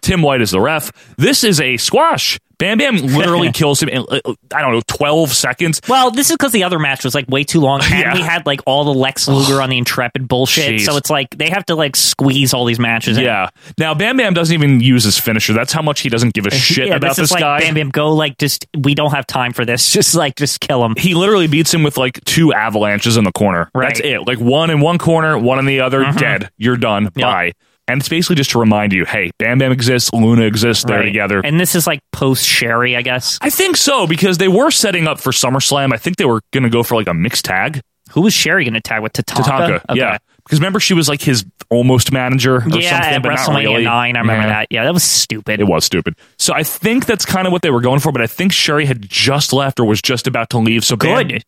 S2: Tim White is the ref. This is a squash. Bam Bam literally kills him in, uh, I don't know, 12 seconds.
S3: Well, this is because the other match was like way too long, and
S2: Yeah.
S3: we had like all the Lex Luger on the Intrepid bullshit.
S2: Jeez.
S3: So it's like they have to like squeeze all these matches. in.
S2: Yeah. Now, Bam Bam doesn't even use his finisher. That's how much he doesn't give a shit
S3: yeah,
S2: about
S3: this,
S2: this,
S3: is like,
S2: guy.
S3: Bam Bam, go like just we don't have time for this. Just like just kill him.
S2: he literally beats him with like two avalanches in the corner.
S3: Right. Mm-hmm.
S2: That's it. Like one in one corner, one in the other, dead. You're done. Bye. And it's basically just to remind you, hey, Bam Bam exists, Luna exists, they're
S3: Right.
S2: together.
S3: And this is like post Sherry, I guess.
S2: I think so, because they were setting up for SummerSlam. I think they were gonna go for like a mixed tag.
S3: Who was Sherry going to tag with Tatanka?
S2: Tatanka.
S3: Okay.
S2: Yeah. Because remember she was like his almost manager or something,
S3: Yeah, at
S2: but not
S3: WrestleMania
S2: really.
S3: nine, I remember
S2: Yeah.
S3: that. Yeah, that was stupid.
S2: It was stupid. So I think that's kind of what they were going for, but I think Sherry had just left or was just about to leave. So Bam-
S3: Good.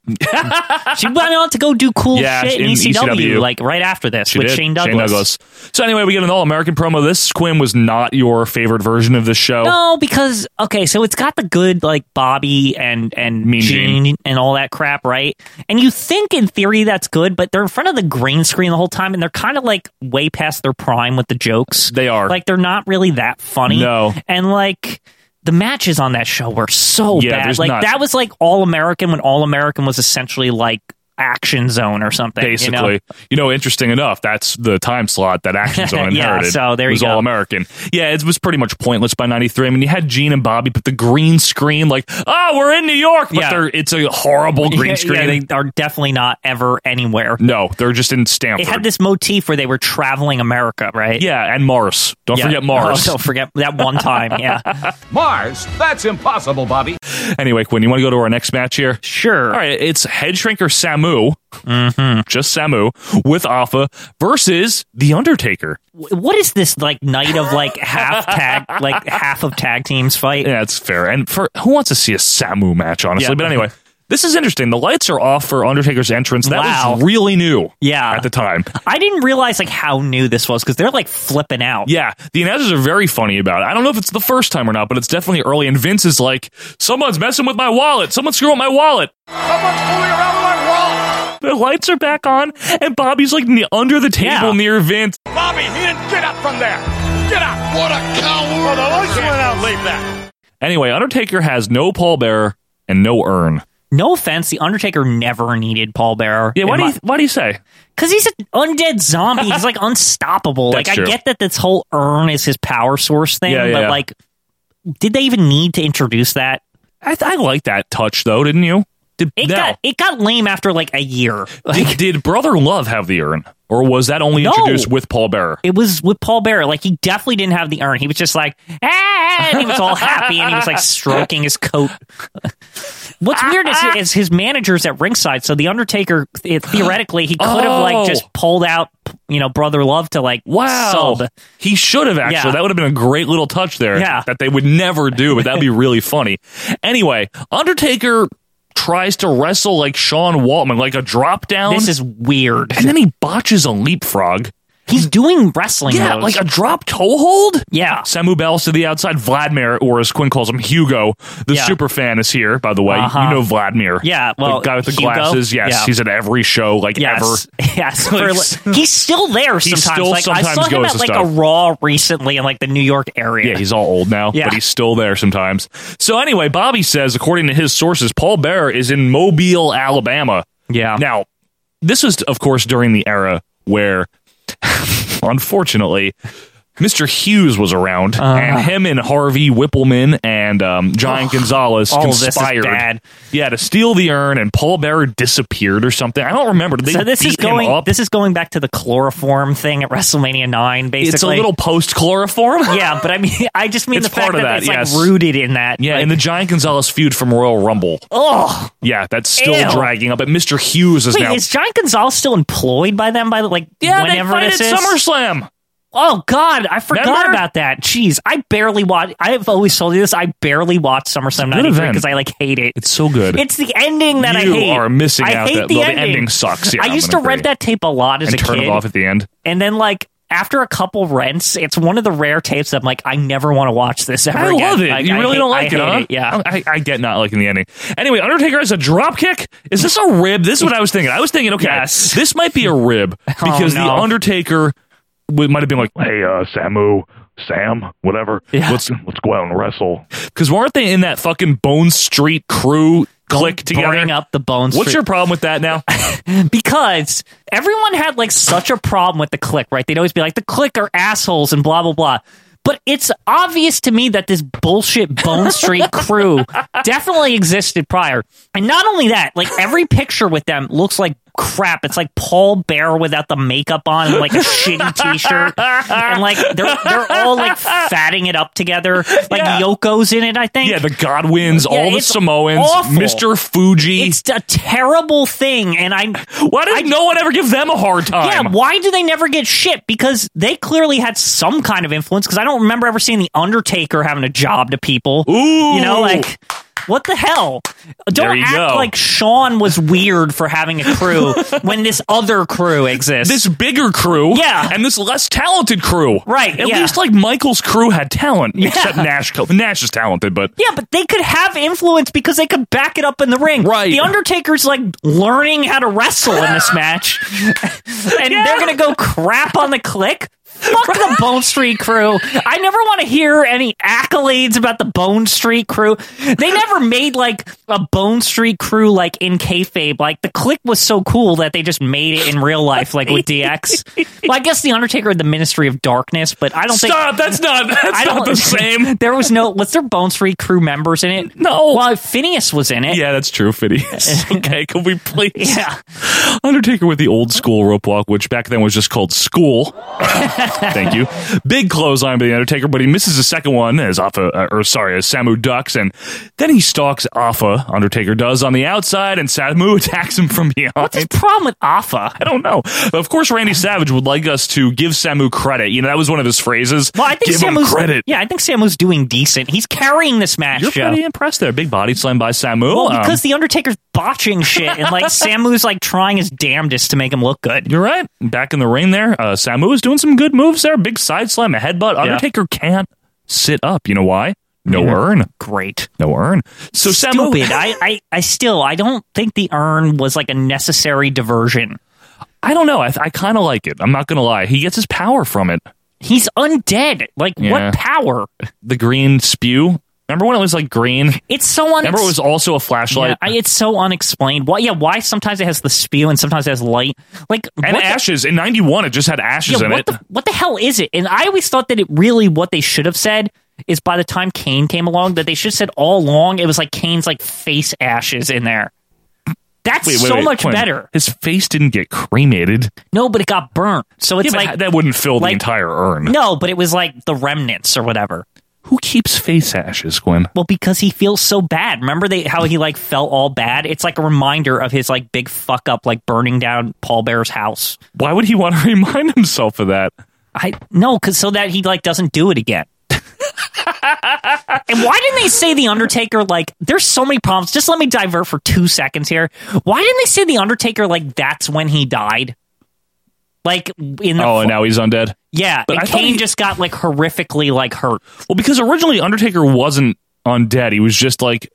S3: she went on to go do cool
S2: Yeah,
S3: shit in,
S2: in E
S3: ECW,
S2: ECW.
S3: like right after this with
S2: did.
S3: Shane, Douglas.
S2: So anyway, we get an all-American promo. This Quinn was not your favorite version of the show.
S3: No, because okay, so it's got the good like Bobby and and
S2: Mean
S3: Gene,
S2: Gene.
S3: and all that crap, right? And you think in theory that's good, but they're in front of the green screen the whole time, and they're kind of like way past their prime with the jokes.
S2: They are.
S3: like they're not really that funny.
S2: No.
S3: and like. The matches on that show were so
S2: Yeah,
S3: bad.
S2: there's
S3: Like
S2: not-
S3: that was like All American when All American was essentially like Action Zone or something. you know?
S2: Basically, you know? interesting enough, that's the time slot that Action Zone
S3: Yeah,
S2: inherited.
S3: so there you
S2: was
S3: go.
S2: all American. Yeah, it was pretty much pointless by '93. I mean, you had Gene and Bobby, but the green screen, like, oh, we're in New York, but
S3: Yeah.
S2: they're, it's a horrible green
S3: Yeah,
S2: screen.
S3: Yeah, they are definitely not ever anywhere.
S2: no, they're just in Stanford.
S3: It had this motif where they were traveling America, right?
S2: yeah, and Mars. Don't
S3: Yeah.
S2: forget Mars.
S3: Oh, don't forget that one time. Yeah.
S7: Mars? That's impossible, Bobby.
S2: Anyway, Quinn, you want to go to our next match here?
S3: Sure.
S2: All right, it's head shrinker Samu,
S3: Mm-hmm.
S2: just Samu, with Alpha versus The Undertaker.
S3: W- What is this like night of like half tag, like half of tag teams fight?
S2: Yeah, it's fair. And for who wants to see a Samu match, honestly?
S3: Yeah.
S2: But anyway, this is interesting. The lights are off for Undertaker's entrance. That
S3: Wow.
S2: was really new
S3: Yeah.
S2: at the time.
S3: I didn't realize like how new this was because they're like flipping out.
S2: Yeah, the announcers are very funny about it. I don't know if it's the first time or not, but it's definitely early. And Vince is like, someone's messing with my wallet. Someone's screwing with my wallet.
S7: Someone's fooling around with my wallet.
S2: The lights are back on, and Bobby's like ne- under the table
S3: Yeah.
S2: near Vince.
S7: Bobby, he didn't get up from there. Get up. What a coward. Well, the lights went out. Leave that.
S2: Anyway, Undertaker has no pallbearer and no urn.
S3: No offense, the Undertaker never needed Paul Bearer.
S2: Yeah, why do you, why do you say?
S3: Because he's an undead zombie. He's like unstoppable.
S2: That's
S3: like
S2: true.
S3: I get that this whole urn is his power source thing,
S2: Yeah, yeah,
S3: but
S2: yeah.
S3: like, did they even need to introduce that?
S2: I, I like that touch though, didn't you? Did,
S3: It got it got lame after like a year.
S2: did, did Brother Love have the urn, or was that only
S3: No.
S2: introduced with Paul Bearer?
S3: It was with Paul Bearer. Like he definitely didn't have the urn. He was just like, ah, and he was all happy and he was like stroking his coat. What's weird is, is his manager's at ringside, so the Undertaker it, theoretically he could have
S2: Oh.
S3: like just pulled out, you know, Brother Love to like
S2: Wow,
S3: sub.
S2: he should have actually.
S3: Yeah.
S2: That would have been a great little touch there.
S3: Yeah.
S2: that they would never do, but that'd be really funny. Anyway, Undertaker tries to wrestle like Sean Waltman, like a drop down.
S3: This is weird.
S2: and then he botches a leapfrog.
S3: He's doing wrestling.
S2: Yeah, like
S3: moves.
S2: a drop toe hold.
S3: Yeah.
S2: Samu Bells to the outside. Vladimir, or as Quinn calls him, Hugo, the
S3: Yeah.
S2: super fan, is here. By the way,
S3: Uh-huh.
S2: you know Vladimir.
S3: Yeah, well,
S2: the guy with the
S3: Hugo?
S2: glasses. Yes,
S3: Yeah.
S2: he's at every show like
S3: Yes.
S2: ever.
S3: Yes. For, like, he's still there
S2: He
S3: sometimes.
S2: still
S3: like, I
S2: sometimes
S3: saw him
S2: goes
S3: at
S2: to
S3: like
S2: stuff.
S3: a Raw recently in like the New York area.
S2: Yeah, he's all old now,
S3: Yeah.
S2: but he's still there sometimes. So anyway, Bobby says, according to his sources, Paul Bearer is in Mobile, Alabama.
S3: Yeah.
S2: Now, this was, of course, during the era where, unfortunately, Mr. Hughes was around,
S3: Uh-huh.
S2: and him and Harvey Whippleman and um, John Gonzalez
S3: all of this is
S2: conspired.
S3: bad.
S2: Yeah, to steal the urn, and Paul Bearer disappeared or something. I don't remember. Did They
S3: so this
S2: beat
S3: is
S2: him
S3: going
S2: up.
S3: this is going back to the chloroform thing at WrestleMania nine, basically.
S2: It's a little post chloroform.
S3: yeah, but I mean, I just mean
S2: It's
S3: the fact
S2: part of
S3: that,
S2: that,
S3: it's
S2: yes.
S3: like rooted in that.
S2: Yeah, and the Giant Gonzalez feud from Royal Rumble.
S3: Oh,
S2: Yeah, that's still
S3: Ew.
S2: dragging up. But Mr. Hughes is
S3: wait,
S2: now.
S3: is John Gonzalez still employed by them? By the like,
S2: yeah, they
S3: whenever
S2: fight at
S3: this is?
S2: SummerSlam.
S3: Oh God, I forgot
S2: Remember?
S3: about that. Jeez, I barely watch. I've always told you this. I barely watch SummerSlam
S2: good
S3: '93
S2: event.
S3: because I like hate it.
S2: It's so good.
S3: It's the ending that I
S2: You
S3: hate.
S2: are missing
S3: I
S2: out
S3: Hate
S2: that-
S3: the,
S2: well, the
S3: ending.
S2: ending sucks. Yeah,
S3: I
S2: I'm
S3: used to
S2: gonna
S3: rent
S2: agree.
S3: that tape a lot as
S2: and
S3: a
S2: turn
S3: kid,
S2: it off at the end.
S3: and then like after a couple rents, it's one of the rare tapes that I'm like, I never want to watch this ever.
S2: I
S3: again.
S2: love it.
S3: Like,
S2: you
S3: I
S2: really
S3: hate-
S2: don't
S3: I
S2: like it,
S3: hate
S2: huh?
S3: Yeah.
S2: I, I get not liking the ending. Anyway, Undertaker has a drop kick. Is this a rib? This is what I was thinking. I was thinking, okay,
S3: Yes. Oh,
S2: this might be a rib because the
S3: no.
S2: Undertaker w- might have been like, hey, uh, Samu, Sam, whatever, let's let's go out and wrestle. Because weren't they in that fucking Bone Street crew click together?
S3: Bring up the bones.
S2: What's your problem with that now?
S3: because everyone had like such a problem with the click, right? They'd always be like, the click are assholes and blah blah blah. But it's obvious to me that this bullshit Bone Street crew definitely existed prior. And not only that, like every picture with them looks like crap. It's like Paul Bear without the makeup on and like a shitty t shirt. And like they're they're all like fatting it up together. Like Yoko's in it, I think.
S2: yeah, the Godwins,
S3: Yeah,
S2: all the
S3: it's
S2: Samoans,
S3: awful.
S2: Mr. Fuji.
S3: It's a terrible thing, and I.
S2: why does no one ever give them a hard time?
S3: Yeah, why do they never get shit? Because they clearly had some kind of influence. Because I don't remember ever seeing the Undertaker having a job to people.
S2: Ooh.
S3: You know, like what the hell?
S2: There
S3: Don't
S2: you
S3: act
S2: go.
S3: like Sean was weird for having a crew when this other crew exists.
S2: this bigger crew
S3: Yeah.
S2: and this less talented crew.
S3: Right,
S2: At
S3: yeah.
S2: least like Michael's crew had talent, except Nash. co- Nash is talented, but
S3: yeah, but they could have influence because they could back it up in the ring.
S2: Right.
S3: The Undertaker's like learning how to wrestle in this match. and they're going to go crap on the click. Fuck the Bone Street crew. I never want to hear any accolades about the Bone Street crew. They never made like a Bone Street crew like in kayfabe. Like the click was so cool that they just made it in real life, like with DX. Well, I guess the Undertaker had the Ministry of Darkness, but I don't think
S2: stop. that's not. That's
S3: I
S2: not
S3: don't
S2: the same.
S3: There was no. Was there Bone Street crew members in it?
S2: No.
S3: Well, Phineas was in it.
S2: Yeah, that's true, Phineas. okay, can we please?
S3: Yeah.
S2: Undertaker with the old school rope walk, which back then was just called school. Thank you. Big clothesline by the Undertaker, but he misses the second one as Alpha, uh, or sorry, as Samu ducks, and then he stalks Alpha. Undertaker does on the outside, and Samu attacks him from behind.
S3: What's his problem with Alpha?
S2: I don't know. But of course, Randy Savage would like us to give Samu credit. You know, that was one of his phrases.
S3: Well, I think
S2: give him
S3: Samu's
S2: credit.
S3: Yeah, I think Samu's doing decent. He's carrying this match.
S2: You're
S3: Joe.
S2: pretty impressed there. Big body slam by Samu.
S3: well,
S2: Um,
S3: because the Undertaker's botching shit, and like Samu's like trying his damnedest to make him look good.
S2: you're right. Back in the ring there, uh, Samu is doing some good moves there. Big side slam, a headbutt. Undertaker can't sit up. You know why? No urn.
S3: Great.
S2: No urn. So
S3: Stupid.
S2: Samu.
S3: I, I, I still, I don't think the urn was like a necessary diversion.
S2: I don't know. I, I kind of like it. I'm not going to lie. He gets his power from it.
S3: He's undead. Like,
S2: Yeah.
S3: what power?
S2: The green spew. Remember when it was like green?
S3: It's so on.
S2: Remember it was also a
S3: Yeah,
S2: flashlight?
S3: I, it's so unexplained. Why? Yeah, why sometimes it has the spew and sometimes it has light. Like
S2: and
S3: what the-
S2: ashes. in 91, it just had ashes
S3: yeah,
S2: in
S3: what
S2: it.
S3: the what the hell is it? And I always thought that it really what they should have said is by the time Kane came along that they should have said all along it was like Kane's like face ashes in there. That's
S2: Wait, wait,
S3: so
S2: wait,
S3: much
S2: wait a minute.
S3: better.
S2: His face didn't get cremated.
S3: No, but it got burnt. So it's
S2: Yeah, but
S3: like
S2: that wouldn't fill the
S3: like-
S2: entire urn.
S3: No, but it was like the remnants or whatever.
S2: Who keeps face ashes, Gwen?
S3: Well, because he feels so bad. Remember they how he like felt all bad? It's like a reminder of his like big fuck up like burning down Paul Bear's house.
S2: Why would he want to remind himself of that?
S3: I no, cause so that he like doesn't do it again. and why didn't they say the Undertaker like there's so many problems. Just let me divert for two seconds here. Why didn't they say the Undertaker like that's when he died? Like in the
S2: Oh, and now he's undead.
S3: Yeah,
S2: But
S3: and
S2: I thought
S3: Kane
S2: he-
S3: just got like horrifically like hurt.
S2: Well, because originally Undertaker wasn't undead. He was just like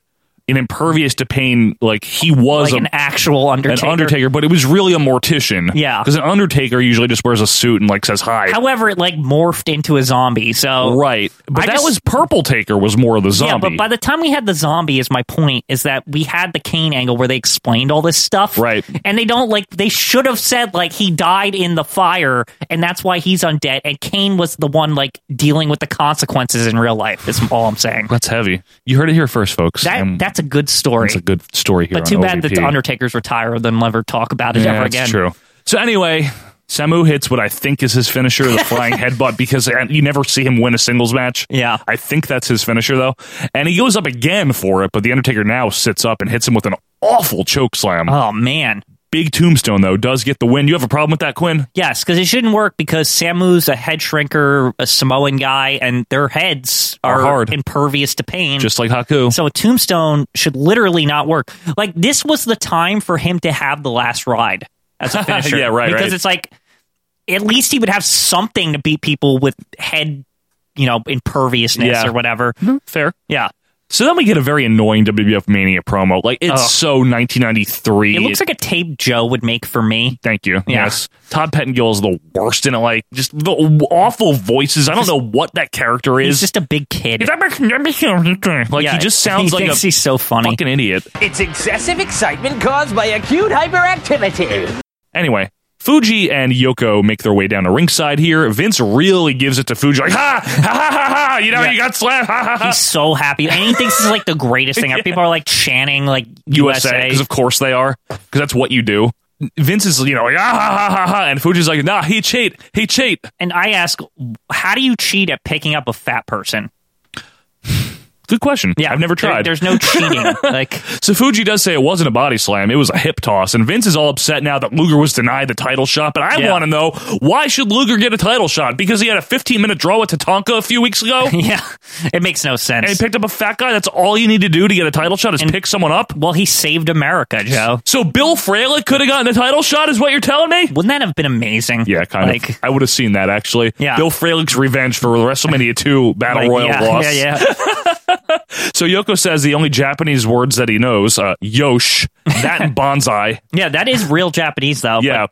S2: an impervious to pain. Like he was
S3: Like
S2: a-
S3: an actual Undertaker.
S2: An Undertaker, but it was really a mortician.
S3: Yeah.
S2: Because an Undertaker usually just wears a suit and like says hi.
S3: However, it like morphed into a zombie. So
S2: right. But
S3: I
S2: that
S3: just-
S2: was Purple Taker was more of the zombie.
S3: Yeah, but by the time we had the zombie, is my point is that we had the Kane angle where they explained all this stuff,
S2: Right.
S3: And they don't like they should have said like he died in the fire, and that's why he's undead. And Kane was the one like dealing with the consequences in real life. Is all I'm saying.
S2: That's heavy. You heard it here first, folks.
S3: That
S2: And
S3: that's a good story.
S2: it's Um, a good story here.
S3: but too
S2: on
S3: bad that
S2: OVP.
S3: the Undertaker's retire and then never talk about it
S2: Yeah,
S3: ever
S2: that's
S3: again.
S2: true. So anyway, Samu hits what I think is his finisher, the flying headbutt, because uh, you never see him win a singles match.
S3: Yeah.
S2: I think that's his finisher though. And he goes up again for it, but the Undertaker now sits up and hits him with an awful choke slam.
S3: Oh man.
S2: Big tombstone though does get the win. You have a problem with that, Quinn?
S3: Yes, because it shouldn't work because Samu's a head shrinker, a Samoan guy, and their heads
S2: Are
S3: are,
S2: hard.
S3: impervious to pain.
S2: Just like Haku.
S3: So a tombstone should literally not work. Like this was the time for him to have the last ride as a finisher.
S2: Yeah, right,
S3: Because
S2: right.
S3: it's like at least he would have something to beat people with head, you know, imperviousness
S2: Yeah.
S3: or whatever.
S2: Fair.
S3: Yeah.
S2: So then we get a very annoying WWF Mania promo. Like it's
S3: Ugh.
S2: so 1993.
S3: It looks like a tape Joe would make for me.
S2: Thank you.
S3: Yeah.
S2: Yes. Todd Pettengill is the worst in it. Like, just the awful voices. I don't know what that character
S3: He's
S2: is.
S3: just a big kid.
S2: like,
S3: Yeah,
S2: he just sounds
S3: he
S2: like a
S3: thinks he's so funny.
S2: fucking idiot.
S8: It's excessive excitement caused by acute hyperactivity.
S2: Anyway, Fuji and Yoko make their way down to ringside here. Vince really gives it to Fuji. Like, ha, ha, ha, ha, ha. You know,
S3: Yeah.
S2: you got slapped. Ha, ha, ha.
S3: He's so happy. And he thinks this is like the greatest thing. People are like chanting like
S2: USA
S3: USA.
S2: because of course they are because that's what you do. Vince is you know like ah ha ha ha ha and Fuji's like nah he cheat he cheat
S3: And I ask, how do you cheat at picking up a fat person?
S2: good question
S3: Yeah,
S2: I've never
S3: there-
S2: tried
S3: there's no cheating. like
S2: so Fuji does say it wasn't a body slam it was a hip toss and Vince is all upset now that Luger was denied the title shot but I
S3: Yeah.
S2: want to know why should Luger get a title shot because he had a 15 minute draw with Tatanka a few weeks ago
S3: Yeah, it makes no
S2: and he
S3: sense.
S2: picked up a fat guy that's all you need to do to get a title shot is pick someone up
S3: well, he saved America, Joe.
S2: so Bill Fraley could have gotten a title shot is what you're telling me
S3: Wouldn't that have been amazing?
S2: Yeah, kind
S3: like,
S2: of. I would have seen that actually.
S3: Yeah.
S2: Bill Frelick's revenge for WrestleMania 2 Battle
S3: like,
S2: Royal
S3: yeah,
S2: loss.
S3: Yeah, yeah.
S2: So Yoko says the only Japanese words that he knows, uh, yosh, that and bonsai.
S3: yeah, that is real Japanese though.
S2: Yeah.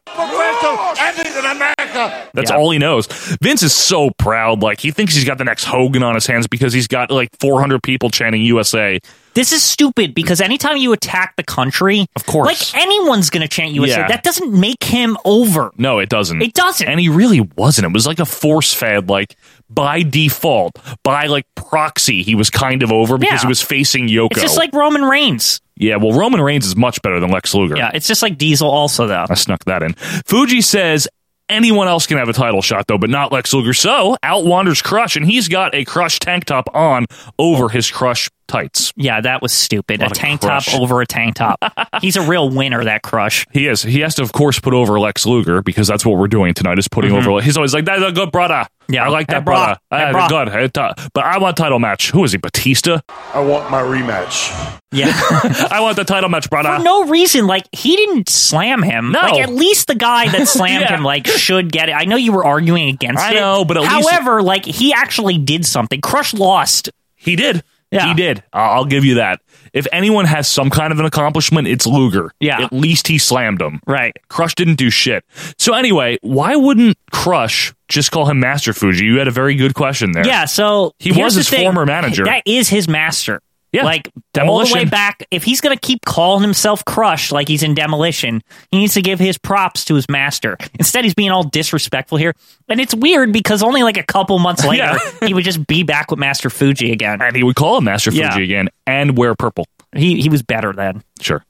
S2: That's
S3: Yeah.
S2: all he knows. Vince is so proud. Like, he thinks he's got the next Hogan on his hands because he's got like 400 people chanting USA.
S3: but This is stupid because anytime you attack the country, of
S2: course.
S3: like anyone's gonna chant USA.
S2: Yeah.
S3: That doesn't make him over.
S2: No, it doesn't.
S3: It doesn't.
S2: And he really wasn't. It was like a force fed, like by default, by like proxy, he was kind of over because
S3: Yeah.
S2: he was facing Yoko.
S3: It's just like Roman Reigns.
S2: yeah, well, Roman Reigns is much better than Lex Luger.
S3: Yeah, it's just like Diesel also though.
S2: I snuck that in. Fuji says anyone else can have a title shot though, but not Lex Luger. So out wanders Crush, and he's got a Crush tank top on over his Crush tights.
S3: Yeah, that was stupid. A
S2: of
S3: tank
S2: crush.
S3: top over a tank top. He's a real winner, that crush.
S2: He is. He has to, of course, put over Lex Luger because that's what we're doing tonight. Is putting over. He's always like, "That's a good brother."
S3: Mm-hmm. Yeah.
S2: I like
S3: Hey,
S2: that
S3: brah.
S2: brother.
S3: Hey,
S2: Hey,
S3: brah.
S2: good. Hey, ta- But I want title match. Who is he? Batista.
S24: I want my rematch.
S3: Yeah.
S2: I want the title match,
S3: For
S2: brother.
S3: no reason, like he didn't slam him.
S2: No.
S3: Like at least the guy that slammed
S2: Yeah.
S3: him like should get it. I know you were arguing against
S2: I
S3: it.
S2: know, but at least-
S3: however, like he actually did something. Crush lost.
S2: He did.
S3: Yeah.
S2: He did. I- I'll give you that. If anyone has some kind of an accomplishment, it's Luger.
S3: Yeah.
S2: At least he slammed him.
S3: Right.
S2: Crush didn't do shit. So anyway, why wouldn't Crush just call him Master Fuji? You had a very good question there.
S3: Yeah, so
S2: He was
S3: here's the
S2: his
S3: thing.
S2: former manager.
S3: That is his master.
S2: Yeah.
S3: Like all the way
S2: Demolition.
S3: back, if he's going to keep calling himself crushed like he's in demolition, he needs to give his props to his master. Instead, he's being all disrespectful here. And it's weird because only like a couple months later, he would just be back with Master Fuji again.
S2: And he would call him Master Fuji again and wear purple.
S3: He he was better then.
S2: Sure.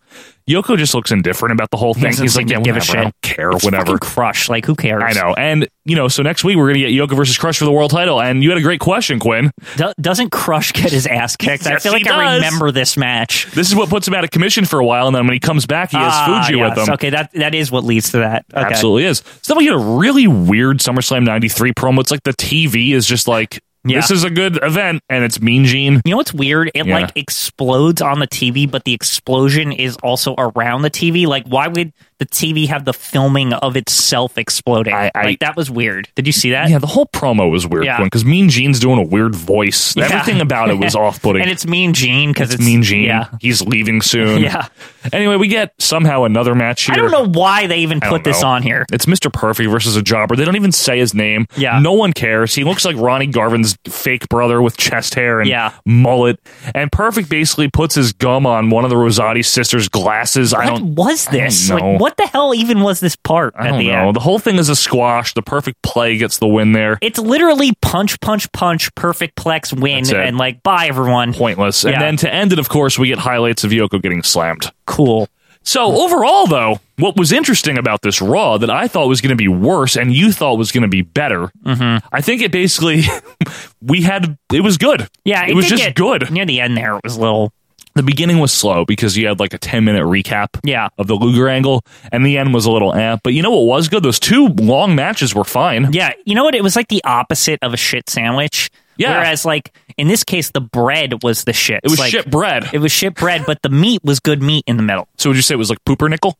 S2: Yoko just looks indifferent about the whole
S3: He
S2: thing.
S3: doesn't
S2: He's like,
S3: seem to
S2: yeah,
S3: give a
S2: whatever.
S3: shit.
S2: I don't care,
S3: It's
S2: whatever.
S3: fucking Crush, like who cares?
S2: I know. And, you know, so next week we're going to get Yoko versus Crush for the world title. And you had a great question, Quinn.
S3: Do- doesn't Crush get his ass kicked? I
S2: Yes,
S3: feel
S2: he
S3: like I
S2: does.
S3: remember this match.
S2: This is what puts him out of commission for a while. And then when he comes back, he has
S3: Ah,
S2: Fuji
S3: yes.
S2: with him.
S3: Okay, that that is what leads to that. Okay.
S2: Absolutely is. So then we get a really weird SummerSlam 93 promo. It's like the TV is just like,
S3: Yeah.
S2: this is a good event. And it's Mean Gene.
S3: You know what's weird? It
S2: Yeah.
S3: like explodes on the TV, but the explosion is also around the TV. Like, why would the TV have the filming of itself exploding? like that was weird. Did you see that?
S2: Yeah, the whole promo was weird
S3: Yeah.
S2: because Mean Gene's doing a weird voice.
S3: Yeah.
S2: Everything about it was off-putting.
S3: and it's Mean Gene because
S2: It's
S3: it's,
S2: Mean Gene.
S3: Yeah.
S2: He's leaving soon.
S3: Yeah.
S2: Anyway, we get somehow another match here.
S3: I don't know why they even
S2: I don't
S3: put this
S2: know.
S3: on here.
S2: It's Mr. Perfect versus a jobber. They don't even say his name.
S3: Yeah.
S2: No one cares. He looks like Ronnie Garvin's fake brother with chest hair and
S3: Yeah.
S2: mullet. And Perfect basically puts his gum on one of the Rosati sisters' glasses. I
S3: What
S2: don't
S3: was
S2: I don't
S3: this?
S2: know.
S3: Like, what the hell even was this part
S2: I
S3: at
S2: don't
S3: the
S2: know.
S3: end?
S2: The whole thing is a squash. The perfect play gets the win there.
S3: It's literally punch, punch, punch, perfect plex win,
S2: That's it.
S3: and like, bye everyone.
S2: Pointless.
S3: Yeah.
S2: And then to end it, of course, we get highlights of Yoko getting slammed.
S3: Cool.
S2: So overall, though, what was interesting about this Raw that I thought was going to be worse and you thought was going to be better,
S3: Mm-hmm.
S2: I think it basically we had it was good.
S3: Yeah,
S2: it, was
S3: did
S2: just
S3: get-
S2: good.
S3: near the end. There it was a little.
S2: The beginning was slow because you had like a ten minute recap.
S3: Yeah.
S2: of the Luger angle, and the end was a little amp. But you know what was good? Those two long matches were fine.
S3: Yeah, you know what? It was like the opposite of a shit sandwich.
S2: Yeah.
S3: Whereas, like in this case, the bread was the shit.
S2: It was
S3: like,
S2: shit bread.
S3: It was shit bread, but the meat was good meat in the middle.
S2: So would you say it was like pooper nickel?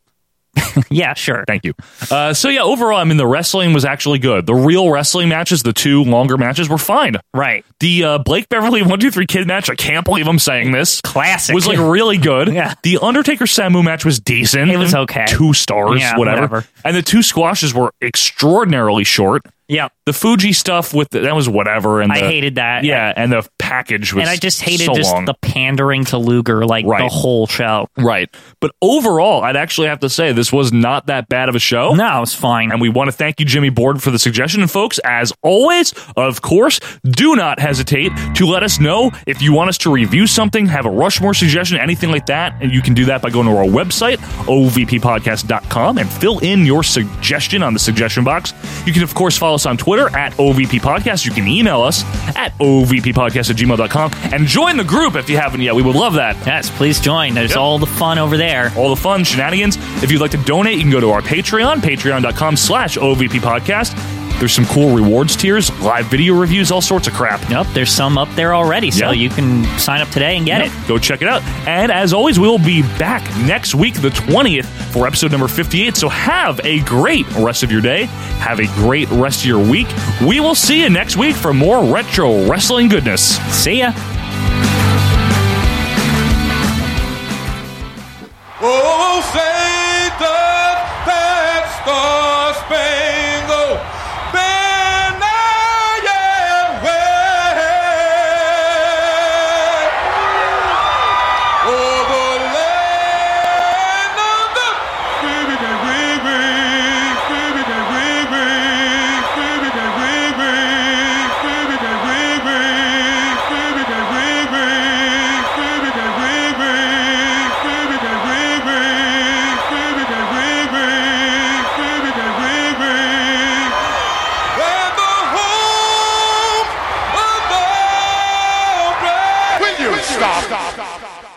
S3: yeah, sure.
S2: Thank you. Uh, so yeah, overall, I mean, the wrestling was actually good. The real wrestling matches, the two longer matches, were fine.
S3: Right.
S2: The uh, Blake Beverly one two three kid match. I can't believe I'm saying this.
S3: Classic.
S2: was like really good. Yeah. The Undertaker Samu match was decent.
S3: It was okay.
S2: Two stars,
S3: Yeah,
S2: whatever.
S3: whatever.
S2: And the two squashes were extraordinarily short.
S3: Yeah.
S2: The Fuji stuff with the, that was whatever. And
S3: I
S2: the-
S3: hated that.
S2: Yeah, and the package was
S3: and I just hated
S2: so
S3: just
S2: long.
S3: the pandering to Luger, like the
S2: Right.
S3: whole show.
S2: Right. But overall, I'd actually have to say this was not that bad of a show.
S3: No, it was fine.
S2: Oh. And we want to thank you, Jimmy Board, for the suggestion. And folks, as always, of course, do not hesitate to let us know if you want us to review something, have a Rushmore suggestion, anything like that. And you can do that by going to our website, ovppodcast.com, and fill in your suggestion on the suggestion box. You can, of course, follow us on Twitter at OVP Podcast. You can email us at ovppodcast at gmail.com and join the group if you haven't yet. We would love that.
S3: Yes, please join. There's all the fun over there.
S2: All the fun, shenanigans. If you'd like to donate, you can go to our Patreon, patreon.com slash OVP podcast. There's some cool rewards tiers, live video reviews, all sorts of crap.
S3: Yep, there's some up there already, so
S2: Yeah.
S3: you can sign up today and get it.
S2: Go check it out. And as always, we'll be back next week, the 20th, for episode number 58. So have a great rest of your day. Have a great rest of your week. We will see you next week for more retro wrestling goodness.
S3: See ya.
S24: Oh, say that that's the Spangled Banner, yeah, way over land of the baby that we bring, baby that we bring, baby that we bring, baby that we bring, baby that we bring, baby that we bring, baby that we bring, baby that we bring, baby that we bring, and the home of the brave.
S7: Will you stop?